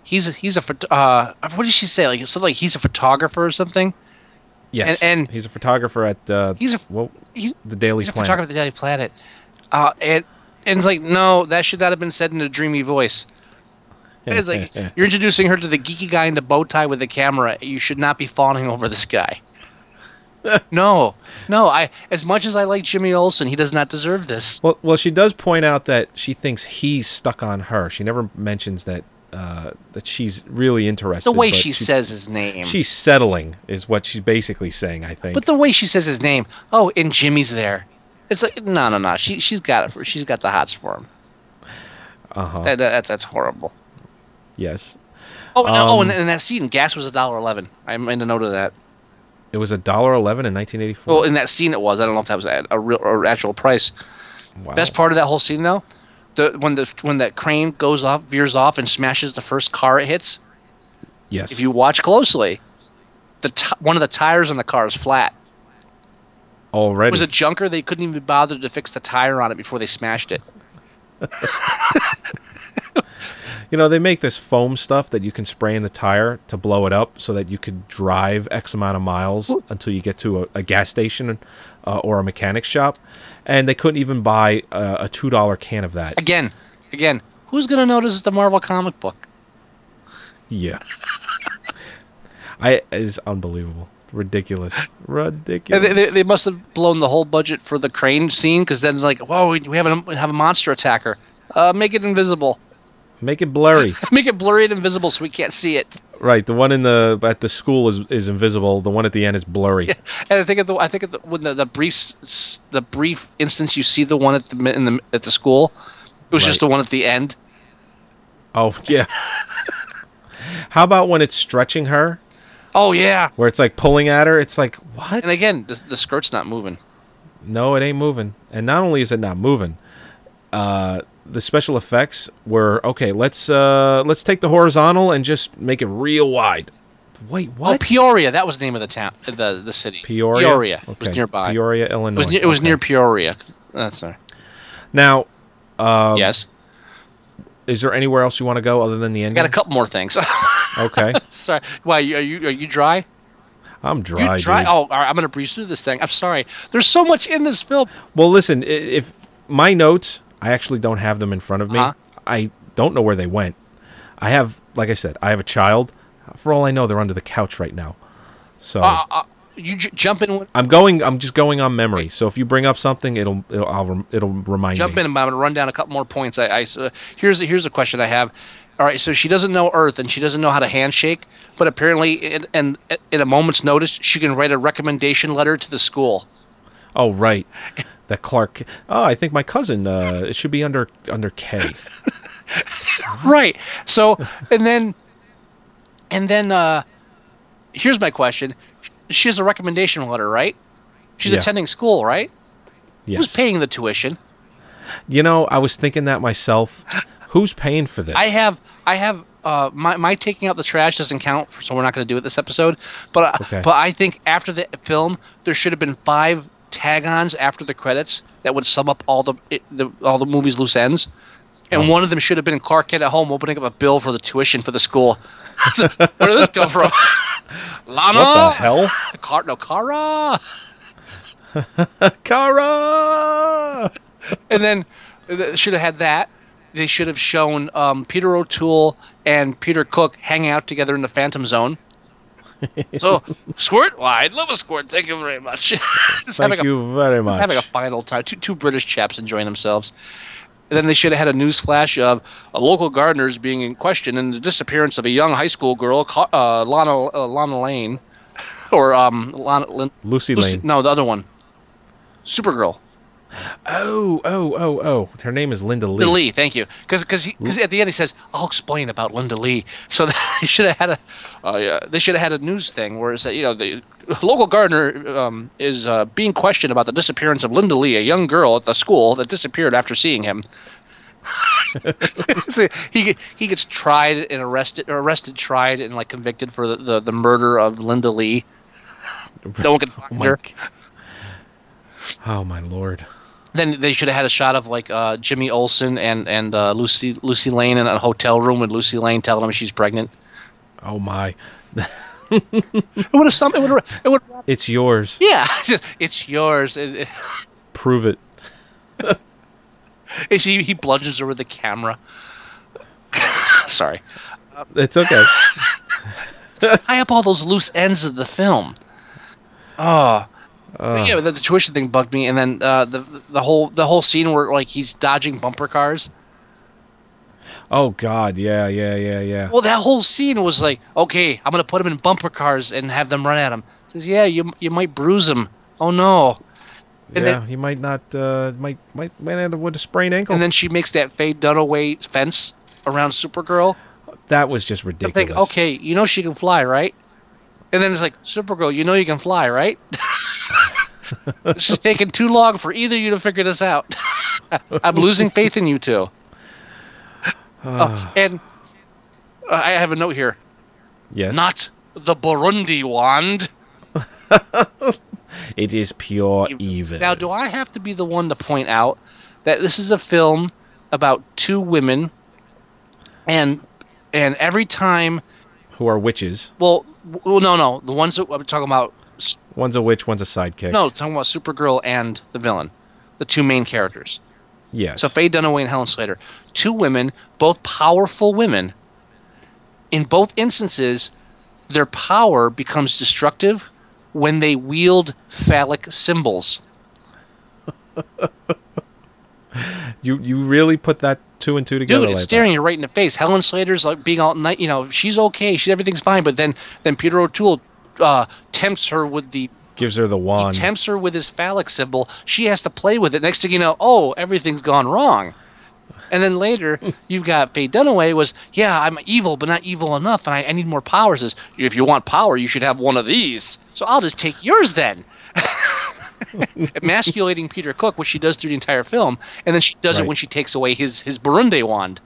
S1: he's a, he's a phot- uh, what did she say? Like something like he's a photographer or something.
S6: Yes,
S1: And, and
S6: he's a photographer at uh,
S1: he's a
S6: well,
S1: he's,
S6: the Daily
S1: he's a
S6: Planet.
S1: photographer of the Daily Planet. Uh, and and it's like, no, that should not have been said in a dreamy voice. It's like you're introducing her to the geeky guy in the bow tie with the camera. You should not be fawning over this guy. no, no. I as much as I like Jimmy Olsen, he does not deserve this.
S6: Well, well, she does point out that she thinks he's stuck on her. She never mentions that uh, that she's really interested.
S1: The way
S6: but
S1: she, says his name.
S6: she's settling is what she's basically saying. I think.
S1: But the way she says his name, oh, and Jimmy's there. It's like no, no, no. She she's got it. For, she's got the hots for him.
S6: Uh huh.
S1: That, that that's horrible.
S6: Yes,
S1: Oh, and- oh,
S6: Um,
S1: and, and that scene, gas was a dollar eleven. I made a note of that.
S6: it was a dollar eleven in nineteen eighty four.
S1: Well, in that scene, it was. I don't know if that was at a real or actual price. Best part of that whole scene, though, the when the when that crane goes off, veers off, and smashes the first car it hits.
S6: Yes.
S1: If you watch closely, the t- one of the tires on the car is flat.
S6: Already.
S1: It was a junker. They couldn't even bother to fix the tire on it before they smashed it.
S6: you know, they make this foam stuff that you can spray in the tire to blow it up, so that you could drive X amount of miles until you get to a, a gas station uh, or a mechanic shop. And they couldn't even buy a, a two dollar can of that.
S1: Again, again, who's gonna notice it's the Marvel comic book?
S6: Yeah. I it's unbelievable. Ridiculous.
S1: And
S6: Ridiculous.
S1: They, they, they must have blown the whole budget for the crane scene because then like, whoa, we we have a we have a monster attacker. Uh, make it invisible.
S6: Make it blurry.
S1: Make it blurry and invisible so we can't see it.
S6: right, the one in the at the school is is invisible, the one at the end is blurry.
S1: And I think at the I think at the, when the, the brief s- s- the brief instance you see the one at the mi- in the at the school, it was just the one at the end.
S6: Oh, yeah. How about when it's stretching her?
S1: Oh yeah.
S6: Where it's like pulling at her, it's like, what?
S1: And again, the, the skirt's not moving.
S6: No, it ain't moving. And not only is it not moving, uh, the special effects were okay. Let's uh, let's take the horizontal and just make it real wide. Wait, what?
S1: Oh, Peoria. That was the name of the town, uh, the the city.
S6: Peoria.
S1: was
S6: Okay.
S1: nearby.
S6: Peoria,
S1: It was,
S6: Illinois.
S1: ne- it was
S6: Okay.
S1: near Peoria. That's sorry.
S6: Now, um,
S1: yes.
S6: Is there anywhere else you want to go other than the
S1: I
S6: ending?
S1: got a couple more things.
S6: okay,
S1: sorry. Why are you are you, are you dry?
S6: I'm dry.
S1: you dry?
S6: dude.
S1: Oh, all right, I'm gonna breeze through this thing. I'm sorry. There's so much in this film.
S6: Well, listen, i- if my notes, I actually don't have them in front of me.
S1: Uh-huh.
S6: I don't know where they went. I have, like I said, I have a child. For all I know, they're under the couch right now. So
S1: Uh, uh, you j- jump in. when-
S6: I'm going. I'm just going on memory. So if you bring up something, it'll it'll I'll rem, it'll remind
S1: jump
S6: me.
S1: in and I'm going to run down a couple more points. I, I so here's here's a question I have. All right, so she doesn't know Earth and she doesn't know how to handshake, but apparently, in, in, in a moment's notice, she can write a recommendation letter to the school.
S6: Oh right, that Clark. Oh, I think my cousin. Uh, it should be under under K.
S1: Right. So, and then, and then, uh, here's my question: She has a recommendation letter, right? She's
S6: Yeah.
S1: attending school, right? Who's
S6: Yes.
S1: paying the tuition?
S6: You know, I was thinking that myself. Who's paying for this?
S1: I have I have uh, my my taking out the trash doesn't count, so we're not going to do it this episode. But uh,
S6: Okay.
S1: but I think after the film, there should have been five tag-ons after the credits that would sum up all the, it, the all the movies loose ends. And one of them should have been Clark Kent at home opening up a bill for the tuition for the school. Where did this come from? Lana?
S6: What the hell?
S1: Car- no, Kara.
S6: Kara.
S1: and then they should have had that. They should have shown um, Peter O'Toole and Peter Cook hang out together in the Phantom Zone. So, squirt? Well, I'd love a squirt. Thank you very much. Just
S6: Thank
S1: having a-
S6: you very
S1: just
S6: much.
S1: Having a fine old time. Two, two British chaps enjoying themselves. And then they should have had a news flash of a local gardener's being in question and the disappearance of a young high school girl, Ca- uh, Lana, uh, Lana Lane. Or um, Lana, Lin-
S6: Lucy Lane.
S1: No, the other one. Supergirl.
S6: Oh, oh, oh, oh. Her name is Linda Lee. Hmm?
S1: Linda Lee, thank you. Because at the end he says, "I'll explain about Linda Lee." So they should have had a uh, yeah, they should have had a news thing where it's that you know the local gardener um, is uh, being questioned about the disappearance of Linda Lee, a young girl at the school that disappeared after seeing him. So he get- he gets tried and arrested, or arrested, tried and like convicted for the, the, the murder of Linda Lee. No one can find
S6: Oh my
S1: her.
S6: Oh my lord.
S1: Then they should have had a shot of like uh, Jimmy Olsen and and uh, Lucy Lucy Lane in a hotel room with Lucy Lane telling him she's pregnant.
S6: Oh my.
S1: It would have some. It would. It would.
S6: It's yours.
S1: Yeah, it's yours. It, it-
S6: Prove it.
S1: it- she, he bludgeons her with the camera. Sorry,
S6: It's okay.
S1: tie up all those loose ends of the film. Oh. But yeah, the, the tuition thing bugged me, and then uh, the the whole the whole scene where like he's dodging bumper cars.
S6: Oh god. Yeah, yeah, yeah, yeah.
S1: Well, that whole scene was like, okay, I'm gonna put him in bumper cars and have them run at him. Says, yeah, you you might bruise him. Oh no. And
S6: yeah,
S1: then
S6: he might not uh might might might end up with a sprained ankle.
S1: and then she makes that Faye Dunaway fence around Supergirl.
S6: that was just
S1: I
S6: ridiculous.
S1: think, okay, you know she can fly, right? And then it's like, Supergirl, you know you can fly, right? this is taking too long for either of you to figure this out. I'm losing faith in you two. Oh, and uh, I have a note here.
S6: Yes.
S1: Not the Burundi wand.
S6: It is pure evil.
S1: Now, do I have to be the one to point out that this is a film about two women, and and every time,
S6: Who are witches?
S1: well, w- well, no, no, the ones that I'm talking about, s-
S6: One's a witch, one's a sidekick.
S1: no, talking about Supergirl and the villain, the two main characters.
S6: Yes.
S1: So Faye Dunaway and Helen Slater, two women, both powerful women. In both instances, their power becomes destructive when they wield phallic symbols.
S6: you you really put that two and two together
S1: Dude, it's
S6: like
S1: staring you right in the face. Helen Slater's like being all night. You know, she's okay. She everything's fine. But then, then Peter O'Toole uh, tempts her with the
S6: that. Gives her the wand.
S1: tempts her with his phallic symbol. She has to play with it. Next thing you know, oh, everything's gone wrong. And then later, you've got Faye Dunaway was, yeah, I'm evil, but not evil enough, and I, I need more powers. Is if you want power, you should have one of these. So I'll just take yours then. Emasculating Peter Cook, which she does through the entire film, and then she does it
S6: Right.
S1: when she takes away his his Burundi wand.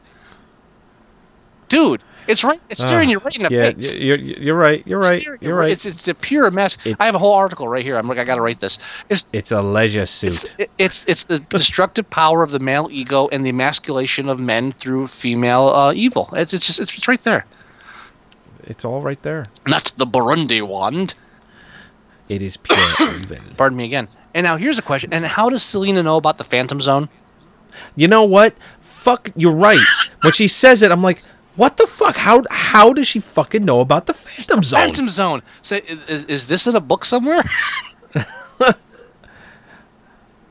S1: Dude, It's right. It's staring you right in the
S6: Ah, yeah,
S1: face.
S6: y- You're, you're right. You're right.
S1: Staring you
S6: You're right.
S1: It's, it's the pure mess. I have a whole article right here. I'm like, I gotta write this. It's
S6: It's a leisure suit.
S1: it- it's it's the destructive power of the male ego and the emasculation of men through female uh, evil. It's it's just it's, it's right there.
S6: It's all right there.
S1: Not the Burundi wand.
S6: It is pure evil.
S1: Pardon me again. And now here's a question. And how does Selena know about the Phantom Zone?
S6: You know what? Fuck, you're right. When she says it, I'm like, what the fuck? How how does she fucking know about the Phantom Zone?
S1: Phantom Zone. So i- is, is this in a book somewhere?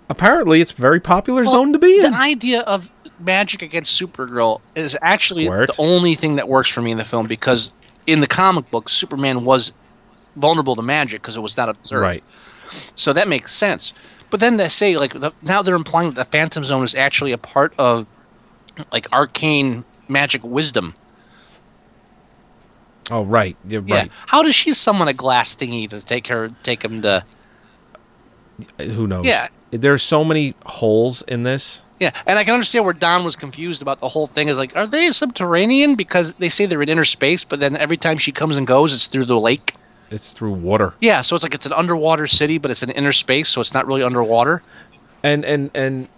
S6: Apparently, it's a very popular zone to be in.
S1: The idea of magic against Supergirl is actually
S6: Squirt.
S1: the only thing that works for me in the film because in the comic book, Superman was vulnerable to magic because it was not observed.
S6: Right.
S1: So that makes sense. But then they say like the, now they're implying that the Phantom Zone is actually a part of like arcane magic wisdom.
S6: Oh, right. You're right.
S1: How does she summon a glass thingy to take her take him to?
S6: Uh, Who knows?
S1: Yeah.
S6: There's so many holes in this.
S1: Yeah, and I can understand where Don was confused about the whole thing. Is like, are they subterranean? Because they say they're in inner space, but then every time she comes and goes, it's through the lake.
S6: It's through water.
S1: Yeah, so it's like it's an underwater city, but it's an inner space, so it's not really underwater.
S6: And and and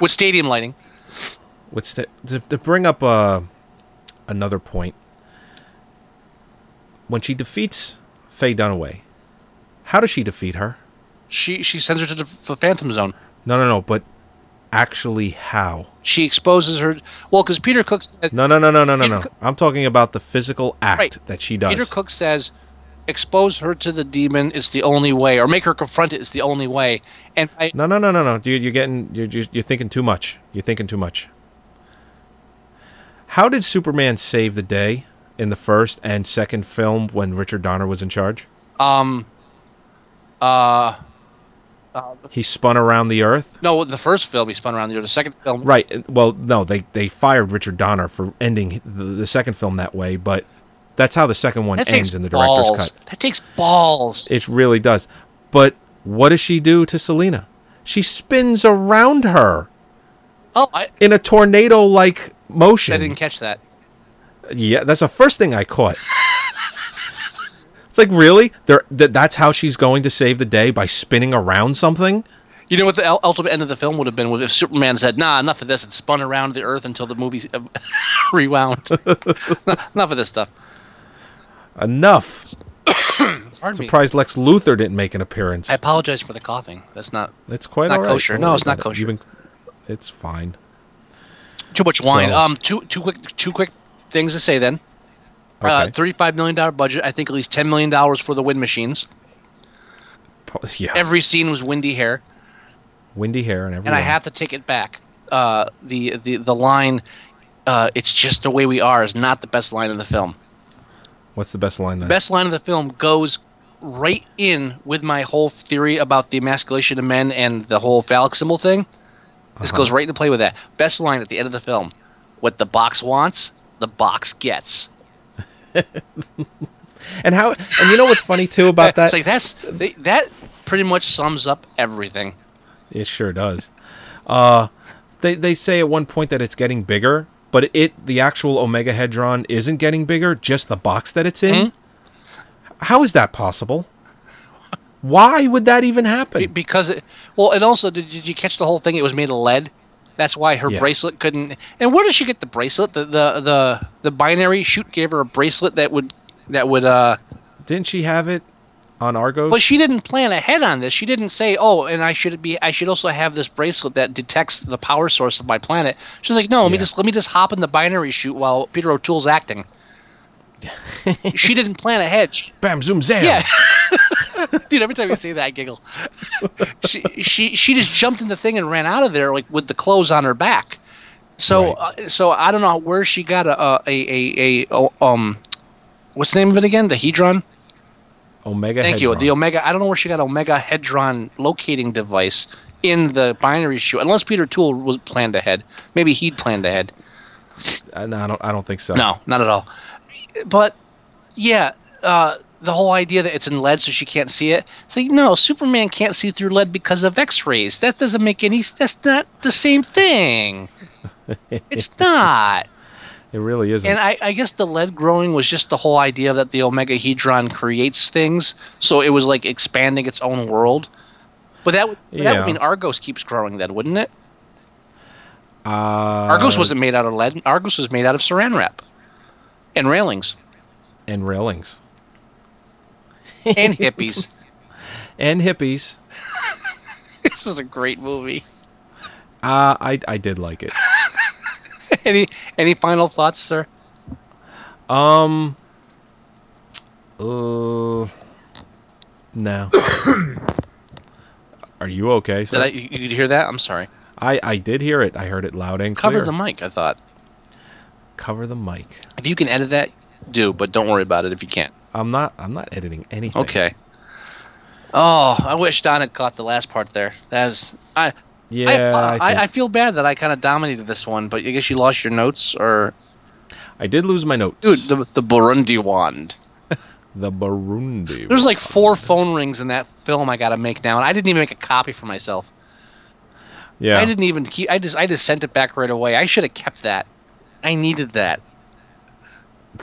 S1: with stadium lighting.
S6: What's the, to, to bring up uh, another point? When she defeats Faye Dunaway, how does she defeat her?
S1: She she sends her to the, the Phantom Zone.
S6: No, no, no. But actually, how?
S1: She exposes her. Well, because Peter Cook says
S6: No, no, no, no, no, no, no. I'm talking about the physical act
S1: Right.
S6: that she does.
S1: Peter Cook says, expose her to the demon. It's the only way, or make her confront it. It's the only way. And I,
S6: No, no, no, no, no. Dude, you're getting you're you're you're thinking too much. You're thinking too much. How did Superman save the day in the first and second film when Richard Donner was in charge?
S1: um, uh, uh,
S6: He spun around the Earth.
S1: no, the first film he spun around the earth. The second film,
S6: Right. uh, Well, no, they they fired Richard Donner for ending the, the second film that way, but that's how the second one
S1: That takes
S6: ends in the director's
S1: balls.
S6: cut.
S1: That takes balls.
S6: It really does. But what does she do to Selena? She spins around her
S1: Oh, I,
S6: in a tornado-like motion.
S1: I didn't catch that.
S6: Yeah, that's the first thing I caught. it's like really, there. That that's how she's going to save the day by spinning around something.
S1: You know what the ul- ultimate end of the film would have been would if Superman said, "Nah, enough of this," and spun around the Earth until the movie uh, rewound. Nah, enough of this stuff.
S6: Enough.
S1: Pardon me.
S6: Surprised Lex Luthor didn't make an appearance.
S1: I apologize for the coughing. That's not
S6: It's quite
S1: it's not
S6: all right.
S1: kosher.
S6: Don't
S1: No,
S6: worry
S1: it's not
S6: about it.
S1: kosher.
S6: You've been- it's fine.
S1: Too much wine.
S6: So-
S1: Um, two two quick two quick things to say then. Uh,
S6: Okay.
S1: thirty-five million dollar budget. I think at least ten million dollars for the wind machines.
S6: Po- Yeah.
S1: Every scene was windy hair,
S6: Windy hair and everything.
S1: and I have to take it back. Uh, the the the line, uh, "It's just the way we are" is not the best line in the film.
S6: What's the best line? Then?
S1: best line of the film goes right in with my whole theory about the emasculation of men and the whole phallic symbol thing. This goes
S6: Uh-huh.
S1: right into play with that. Best line at the end of the film. What the box wants, the box gets.
S6: And how? And you know what's funny too about that?
S1: It's like that's they, that pretty much sums up everything.
S6: It sure does. Uh, they they say at one point that it's getting bigger, but it the actual Omega Hedron isn't getting bigger, just the box that it's in.
S1: Hmm?
S6: How is that possible? Why would that even
S1: Be-
S6: happen?
S1: Because it, well, and also did, did you catch the whole thing? It was made of lead. That's why her
S6: Yeah.
S1: bracelet couldn't. And where did she get the bracelet? The the the, the binary shoot gave her a bracelet that would that would uh
S6: Didn't she have it on Argos?
S1: But she didn't plan ahead on this. She didn't say, "Oh, and I should be. I should also have this bracelet that detects the power source of my planet." She's like, "No, let me
S6: Yeah.
S1: just let me just hop in the binary chute while Peter O'Toole's acting." she didn't plan ahead. She,
S6: Bam, zoom, zam.
S1: yeah, dude. Every time you say that, I giggle. she she she just jumped in the thing and ran out of there like with the clothes on her back. So uh, so I don't know where she got a a a, a, a um. What's the name of it again? The hedron.
S6: Omega
S1: Thank you.
S6: Hedron.
S1: The Omega. I don't know where she got Omega Hedron locating device in the binary shoe, unless Peter Tool was planned ahead. Maybe he'd planned ahead.
S6: Uh, no, I don't. I don't think so.
S1: No, not at all. But yeah, uh, the whole idea that it's in lead, so she can't see it. It's like no, Superman can't see through lead because of X-rays. That doesn't make any. s- That's not the same thing. it's not.
S6: It really isn't.
S1: And I, I guess the lead growing was just the whole idea that the omegahedron creates things, so it was like expanding its own world. But that would, but that
S6: Yeah.
S1: would mean Argos keeps growing, then, wouldn't it?
S6: uh,
S1: Argos wasn't made out of lead. Argos was made out of saran wrap and railings
S6: and railings
S1: and hippies.
S6: and hippies.
S1: this was a great movie.
S6: Uh, I I did like it.
S1: any any final thoughts, sir?
S6: Um. Uh. No. Are you okay?
S1: Did
S6: sir?
S1: I? You you could hear that? I'm sorry.
S6: I I did hear it. I heard it loud and clear.
S1: Cover the mic. I thought.
S6: Cover the mic.
S1: If you can edit that, do. But don't worry about it if you can't.
S6: I'm not. I'm not editing anything.
S1: Okay. Oh, I wish Don had caught the last part there. That was I.
S6: Yeah,
S1: I,
S6: I
S1: I,
S6: think-
S1: I feel bad that I kind of dominated this one, but I guess you lost your notes, or
S6: I did lose my notes.
S1: Dude, the the Burundi wand.
S6: The Burundi.
S1: There's like four phone rings in that film I got to make now, and I didn't even make a copy for myself.
S6: Yeah.
S1: I didn't even keep. I just I just sent it back right away. I should have kept that. I needed that.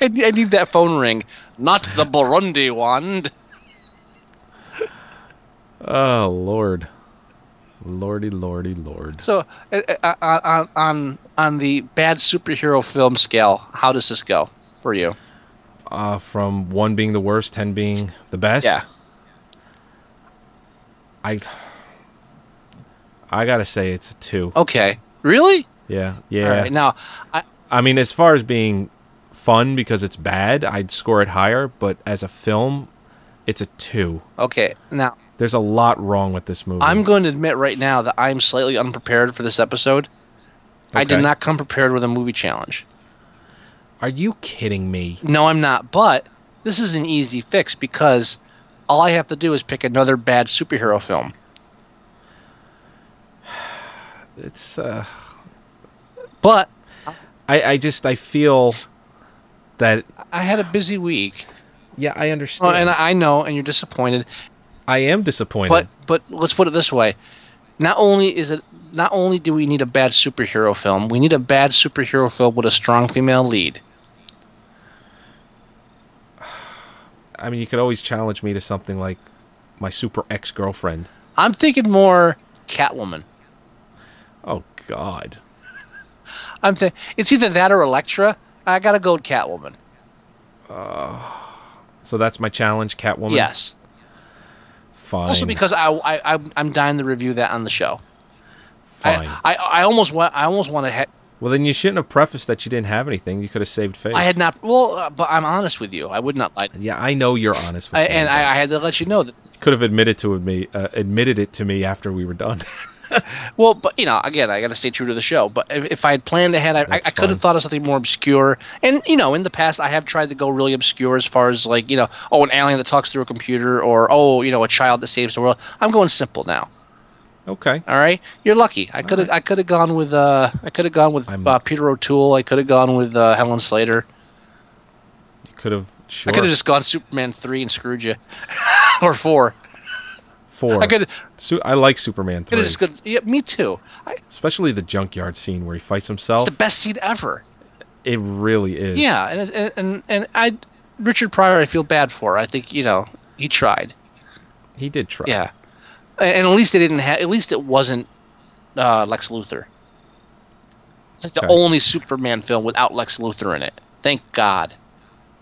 S1: I, ne- I need that phone ring, not the Burundi wand.
S6: Oh Lord. Lordy, lordy, lord.
S1: So, uh, uh, uh, on on on the bad superhero film scale, how does this go for you?
S6: Uh, from one being the worst, ten being the best.
S1: Yeah.
S6: I. I gotta say it's a two.
S1: Okay, really?
S6: Yeah. Yeah.
S1: All right, now, I,
S6: I mean, as far as being fun because it's bad, I'd score it higher. But as a film, it's a two.
S1: okay, now
S6: There's a lot wrong with this movie.
S1: I'm going to admit right now that I'm slightly unprepared for this episode. I did
S6: Okay.
S1: not come prepared with a movie challenge.
S6: Are you kidding me?
S1: No, I'm not. But this is an easy fix because all I have to do is pick another bad superhero film.
S6: It's. Uh,
S1: But
S6: I I just I feel that
S1: I had a busy week.
S6: yeah I
S1: Oh,
S6: understand.
S1: and I know, and you're disappointed.
S6: I am disappointed.
S1: But but let's put it this way: not only is it not only do we need a bad superhero film, we need a bad superhero film with a strong female lead.
S6: I mean, you could always challenge me to something like my super ex girlfriend.
S1: I'm thinking more Catwoman.
S6: Oh God.
S1: I'm think it's either that or Elektra. I gotta go with Catwoman.
S6: So that's my challenge, Catwoman.
S1: Yes.
S6: Fine.
S1: Also because I I I'm- I'm dying to review that on the show.
S6: Fine.
S1: I, I almost want I almost want to. Ha-
S6: well, then you shouldn't have prefaced that you didn't have anything. You could have saved face.
S1: I had not. Well, uh, but I'm honest with you. I would not lie.
S6: Yeah, I know you're honest with
S1: I,
S6: me.
S1: and I, I had to let you know that.
S6: could have admitted to me, uh, admitted it to me after we were done.
S1: Well, but you know, again, I got to stay true to the show. But if, if I had planned ahead, I, I, I
S6: That's
S1: could
S6: fine.
S1: have thought of something more obscure. And you know, in the past, I have tried to go really obscure as far as like you know, oh, an alien that talks through a computer, or oh, you know, a child that saves the world. I'm going simple now.
S6: okay.
S1: All right, you're lucky. I could have I could have gone with uh I could have gone with uh, Peter O'Toole. I could have gone with uh, Helen Slater.
S6: You could have. Sure.
S1: I could have just gone Superman three and screwed you, or four.
S6: Four.
S1: I could-
S6: Su- I like Superman
S1: Could
S6: three,
S1: have just gone. Yeah, me too. I,
S6: especially the junkyard scene where he fights
S1: it's
S6: himself.
S1: the best scene ever.
S6: It really is.
S1: Yeah, and it- and and, and I Richard Pryor, I feel bad for. I think you know he tried.
S6: He did try.
S1: Yeah, and, and at least they didn't have. At least it wasn't uh, Lex Luthor. It's like the
S6: Okay.
S1: only Superman film without Lex Luthor in it. Thank God.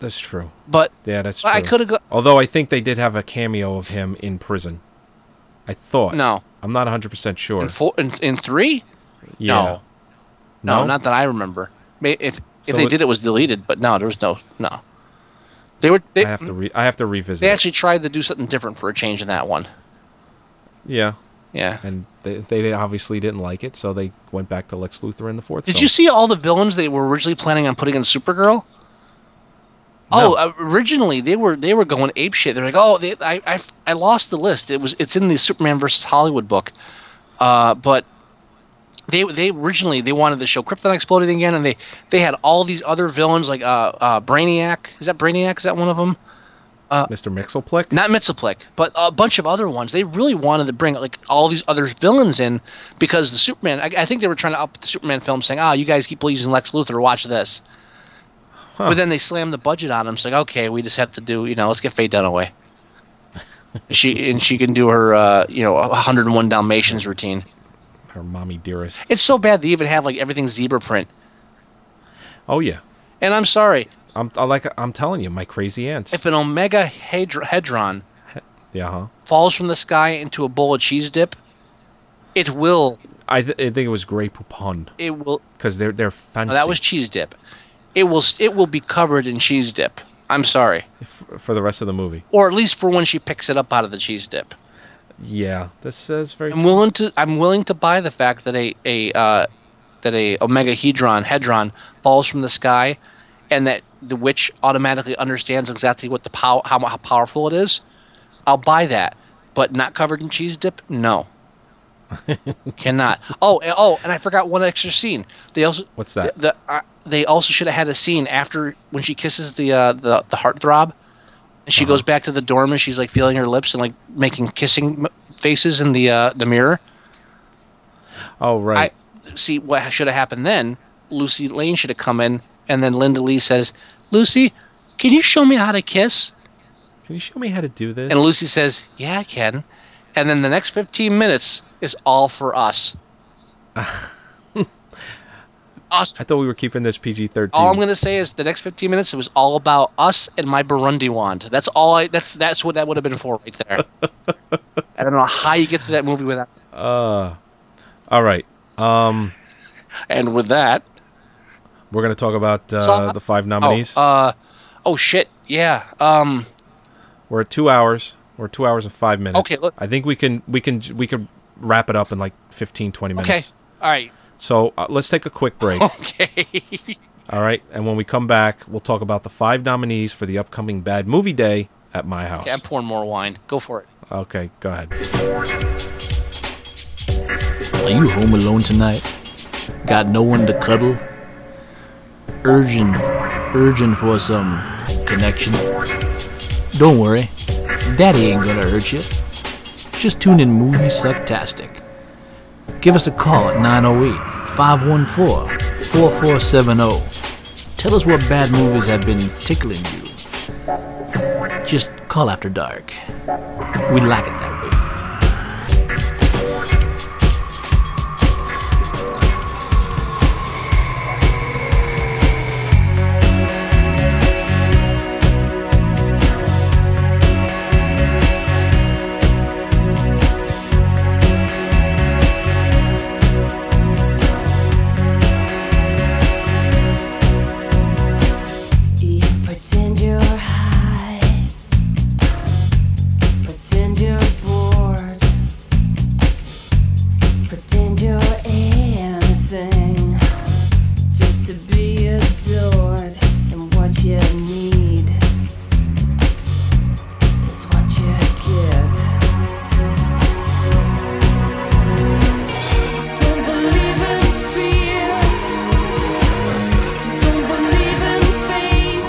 S6: That's true.
S1: But
S6: Yeah, that's true.
S1: I coulda go-
S6: Although I think they did have a cameo of him in prison. I thought.
S1: No.
S6: I'm not 100% sure.
S1: in four in, in three,
S6: yeah.
S1: no. no,
S6: No?
S1: not that I remember. May- If if
S6: So
S1: they
S6: it-
S1: did, it was deleted. But no, there was no no. They were they,
S6: I have to re- I have to revisit.
S1: they
S6: it.
S1: actually tried to do something different for a change in that one.
S6: Yeah.
S1: Yeah.
S6: And they, they obviously didn't like it, so they went back to Lex Luthor in the fourth.
S1: Did
S6: film.
S1: you see all the villains they were originally planning on putting in Supergirl? Oh, uh, originally they were they were going ape shit. They're like, oh, they, I, I I lost the list. It was it's in the Superman versus Hollywood book, uh, but they they originally they wanted to show Krypton exploding again, and they they had all these other villains like uh, uh Brainiac. Is that Brainiac? Is that one of them?
S6: Mr. Mixelplick.
S1: Not Mitzaplik, but a bunch of other ones. They really wanted to bring like all these other villains in because the Superman. I, I think they were trying to up the Superman film, saying, "Ah, you guys keep using Lex Luthor. Watch this." But then they slammed the budget on him, saying, "Okay, we just have to do. You know, let's get Faye Dunaway. she and she can do her, uh, you know, 101 Dalmatians routine.
S6: Her mommy dearest.
S1: It's so bad they even have like everything zebra print.
S6: Oh yeah.
S1: And I'm sorry.
S6: I'm I like I'm telling you, my crazy ants.
S1: If an Omega hedr- Hedron
S6: yeah. Huh?
S1: falls from the sky into a bowl of cheese dip, it will.
S6: I, th- I think it was Grey Poupon
S1: It will.
S6: because they're they're fancy.
S1: No, that was cheese dip. It will. It will be covered in cheese dip. I'm sorry.
S6: for the rest of the movie.
S1: Or at least for when she picks it up out of the cheese dip.
S6: Yeah, this is very.
S1: I'm willing to. I'm willing to buy the fact that a a uh, that a omega hedron hedron falls from the sky, and that the witch automatically understands exactly what the pow- how how powerful it is. I'll buy that, but not covered in cheese dip. No. Cannot. Oh, and- oh, and I forgot one extra scene. They also
S6: What's that?
S1: The, uh, they also should have had a scene after when she kisses the uh, the the heartthrob, and she goes back to the dorm and she's like feeling her lips and like making kissing m- faces in the uh, the mirror.
S6: Oh right.
S1: I see what should have happened then. Lucy Lane should have come in, and then Linda Lee says, "Lucy, can you show me how to kiss?"
S6: Can you show me how to do this?
S1: And Lucy says, "Yeah, I can." And then the next fifteen minutes is all for us. us.
S6: I thought we were keeping this PG thirteen.
S1: All I'm gonna say is the next 15 minutes it was all about us and my Burundi wand. That's all. I that's that's what that would have been for right there. I don't know how you get to that movie without.
S6: Uh, all right. Um,
S1: and with that,
S6: we're gonna talk about uh,
S1: So-
S6: the five nominees.
S1: Oh, uh, oh shit! Yeah. Um.
S6: we're at two hours. We're at two hours and five minutes.
S1: Okay, look-
S6: I think we can we can we can wrap it up in like 15, 20 minutes.
S1: Okay. All right.
S6: So uh, let's take a quick break.
S1: Okay.
S6: All right, and when we come back, we'll talk about the five nominees for the upcoming Bad Movie Day at my house.
S1: Okay, I'm pouring more wine. Go for it.
S6: Okay, go ahead.
S12: Are you home alone tonight? Got no one to cuddle? Urging, urging for some connection? Don't worry, Daddy ain't gonna hurt you. Just tune in Movie Sucktastic. Give us a call at 908 514 4470. oh. Tell us what bad movies have been tickling you. Just call after dark. We like it that way.
S9: You pretend you're high. Pretend you're bored. Pretend you're anything just to be adored. And what you need is what you get. Don't believe in fear. Don't believe in faith.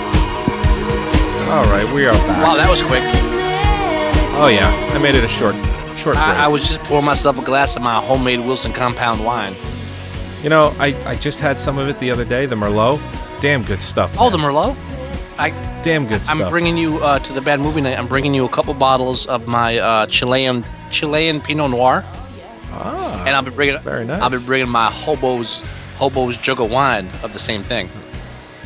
S6: All right, we are back.
S1: Wow, that was quick.
S6: Oh yeah, I made it a short, short. break.
S1: I, I was just pouring myself a glass of my homemade Wilson compound wine.
S6: You know, I, I just had some of it the other day, the Merlot. Damn good stuff.
S1: Oh, the Merlot. I
S6: Damn good stuff.
S1: I'm bringing you uh, to the bad movie night. I'm bringing you a couple bottles of my uh, Chilean Chilean Pinot Noir,
S6: Ah,
S1: and I'll be bringing
S6: very nice.
S1: I'll be bringing my hobos hobos jug of wine of the same thing,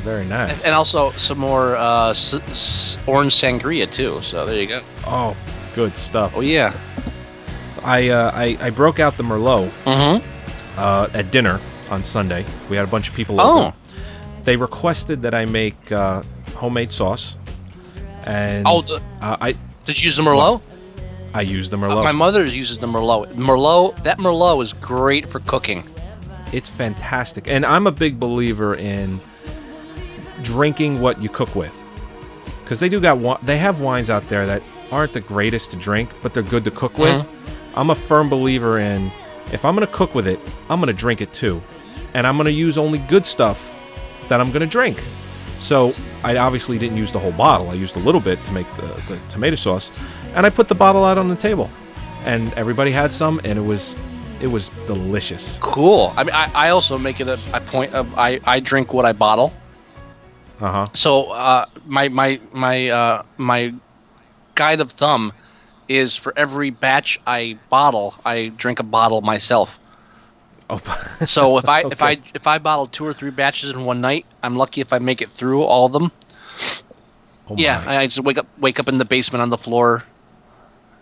S6: Very
S1: and,
S6: nice.
S1: and also some more uh, s- s- orange sangria too. So there you go.
S6: oh, good stuff.
S1: Oh yeah. Mm-hmm.
S6: I uh, I, I broke out the Merlot uh, at dinner on Sunday. We had a bunch of people
S1: Oh.
S6: over. They requested that I make uh, homemade sauce, and
S1: Oh, the-
S6: uh, I
S1: Did you use the Merlot?
S6: I used the Merlot.
S1: My mother uses the Merlot. Merlot, that Merlot is great for cooking.
S6: it's fantastic, and I'm a big believer in drinking what you cook with, because they do got wi- they have wines out there that aren't the greatest to drink, but they're good to cook with.
S1: Mhm.
S6: I'm a firm believer in if I'm gonna cook with it, I'm gonna drink it too, and I'm gonna use only good stuff that I'm gonna drink. So I obviously didn't use the whole bottle. I used a little bit to make the, the tomato sauce, and I put the bottle out on the table, and everybody had some, and it was it was delicious.
S1: Cool. I mean, I, I also make it a, a point of I, I drink what I bottle.
S6: Uh huh.
S1: So uh, my my my uh, my guide of thumb Um, is for every batch I bottle, I drink a bottle myself.
S6: Oh.
S1: so if I if I
S6: Okay.
S1: if I bottle two or three batches in one night, I'm lucky if I make it through all of them.
S6: Oh
S1: yeah, I, I just wake up wake up in the basement on the floor.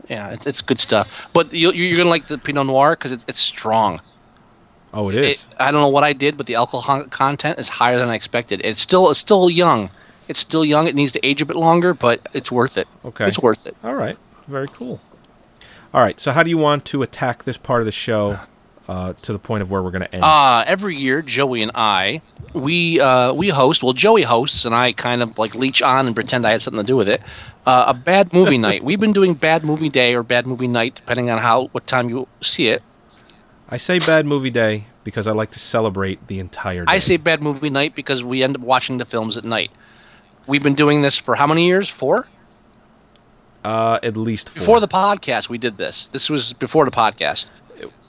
S1: Yeah, it's, it's good stuff. But you, you're gonna like the Pinot Noir because it's it's strong.
S6: Oh, it is.
S1: I don't know what I did, but the alcohol content is higher than I expected. It's still it's still young. It's still young. It needs to age a bit longer, but it's worth it.
S6: Okay.
S1: It's worth it.
S6: All right. Very cool. All right. So how do you want to attack this part of the show uh, to the point of where we're going to end?
S1: Uh, every year, Joey and I, we uh, we host. Well, Joey hosts, and I kind of like leech on and pretend I had something to do with it. Uh, a bad movie night. We've been doing bad movie day or bad movie night, depending on how what time you see it.
S6: I say bad movie day because I like to celebrate the entire day.
S1: I say bad movie night because we end up watching the films at night. We've been doing this for how many years? Four.
S6: uh, at least four.
S1: Before the podcast, we did this. This was before the podcast.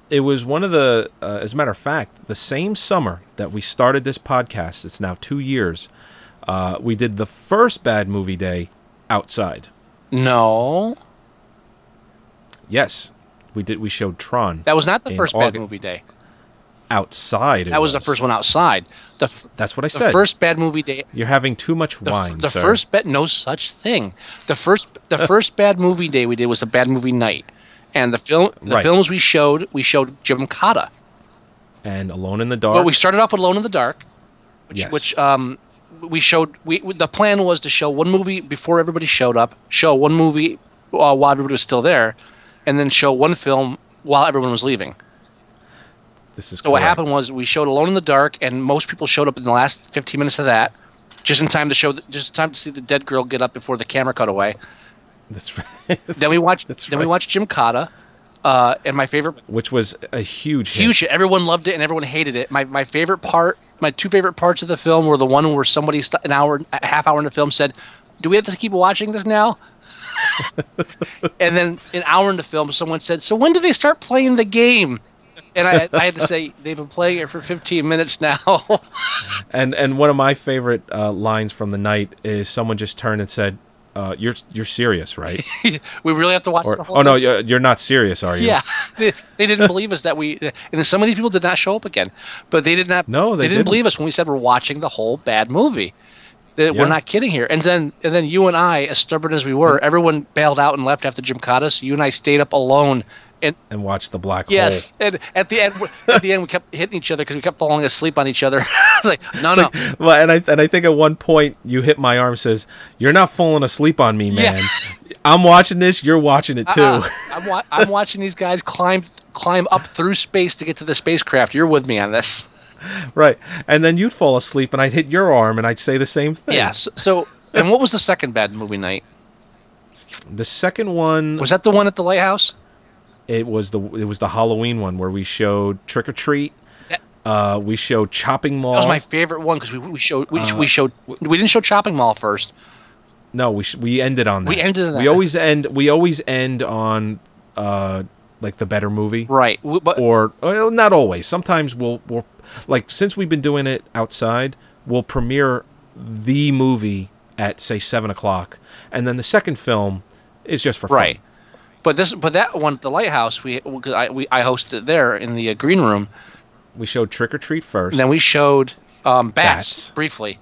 S6: it was one of the uh, as a matter of fact the same summer that we started this podcast it's now two years uh, we did the first bad movie day outside
S1: No,
S6: yes we did we showed tron
S1: that was not the
S6: in
S1: first
S6: August-
S1: bad movie day.
S6: outside it
S1: That was the first one outside. The f-
S6: that's what i
S1: the
S6: said
S1: first bad movie day.
S6: you're having too much
S1: The, f-
S6: wine
S1: the
S6: sir.
S1: first bet, no such thing. The first, the first bad movie day we did was the bad movie night, and the film, the
S6: Right.
S1: films we showed, we showed Jim Cotta.
S6: and alone in the dark
S1: But we started off with Alone in the Dark, which,
S6: Yes.
S1: which um, we showed. We the plan was to show one movie before everybody showed up, show one movie uh, while everybody was still there, and then show one film while everyone was leaving.
S6: this is
S1: So what
S6: correct.
S1: happened was we showed Alone in the Dark, and most people showed up in the last 15 minutes of that, just in time to show, just in time to see the dead girl get up before the camera cut away.
S6: That's right.
S1: Then we watched. then we
S6: right.
S1: watched Jim Cotta, uh, and my favorite
S6: which was a huge hit.
S1: huge. hit. Everyone loved it and everyone hated it. My my favorite part, my two favorite parts of the film were the one where somebody st- an hour, a half hour in the film said, "Do we have to keep watching this now?" and then an hour in the film, someone said, "So when do they start playing the game?" And I, I had to say, "They've been playing it for 15 minutes now."
S6: And and one of my favorite uh, lines from the night is someone just turned and said, uh, "You're you're serious, right?"
S1: we really have to watch
S6: or,
S1: the whole.
S6: "Oh no,
S1: thing?"
S6: you're you're not serious, are you?"
S1: Yeah, they, they didn't believe us that we, and then some of these people did not show up again. But they did not.
S6: No, they
S1: didn't,
S6: didn't.
S1: believe us when we said we're watching the whole bad movie. That
S6: Yeah. Mm-hmm.
S1: We're not kidding here. And then, and then you and I, as stubborn as we were, everyone bailed out and left after Jim Cotta. So you and I stayed up alone. And
S6: and watch the black
S1: yes,
S6: hole.
S1: and at the end, at the end, we kept hitting each other because we kept falling asleep on each other. I was like, no, no,
S6: Well, and I and I think at one point you hit my arm says, "You're not falling asleep on me,
S1: Yeah.
S6: man. I'm watching this. You're watching it too."
S1: Uh-uh. I'm, wa- I'm watching these guys climb climb up through space to get to the spacecraft. You're with me on this.
S6: right. And then you'd fall asleep, and I'd hit your arm, and I'd say the same thing.
S1: Yeah. So, so, and what was the second bad movie night?
S6: The second one
S1: Was that the one at the lighthouse?
S6: it was the it was the Halloween one where we showed Trick or Treat.
S1: That-
S6: Uh, we showed Chopping Mall.
S1: That was my favorite one because we, we showed we,
S6: Uh,
S1: we showed we didn't show Chopping Mall first.
S6: No, we sh- we ended on that.
S1: We ended on
S6: We
S1: that.
S6: always end. We always end on uh, like the better movie,
S1: right? W- but-
S6: or well, not always. Sometimes we'll we'll like since we've been doing it outside, we'll premiere the movie at say seven o'clock, and then the second film is just for
S1: Right.
S6: fun.
S1: But this but that one at the lighthouse we 'cause I we I hosted it there in the uh, green room.
S6: We showed Trick or Treat first.
S1: And then we showed um, bats,
S6: Bats.
S1: briefly.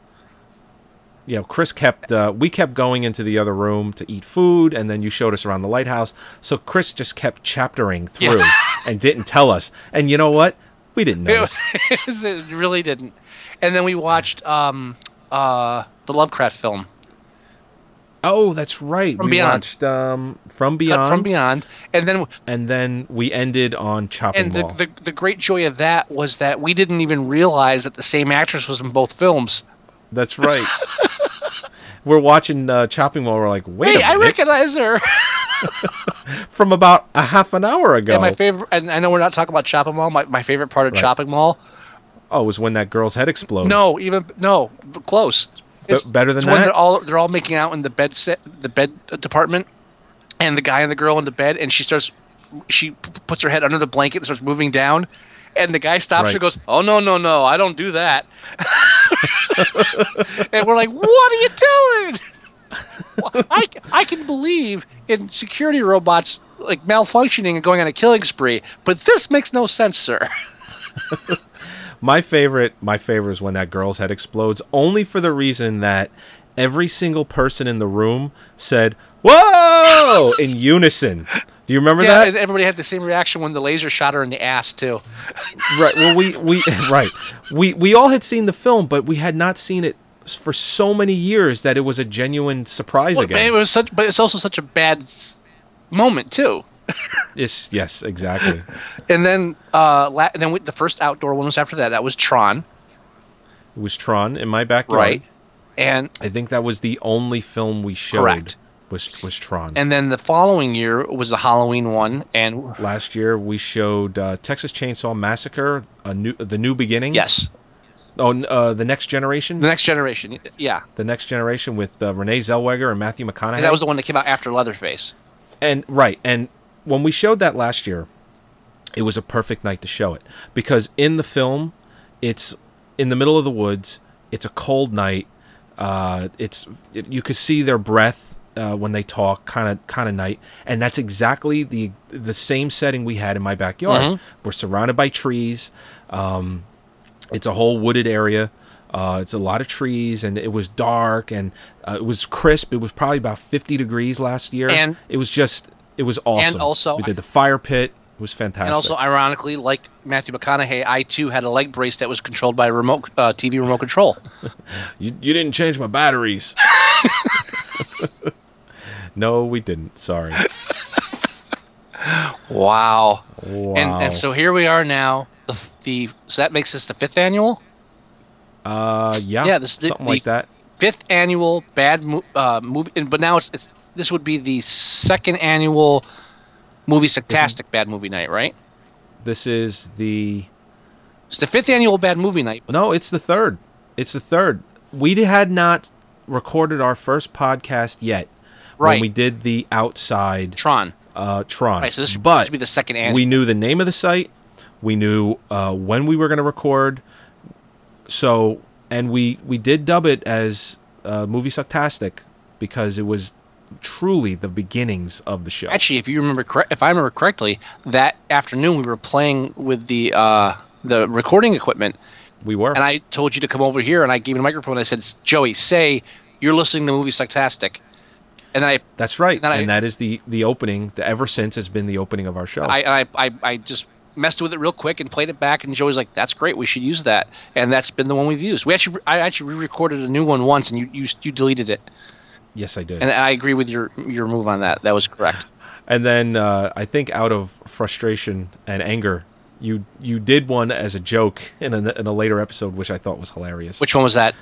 S6: you know, Chris kept uh, we kept going into the other room to eat food, and then you showed us around the lighthouse. So Chris just kept chaptering through
S1: Yeah.
S6: and didn't tell us. And you know what? We didn't notice.
S1: It, was- it really didn't. And then we watched um, uh, the Lovecraft film
S6: oh, that's right.
S1: From
S6: we
S1: Beyond.
S6: watched um, from
S1: Cut
S6: beyond,
S1: uh, from Beyond, and then
S6: and then we ended on chopping
S1: and the,
S6: mall.
S1: the the great joy of that was that we didn't even realize that the same actress was in both films.
S6: that's right. we're watching uh, chopping mall. We're like, wait,
S1: Hey,
S6: a
S1: I
S6: minute,
S1: recognize her.
S6: from about a half an hour ago.
S1: And my favorite, and I know we're not talking about Chopping Mall. My, my favorite part of
S6: Oh. Right.
S1: Chopping Mall.
S6: oh, it was when that girl's head explodes.
S1: No, even no, b- close.
S6: b- better than
S7: It's when
S6: that.
S7: They're all they're all making out in the bed set, the bed department, and the guy and the girl in the bed, and she starts, she p- puts her head under the blanket and starts moving down, and the guy stops her
S6: Right.
S7: and goes, "Oh no no no, I don't do that," and we're like, "What are you doing?" Well, I I can believe in security robots like malfunctioning and going on a killing spree, but this makes no sense, sir.
S6: My favorite, my favorite is when that girl's head explodes, only for the reason that every single person in the room said "Whoa!" in unison. Do you remember
S7: yeah,
S6: that?
S7: and everybody had the same reaction when the laser shot her in the ass too.
S6: right. Well, we we right. We we all had seen the film, but we had not seen it s- for so many years that it was a genuine surprise
S7: Well,
S6: again.
S7: It was such, but it's also such a bad s- moment too.
S6: Yes, yes, exactly.
S7: And then, uh, la- and then we, the first outdoor one was after that. That was Tron,
S6: It was Tron in my backyard.
S7: right? And
S6: I think that was the only film we showed.
S7: Correct.
S6: Was was Tron.
S7: and then the following year was the Halloween one, and
S6: Last year we showed uh, Texas Chainsaw Massacre, a new the new beginning.
S7: Yes.
S6: Oh, n- uh, the next generation.
S7: the Next Generation, yeah.
S6: The next generation with uh, Renee Zellweger and Matthew McConaughey.
S7: And that was the one that came out after Leatherface.
S6: And right, and when we showed that last year, it was a perfect night to show it because in the film, it's in the middle of the woods. It's a cold night. Uh, it's it, you could see their breath uh, when they talk, kind of kind of night, and that's exactly the the same setting we had in my backyard.
S7: Mhm.
S6: We're surrounded by trees. Um, it's a whole wooded area. Uh, it's a lot of trees, and it was dark, and uh, it was crisp. It was probably about fifty degrees last year.
S7: And-
S6: it was just, it was awesome.
S7: also-
S6: we did the fire pit. It was fantastic.
S7: And also, ironically, like Matthew McConaughey, I too had a leg brace that was controlled by a remote uh, TV remote control.
S6: you, you didn't change my batteries. no, we didn't. Sorry.
S7: Wow.
S6: Wow.
S7: And, and so here we are now. The, the so that makes this the fifth annual.
S6: uh, yeah,
S7: Yeah, this- the-
S6: something
S7: the-
S6: like that.
S7: fifth annual bad mo- uh, movie, and, but now it's, it's this would be the second annual movie sarcastic bad movie night, right?
S6: This is the
S7: It's the fifth annual bad movie night.
S6: No, it's the third. It's the third. We d- had not recorded our first podcast yet. When
S7: Right.
S6: we did the outside
S7: Tron.
S6: Uh, Tron.
S7: Right, so this should-
S6: but
S7: this should be the second annual.
S6: We knew the name of the site. We knew uh, when we were going to record. So and we we did dub it as uh, movie sucktastic because it was truly the beginnings of the show.
S7: Actually, if you remember, correct, if I remember correctly, that afternoon we were playing with the uh, the recording equipment,
S6: we were,
S7: and I told you to come over here, and I gave you a microphone. And I said, Joey, say you're listening to movie sarcastic, and I
S6: That's right.
S7: Then I-
S6: and that is the the opening. The ever since has been the opening of our show.
S7: I, I, I, I just messed with it real quick and played it back, and Joey's like, "That's great. We should use that." And that's been the one we've used. We actually, I actually re-recorded a new one once, and you, you, you deleted it.
S6: yes, I did.
S7: And I agree with your, your move on that. That was correct.
S6: And then uh, I think out of frustration and anger, you you did one as a joke in a, in a later episode, which I thought was hilarious.
S7: Which one was that?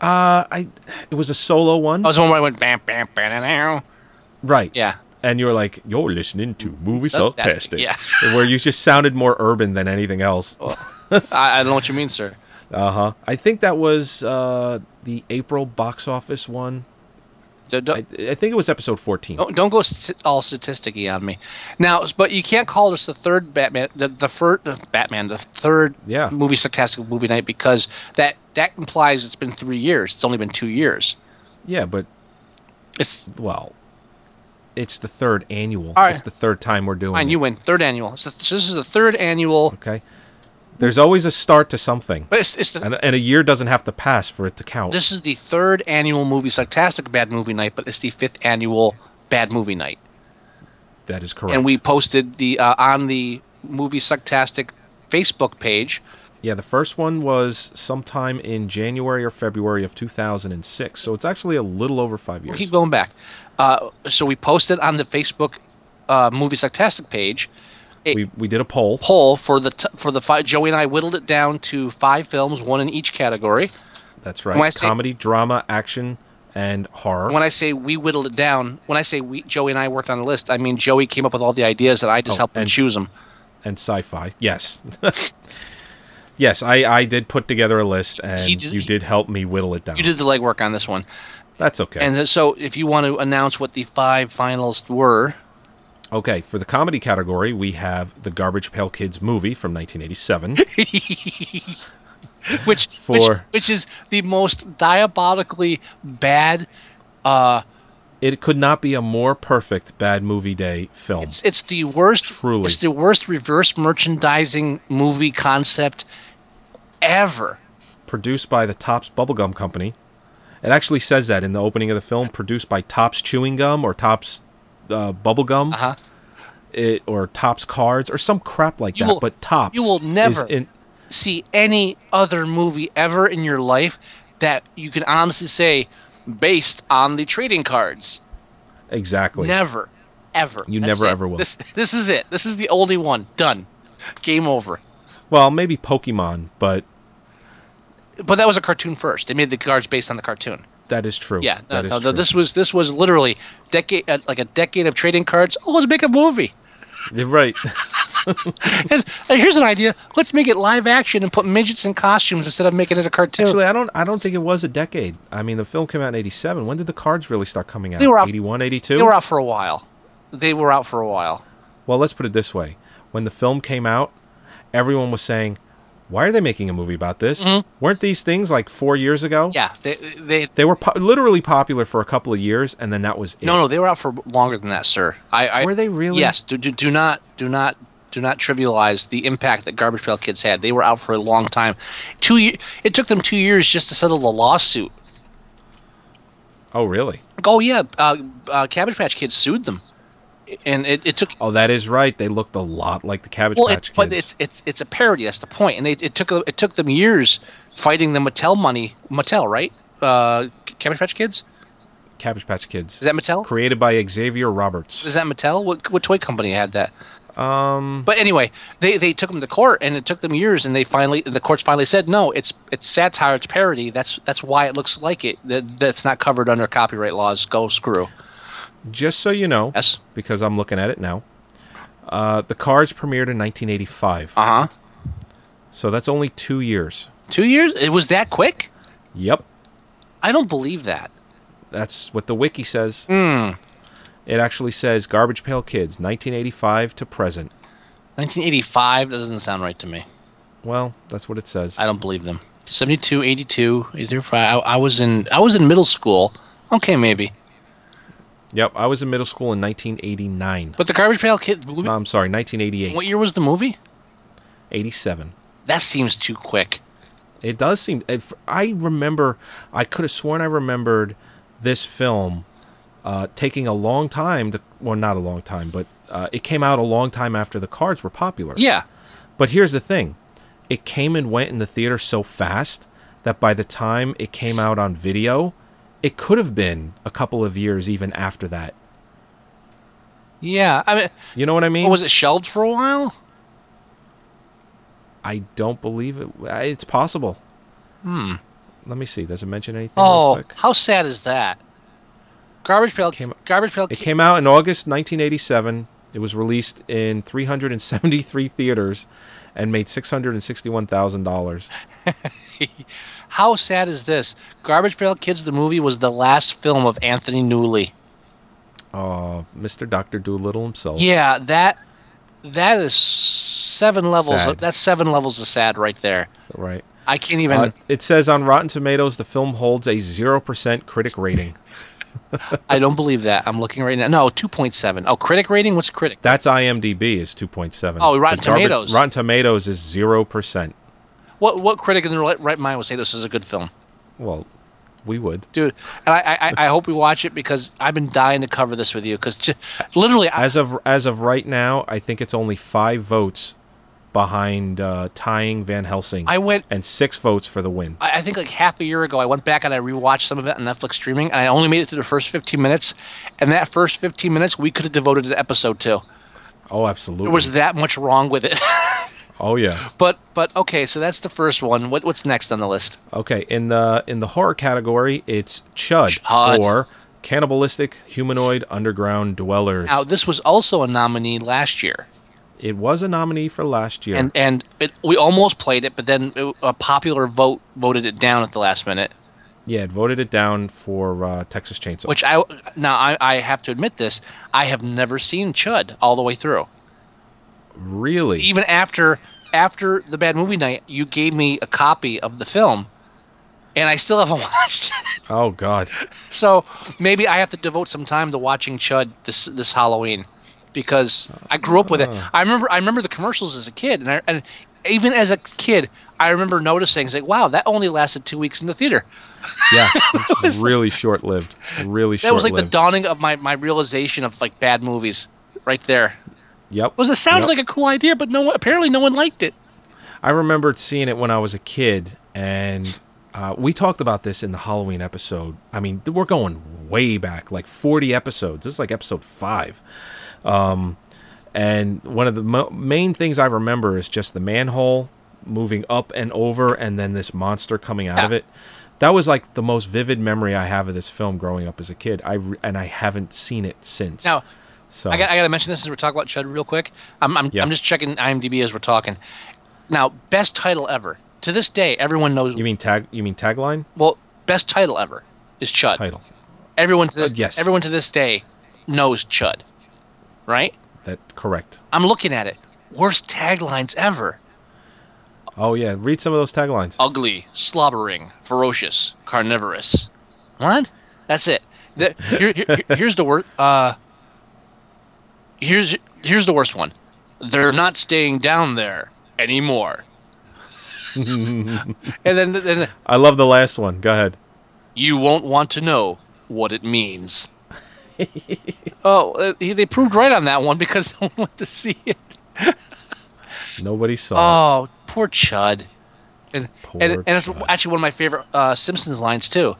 S6: Uh, I it was a solo one.
S7: That was the one where I went bam, bam, bam, bam.
S6: right.
S7: Yeah. Mm,
S6: And you were like, "You're listening to movie
S7: So- that's-
S6: sarcastic,"
S7: yeah.
S6: where you just sounded more urban than anything else.
S7: I, I don't know what you mean, sir.
S6: Uh huh. I think that was uh, the April box office one.
S7: So don't-
S6: I, I think it was episode fourteen.
S1: Oh,
S7: Don't, don't go st- all statisticy on me. Now, but you can't call this the third Batman, the, the first Batman, the third
S6: Yeah.
S7: movie sarcastic movie night because that that implies it's been three years. It's only been two years.
S6: Yeah, but
S7: it's
S6: well, it's the third annual.
S7: All right.
S6: It's the third time we're doing.
S7: Fine,
S6: it.
S7: you win. Third annual. So, so this is the third annual.
S6: Okay. There's always a start to something.
S7: But it's, it's the,
S6: And, and a year doesn't have to pass for it to count.
S7: this is the third annual movie sarcastic bad movie night, but it's the fifth annual bad movie night.
S6: that is correct.
S7: And we posted the uh, on the movie sarcastic Facebook page.
S6: yeah, the first one was sometime in January or February of 2006. So it's actually a little over five
S7: We'll
S6: years.
S7: keep going back. Uh, so we posted on the Facebook uh, movie sarcastic page a
S6: We, we did a poll.
S7: poll for the t- for the five. Joey and I whittled it down to five films, one in each category.
S6: That's
S7: When I
S6: right.
S7: say-
S6: Comedy, drama, action, and horror.
S7: When I say we whittled it down, when I say we, Joey and I worked on a list, I mean Joey came up with all the ideas and I just
S6: Oh,
S7: helped him
S6: and-
S7: choose them.
S6: and sci-fi. Yes. yes, I, I did put together a list, and
S1: He did-
S6: you did help me whittle it down.
S1: You did the legwork on this one.
S6: That's okay.
S1: And then- so, if you want to announce what the five finalists were,
S6: Okay, for the comedy category, we have the Garbage Pail Kids movie from 1987.
S1: which which,
S6: For-
S1: which is the most diabolically bad. Uh,
S6: it could not be a more perfect bad movie day film.
S1: it's the worst.
S6: Truly.
S1: it's the worst reverse merchandising movie concept ever.
S6: produced by the Tops Bubblegum Company. It actually says that in the opening of the film, produced by Tops Chewing Gum or Tops uh, Bubblegum. Uh-huh. It, or Tops Cards or some crap like
S1: You
S6: that.
S1: will-
S6: but Tops.
S1: you will
S6: is
S1: never
S6: in-
S1: see any other movie ever in your life that you can honestly say based on the trading cards.
S6: exactly.
S1: Never, ever.
S6: You
S1: That's
S6: never,
S1: it.
S6: ever will.
S1: This, this is it. This is the only one. Done. Game over.
S6: Well, maybe Pokemon, but
S1: But that was a cartoon first. They made the cards based on the cartoon.
S6: that is true.
S1: Yeah. No,
S6: That is
S1: no, no,
S6: true.
S1: this was this was literally decade uh, like a decade of trading cards. Oh, let's make a movie.
S6: You're right.
S1: and, uh, here's an idea. Let's make it live action and put midgets in costumes instead of making it a cartoon.
S6: Actually, I don't. I don't think it was a decade. I mean, the film came out in '87. When did the cards really start coming out?
S1: They were out-
S6: 81, 82.
S1: they were out for a while. They were out for a while.
S6: Well, let's put it this way: when the film came out, everyone was saying, "Why are they making a movie about this?
S1: Mhm.
S6: Weren't these things like four years ago?"
S1: Yeah. They they
S6: They were po- literally popular for a couple of years, and then that was it.
S1: No, no, they were out for longer than that, sir. I, I
S6: Were they really?
S1: Yes. Do, do, do not do not do not trivialize the impact that Garbage Pail Kids had. They were out for a long time. Two ye- it took them two years just to settle the lawsuit.
S6: Oh, really?
S1: Like, Oh yeah, uh, uh, Cabbage Patch Kids sued them, and it, it took.
S6: Oh, that is right. They looked a lot like the Cabbage
S1: Well,
S6: Patch
S1: it's,
S6: Kids.
S1: but it's it's it's a parody. That's the point. And they, it took it took them years fighting the Mattel money. Mattel, right? Uh, Cabbage Patch Kids.
S6: Cabbage Patch Kids. Is
S1: that Mattel?
S6: Created by Xavier Roberts.
S1: Is that Mattel? What what toy company had that? Um. But anyway, they they took them to court, and it took them years, and they finally the courts finally said no, it's it's satire, it's parody. That's that's why it looks like it. That that's not covered under copyright laws. Go screw.
S6: Just so you know,
S1: yes,
S6: because I'm looking at it now. Uh, the cards premiered in 1985.
S1: Uh huh.
S6: So that's only two years.
S1: Two years? It was that quick?
S6: Yep.
S1: I don't believe that.
S6: That's what the wiki says.
S1: Hmm.
S6: It actually says Garbage Pail Kids, 1985 to present.
S1: 1985 that doesn't sound right to me.
S6: Well, that's what it says.
S1: I don't believe them. 72, 82, 85. I, I was in I was in middle school. Okay, maybe.
S6: Yep, I was in middle school in 1989.
S1: But the Garbage Pail Kid movie.
S6: No, I'm sorry, 1988.
S1: What year was the movie?
S6: 87.
S1: That seems too quick.
S6: It does seem. If I remember, I could have sworn I remembered this film uh, taking a long time to. Well, not a long time, but uh, it came out a long time after the cards were popular.
S1: Yeah.
S6: But here's the thing it came and went in the theater so fast that by the time it came out on video, it could have been a couple of years even after that.
S1: Yeah. I mean,
S6: You know what I mean?
S1: Well, was it shelved for a while?
S6: I don't believe it. I- It's possible.
S1: Hmm.
S6: Let me see. Does it mention anything? real
S1: Oh,
S6: quick?
S1: how sad is that? Garbage pail. garbage pail.
S6: It came out in August 1987. It was released in 373 theaters and made $661,000.
S1: How sad is this? Garbage pail kids. The movie was the last film of Anthony Newley.
S6: Oh, Mr. Dr. Doolittle himself.
S1: Yeah, that that is seven levels.
S6: Sad.
S1: Of, that's seven levels of sad right there.
S6: Right.
S1: I can't even.
S6: Uh, it says on Rotten Tomatoes the film holds a 0% critic rating.
S1: I don't believe that. I'm looking right now. No, two point seven. Oh, critic rating. What's critic?
S6: That's IMDb is 2.7.
S1: Oh, Rotten
S6: The garbage-
S1: Tomatoes.
S6: Rotten Tomatoes is 0%.
S1: What what critic in their right- right mind would say this is a good film?
S6: Well, we would.
S1: dude. And I, I, I- I hope we watch it because I've been dying to cover this with you because literally, I,
S6: As of as of right now, I think it's only 5 votes behind uh, tying Van Helsing
S1: I went.
S6: and 6 votes for the win.
S1: I I think like half a year ago, I went back and I rewatched some of it on Netflix streaming, and I only made it through the first 15 minutes. And that first 15 minutes, we could have devoted an episode to.
S6: Oh, absolutely.
S1: There was that much wrong with it.
S6: Oh yeah.
S1: but but okay, so that's the first one. What what's next on the list?
S6: Okay. In the in the horror category, it's Chud,
S1: Chud.
S6: or
S7: Uh,
S6: cannibalistic humanoid underground dwellers.
S1: Now this was also a nominee last year.
S6: It was a nominee for last year.
S7: And and it, we almost played it, but then it, a popular vote voted it down at the last minute.
S6: yeah, it voted it down for uh, Texas Chainsaw.
S7: Which I now I, I have to admit this. I have never seen Chud all the way through.
S6: really?
S7: Even after after the bad movie night, you gave me a copy of the film, and I still haven't watched it.
S6: oh God.
S7: So maybe I have to devote some time to watching Chud this this Halloween because I grew up with it.
S6: Uh-huh.
S7: I remember I remember the commercials as a kid, and I, and even as a kid, I remember noticing it's like, wow, that only lasted two weeks in the theater.
S6: Yeah, it's really short lived. Really
S7: That
S6: short
S7: was like the
S6: lived.
S7: dawning of my my realization of like bad movies, right there.
S6: yep.
S7: Was it sounded
S6: Yep.
S7: like a cool idea, but no one apparently no one liked it.
S6: I remembered seeing it when I was a kid, and uh, we talked about this in the Halloween episode. I mean, th- we're going way back, like 40 episodes. This is like episode five. Um, and one of the mo- main things I remember is just the manhole moving up and over, and then this monster coming out of
S7: Yeah.
S6: it. That was like the most vivid memory I have of this film growing up as a kid. I re- and I haven't seen it since.
S7: Now,
S6: so
S7: I got, I got to mention this as we're talking about Chud real quick. I'm, I'm,
S6: Yeah.
S7: I'm just checking IMDb as we're talking. Now, best title ever. To this day, everyone knows.
S6: you mean tag? You mean tagline?
S7: Well, best title ever is Chud.
S6: Title.
S7: Everyone to this,
S6: yes.
S7: everyone to this day knows Chud, right?
S6: That correct?
S7: I'm looking at it. Worst taglines ever:
S6: Oh yeah, read some of those taglines.
S7: ugly, slobbering, ferocious, carnivorous. What? That's it. The- here- here- here's the worst. Uh, here's here's the worst one. They're not staying down there anymore. And then, then
S6: I love the last one. Go ahead.
S7: you won't want to know what it means. oh, uh, he- they proved right on that one because no one went to see it.
S6: Nobody saw.
S7: Oh, poor Chud. And and,
S6: Poor
S7: and it's
S6: Chud.
S7: actually one of my favorite uh, Simpsons lines too.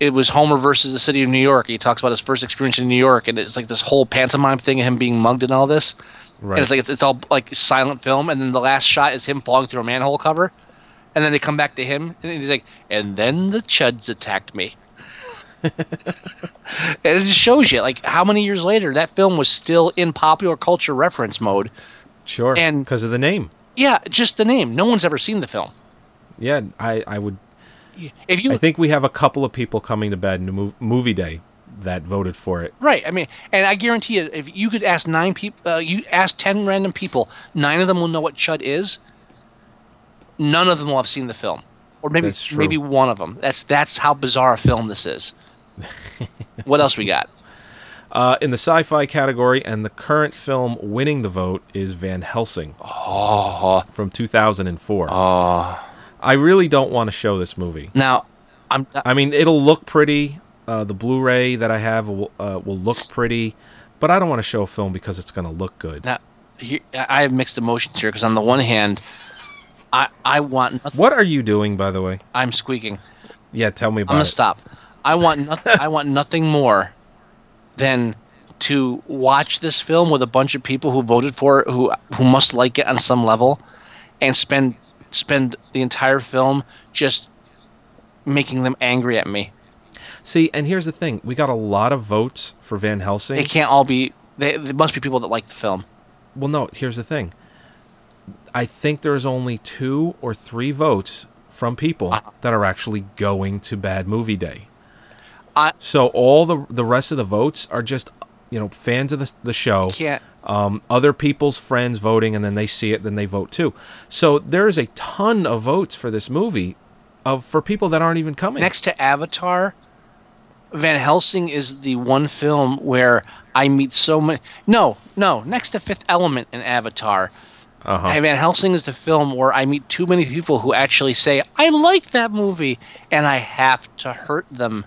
S7: It was Homer versus the city of New York. He talks about his first experience in New York, and it's like this whole pantomime thing of him being mugged and all this.
S6: Right.
S7: And it's like it's, it's all like silent film, and then the last shot is him falling through a manhole cover, and then they come back to him, and he's like, "And then the Chuds attacked me." and it just shows you like how many years later that film was still in popular culture reference mode.
S6: sure.
S7: and-
S6: because of the name.
S7: Yeah, just the name. No one's ever seen the film.
S6: Yeah, I, I would.
S7: If you
S6: I think we have a couple of people coming to bed in mov- movie day that voted for it.
S7: Right. I mean, and I guarantee you, if you could ask nine people, uh, you ask ten random people, nine of them will know what Chud is. None of them will have seen the film, or maybe
S6: That's true.
S7: maybe one of them. That's that's how bizarre a film this is. what else we got?
S6: Uh, in the sci-fi category, and the current film winning the vote is Van Helsing
S7: Oh,
S6: from 2004.
S7: oh.
S6: I really don't want to show this movie.
S7: Now, I'm
S6: I mean, it'll look pretty. Uh, the Blu-ray that I have will, uh, will look pretty, but I don't want to show a film because it's going to look good.
S7: now, here, I have mixed emotions here because on the one hand, I I want nothing.
S6: What are you doing, by the way?
S7: I'm squeaking.
S6: Yeah, tell me
S7: I'm
S6: about
S7: gonna
S6: it.
S7: stop. I want nothing. I want nothing more than to watch this film with a bunch of people who voted for it, who who must like it on some level, and spend spend the entire film just making them angry at me.
S6: See, and here's the thing: we got a lot of votes for Van Helsing.
S7: They can't all be. They, there must be people that like the film.
S6: Well, no, here's the thing. I think there's only two or three votes from people
S7: Uh-huh.
S6: that are actually going to Bad Movie Day.
S7: I-
S6: so all the the rest of the votes are just you know fans of the the show.
S7: Can't.
S6: Um, other people's friends voting, and then they see it, then they vote too. So there is a ton of votes for this movie, of for people that aren't even coming.
S7: Next to Avatar, Van Helsing is the one film where I meet so many. No, no. Next to Fifth Element and Avatar,
S6: uh-huh.
S7: Hey, Van Helsing is the film where I meet too many people who actually say, I like that movie, and I have to hurt them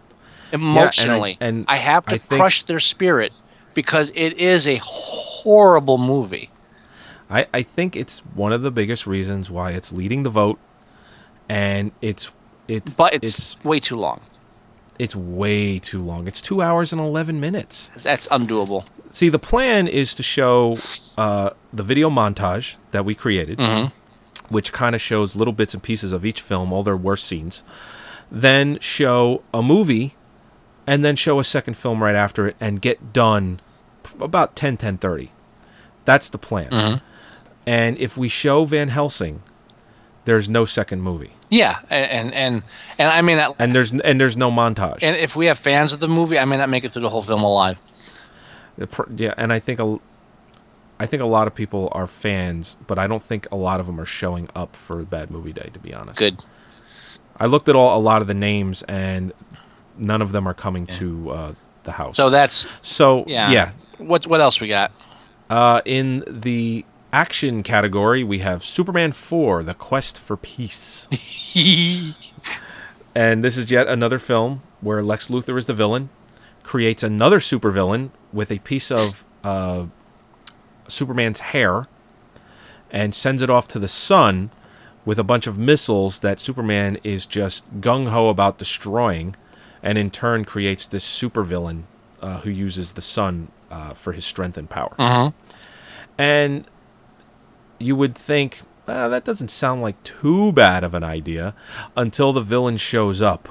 S7: emotionally.
S6: and I- and
S7: have to
S6: I think-
S7: crush their spirit because it is a horrible movie.
S6: I, I think it's one of the biggest reasons why it's leading the vote, and it's it's
S7: But it's, way too long.
S6: it's it's way too long. It's two hours and eleven minutes.
S7: That's undoable.
S6: See, the plan is to show uh, the video montage that we created, which kind of shows little bits and pieces of each film, all their worst scenes. Then show a movie, and then show a second film right after it, and get done p- about 10, 10.30. That's the plan.
S7: Mhm.
S6: And if we show Van Helsing, there's no second movie,
S7: Yeah, a- and and and I may not.
S6: and there's and there's no montage.
S7: And if we have fans of the movie, I may not make it through the whole film alive.
S6: The pr- yeah, and I think a, I think a lot of people are fans, but I don't think a lot of them are showing up for Bad Movie Day. To be honest,
S7: Good.
S6: I looked at all a lot of the names, and none of them are coming to uh, the house.
S7: So that's
S6: so
S7: yeah.
S6: yeah.
S7: What what else we got?
S6: Uh, in the action category, we have Superman 4: The Quest for Peace.
S7: Oh,
S6: and this is yet another film where Lex Luthor is the villain, creates another supervillain with a piece of uh, Superman's hair and sends it off to the sun with a bunch of missiles that Superman is just gung ho about destroying, and in turn creates this supervillain uh, who uses the sun uh, for his strength and power.
S7: Mhm.
S6: And you would think "Ah, that doesn't sound like too bad of an idea until the villain shows up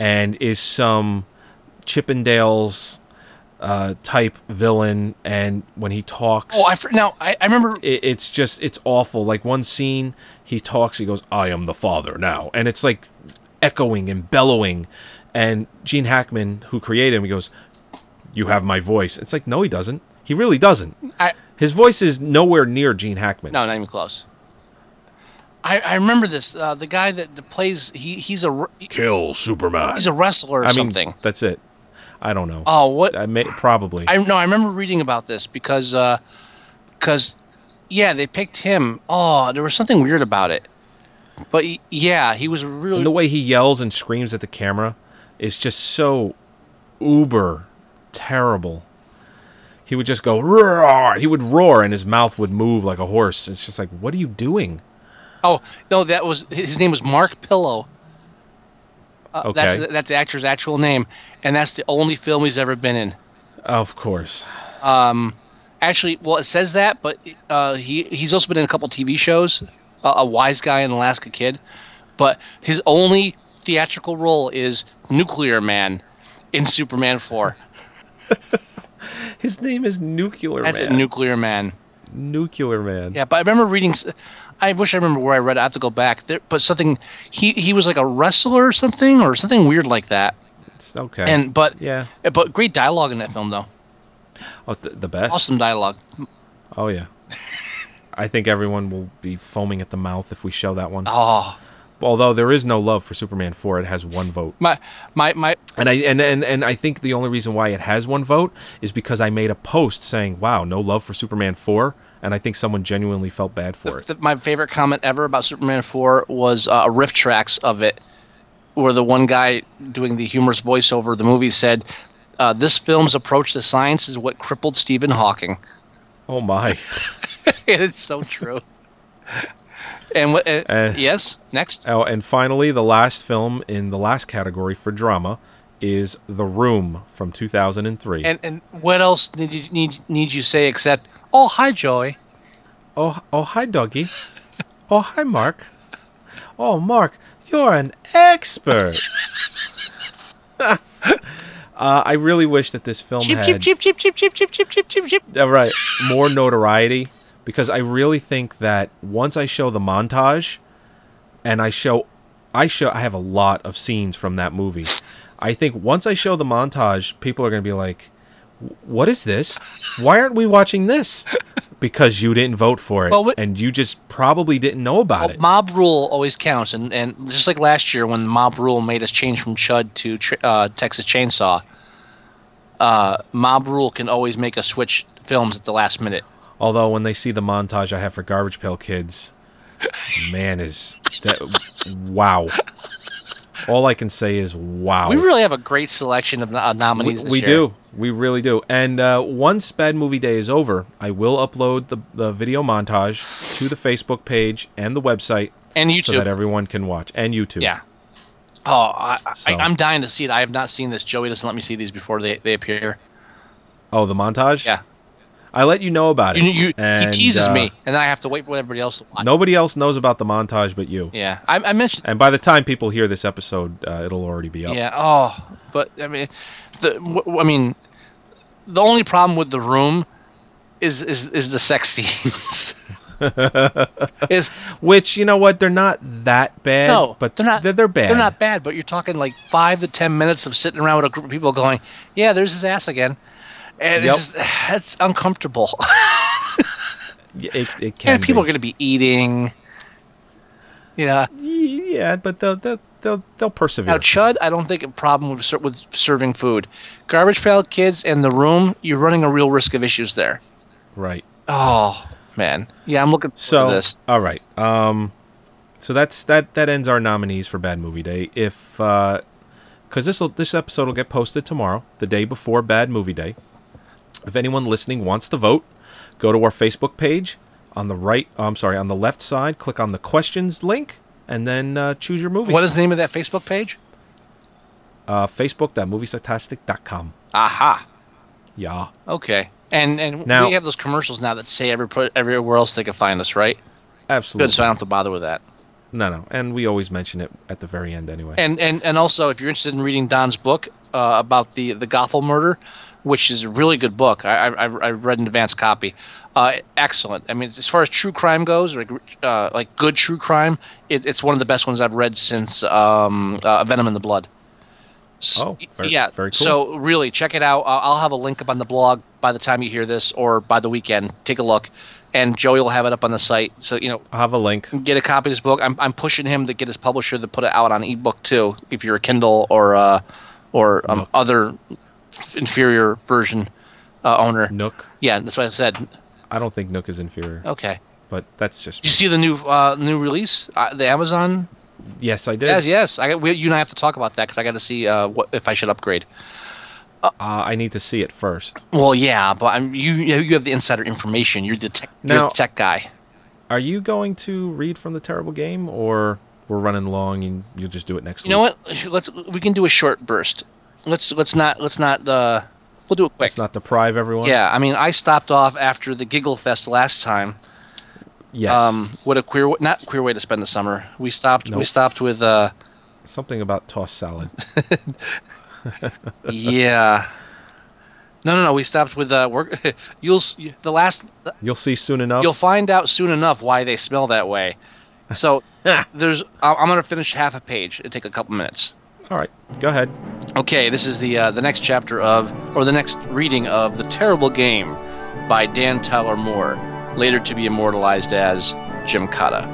S6: and is some Chippendales uh, type villain. And when he talks,
S7: Oh, I fr- now I, I remember.
S6: it, it's just it's awful. Like one scene, he talks, he goes, "I am the father now," and it's like echoing and bellowing. And Gene Hackman, who created him, he goes, "You have my voice." It's like no, he doesn't. He really doesn't.
S7: I,
S6: His voice is nowhere near Gene Hackman's.
S7: No, not even close. I, I remember this. Uh, the guy that plays he he's a wr-
S6: Kill Superman.
S7: He's a wrestler or
S6: I mean,
S7: something.
S6: that's it. I don't know.
S7: Oh, what?
S6: I may, probably.
S7: I no, I remember reading about this because because yeah, they picked him. Oh, there was something weird about it. But y- yeah, he was really
S6: and the way he yells and screams at the camera is just so uber terrible. He would just go roar. He would roar, and his mouth would move like a horse. It's just like, what are you doing?
S7: Oh no, that was his name was Mark Pillow. Uh,
S6: Okay.
S7: That's that's the actor's actual name, and that's the only film he's ever been in.
S6: Of course.
S7: Um, actually, well, it says that, but uh, he he's also been in a couple TV shows, uh, a wise guy and Alaska Kid, but his only theatrical role is Nuclear Man in Superman Four.
S6: His name is Nuclear
S7: That's
S6: Man.
S7: it, Nuclear Man.
S6: Nuclear Man.
S7: Yeah, but I remember reading. s- I wish I remember where I read. it. I have to go back. There, but something he he was like a wrestler or something or something weird like that.
S6: It's okay.
S7: And but
S6: yeah,
S7: but great dialogue in that film though.
S6: oh, th- the best.
S7: Awesome dialogue.
S6: Oh yeah. I think everyone will be foaming at the mouth if we show that one.
S7: Oh.
S6: Although there is no love for Superman 4, it has one vote.
S7: My my my.
S6: And I and, and and I think the only reason why it has one vote is because I made a post saying, "Wow, no love for Superman 4," and I think someone genuinely felt bad for it.
S7: the, my favorite comment ever about Superman 4 was uh, riff tracks of it, where the one guy doing the humorous voiceover of the movie said, uh, "This film's approach to science is what crippled Stephen Hawking,"
S6: Oh my.
S7: and it's so true. and what? Uh,
S6: Uh,
S7: yes, next.
S6: Oh, and finally, the last film in the last category for drama is The Room from 2003.
S7: And and what else need you need need you say except, "Oh hi Joey."
S6: oh, oh, hi, doggy. oh, hi, Mark. Oh, Mark, you're an expert. uh, I really wish that this film
S7: Chip
S6: had
S7: chip chip chip chip chip chip chip chip chip chip.
S6: Yeah, right. More notoriety because I really think that once I show the montage and I show I show I have a lot of scenes from that movie. I think once I show the montage, people are going to be like, "What is this? Why aren't we watching this?" Because you didn't vote for it
S7: Well, what-
S6: and you just probably didn't know about it.
S7: Mob rule always counts, and, and just like last year when mob rule made us change from Chud to tr- uh, Texas Chainsaw, uh, mob rule can always make us switch films at the last minute.
S6: Although when they see the montage I have for Garbage Pail Kids, man is that wow. All I can say is wow.
S7: We really have a great selection of, no- of nominees.
S6: We, we do. We really do. And uh, once Bad Movie Day is over, I will upload the, the video montage to the Facebook page and the website.
S7: And
S6: So
S7: YouTube.
S6: that everyone can watch. And YouTube.
S7: Yeah. Oh, I,
S6: So-
S7: I, I'm dying to see it. I have not seen this. Joey doesn't let me see these before they, they appear.
S6: Oh, the montage?
S7: Yeah.
S6: I let you know about it.
S7: You, you,
S6: And,
S7: he teases
S6: uh,
S7: me, and then I have to wait for everybody else to watch.
S6: Nobody else knows about the montage but you.
S7: Yeah, I, I mentioned.
S6: And by the time people hear this episode, uh, it'll already be up.
S7: Yeah. Oh, but I mean, the w- w- I mean, the only problem with the room is is is the sex scenes.
S6: Which you know what? They're not that bad.
S7: No,
S6: but they're not. They're, bad.
S7: They're not bad, but you're talking like five to ten minutes of sitting around with a group of people going, "Yeah, there's his ass again," and
S6: Yep.
S7: it's just, that's uncomfortable.
S6: It, it can
S7: and people
S6: be.
S7: are going to be eating. You know,
S6: yeah, but they'll they'll they'll, they'll persevere.
S7: Now, Chud, I don't think a problem with ser- with serving food. Garbage Pail Kids and The Room, you're running a real risk of issues there.
S6: Right.
S7: Oh man. Yeah, I'm looking.
S6: So
S7: to this.
S6: all right. Um, so that's that. That ends our nominees for Bad Movie Day. If because this will this episode will get posted tomorrow, the day before Bad Movie Day. If anyone listening wants to vote, go to our Facebook page on the right. oh, I'm sorry, on the left side. Click on the questions link and then uh, choose your movie.
S7: What is the name of that Facebook page?
S6: Uh, Facebook.moviesattastic.com.
S7: Aha.
S6: Yeah.
S7: Okay. And and
S6: Now-
S7: we have those commercials now that say every put everywhere else they can find us, right?
S6: Absolutely.
S7: Good. So I don't have to bother with that.
S6: No, no. And we always mention it at the very end anyway.
S7: And and and also, if you're interested in reading Don's book uh, about the the Gothel murder, which is a really good book, I I, I I read an advance copy. Uh, excellent. I mean, as far as true crime goes, like uh, like good true crime, it, it's one of the best ones I've read since um, uh, Venom in the Blood.
S6: oh, very,
S7: yeah.
S6: Very cool.
S7: So really, check it out. Uh, I'll have a link up on the blog by the time you hear this, or by the weekend. Take a look, and Joey will have it up on the site. So you know,
S6: I'll have a link.
S7: get a copy of this book. I'm, I'm pushing him to get his publisher to put it out on ebook too. If you're a Kindle or uh, or um, other inferior version uh, owner,
S6: Nook.
S7: Yeah, that's what I said.
S6: I don't think Nook is inferior.
S7: Okay.
S6: But that's just
S7: Did you see the new uh, new release, uh, the Amazon?
S6: yes, I did.
S7: Yes, yes. I got, we, you and I have to talk about that because I got to see uh, what if I should upgrade.
S6: Uh, I need to see it first.
S7: Well, yeah, but I'm, you you have the insider information. You're the tech, you're
S6: Now-
S7: the tech guy.
S6: Are you going to read from the terrible game, or we're running long and you'll just do it next
S7: You
S6: week?
S7: know what? Let's we can do a short burst. Let's let's not let's not uh, we'll do it quick.
S6: Let's not deprive everyone.
S7: Yeah, I mean, I stopped off after the Giggle Fest last time.
S6: Yes.
S7: Um, what a queer, not queer way to spend the summer. We stopped. We
S6: Nope.
S7: stopped with. Uh,
S6: Something about tossed salad.
S7: yeah. No, no, no. We stopped with uh, work. you'll s- the last.
S6: You'll see soon enough.
S7: You'll find out soon enough why they smell that way. So there's. I- I'm gonna finish half a page. It take a couple minutes.
S6: All right. Go ahead.
S7: Okay, this is the uh, the next chapter of, or the next reading of, The Terrible Game by Dan Tyler Moore, later to be immortalized as Jim Cotta.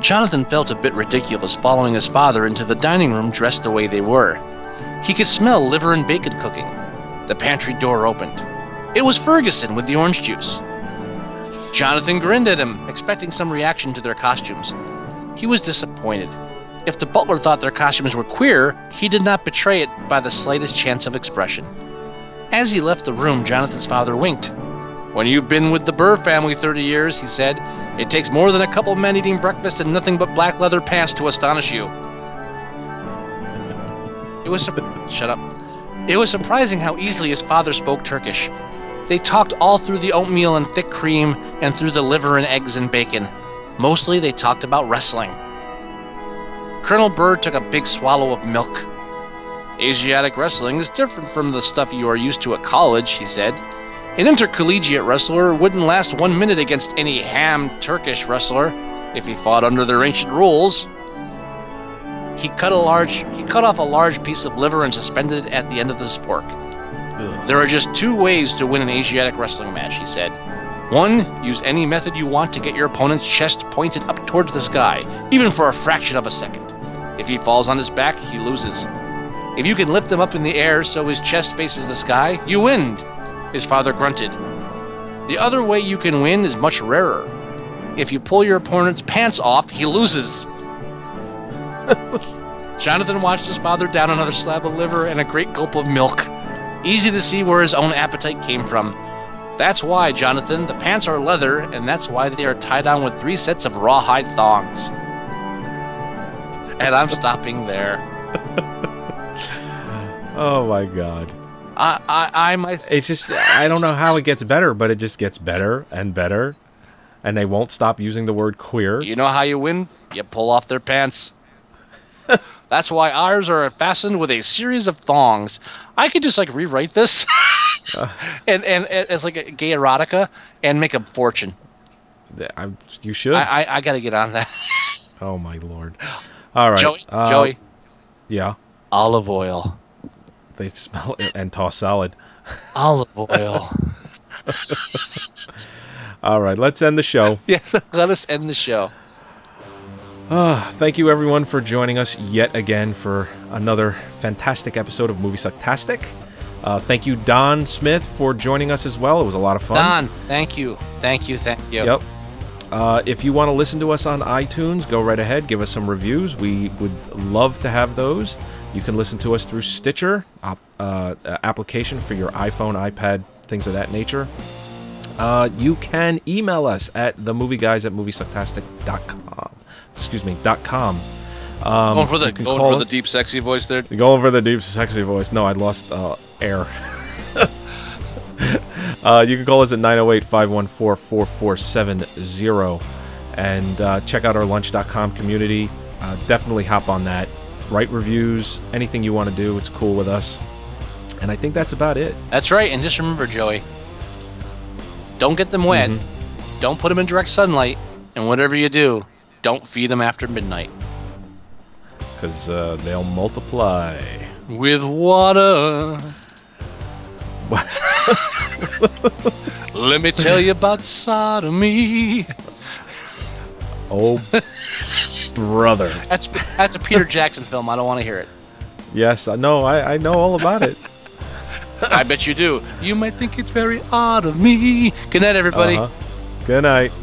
S7: Jonathan felt a bit ridiculous following his father into the dining room dressed the way they were. He could smell liver and bacon cooking. The pantry door opened. It was Ferguson with the orange juice. Jonathan grinned at him, expecting some reaction to their costumes. He was disappointed. If the butler thought their costumes were queer, he did not betray it by the slightest chance of expression. As he left the room, Jonathan's father winked. When you've been with the Burr family 30 years, he said, it takes more than a couple men eating breakfast and nothing but black leather pants to astonish you. It was sur- shut up. It was surprising how easily his father spoke Turkish. They talked all through the oatmeal and thick cream and through the liver and eggs and bacon. Mostly they talked about wrestling. Colonel Burr took a big swallow of milk. Asiatic wrestling is different from the stuff you are used to at college, he said. An intercollegiate wrestler wouldn't last one minute against any ham Turkish wrestler if he fought under their ancient rules. He cut a large he cut off a large piece of liver and suspended it at the end of his fork. There are just two ways to win an Asiatic wrestling match, he said. One, use any method you want to get your opponent's chest pointed up towards the sky, even for a fraction of a second. If he falls on his back, he loses. If you can lift him up in the air so his chest faces the sky, you win, his father grunted. The other way you can win is much rarer. If you pull your opponent's pants off, he loses. Jonathan watched his father down another slab of liver and a great gulp of milk. Easy to see where his own appetite came from. That's why, Jonathan, the pants are leather, and that's why they are tied on with three sets of rawhide thongs. And I'm stopping there.
S6: Oh my god.
S7: I, I, I myself.
S6: It's just I don't know how it gets better, but it just gets better and better, and they won't stop using the word queer.
S7: You know how you win? You pull off their pants. That's why ours are fastened with a series of thongs. I could just like rewrite this,
S6: Uh.
S7: and, and and as like a gay erotica, and make a fortune.
S6: I, you should.
S7: I, I, I got to get on that.
S6: Oh my lord! All right,
S7: Joey,
S6: uh,
S7: Joey.
S6: Yeah,
S7: olive oil.
S6: They smell it and toss salad.
S7: Olive oil.
S6: All right, let's end the show.
S7: Yes, let us end the show.
S6: Ah, thank you everyone for joining us yet again for another fantastic episode of Movie Sucktastic. Uh, thank you, Don Smith, for joining us as well. It was a lot of fun.
S7: Don, thank you, thank you, thank you.
S6: Yep. Uh, if you want to listen to us on iTunes, go right ahead. Give us some reviews. We would love to have those. You can listen to us through Stitcher op- uh, uh, application for your iPhone, iPad, things of that nature. Uh, you can email us at themovieguys at moviesucktastic.com. Excuse me, dot com. Um,
S7: going for the
S6: you can
S7: going
S6: call
S7: for the
S6: us-
S7: deep sexy voice there.
S6: Go over the deep, sexy voice. No, I lost uh, air. uh, you can call us at 908 514 4470 and uh, check out our lunch.com community. Uh, definitely hop on that. Write reviews, anything you want to do. It's cool with us. And I think that's about it.
S7: That's right. And just remember, Joey, don't get them wet. Don't put them in direct sunlight. And whatever you do, don't feed them after midnight.
S6: Because uh, they'll multiply.
S7: With water. Let me tell you about sodomy.
S6: Oh, brother.
S7: That's that's a Peter Jackson film. I don't want to hear it.
S6: Yes, I know. I, I know all about it.
S7: I bet you do. You might think it's very odd of me. Good night, everybody.
S6: Uh-huh. Good night.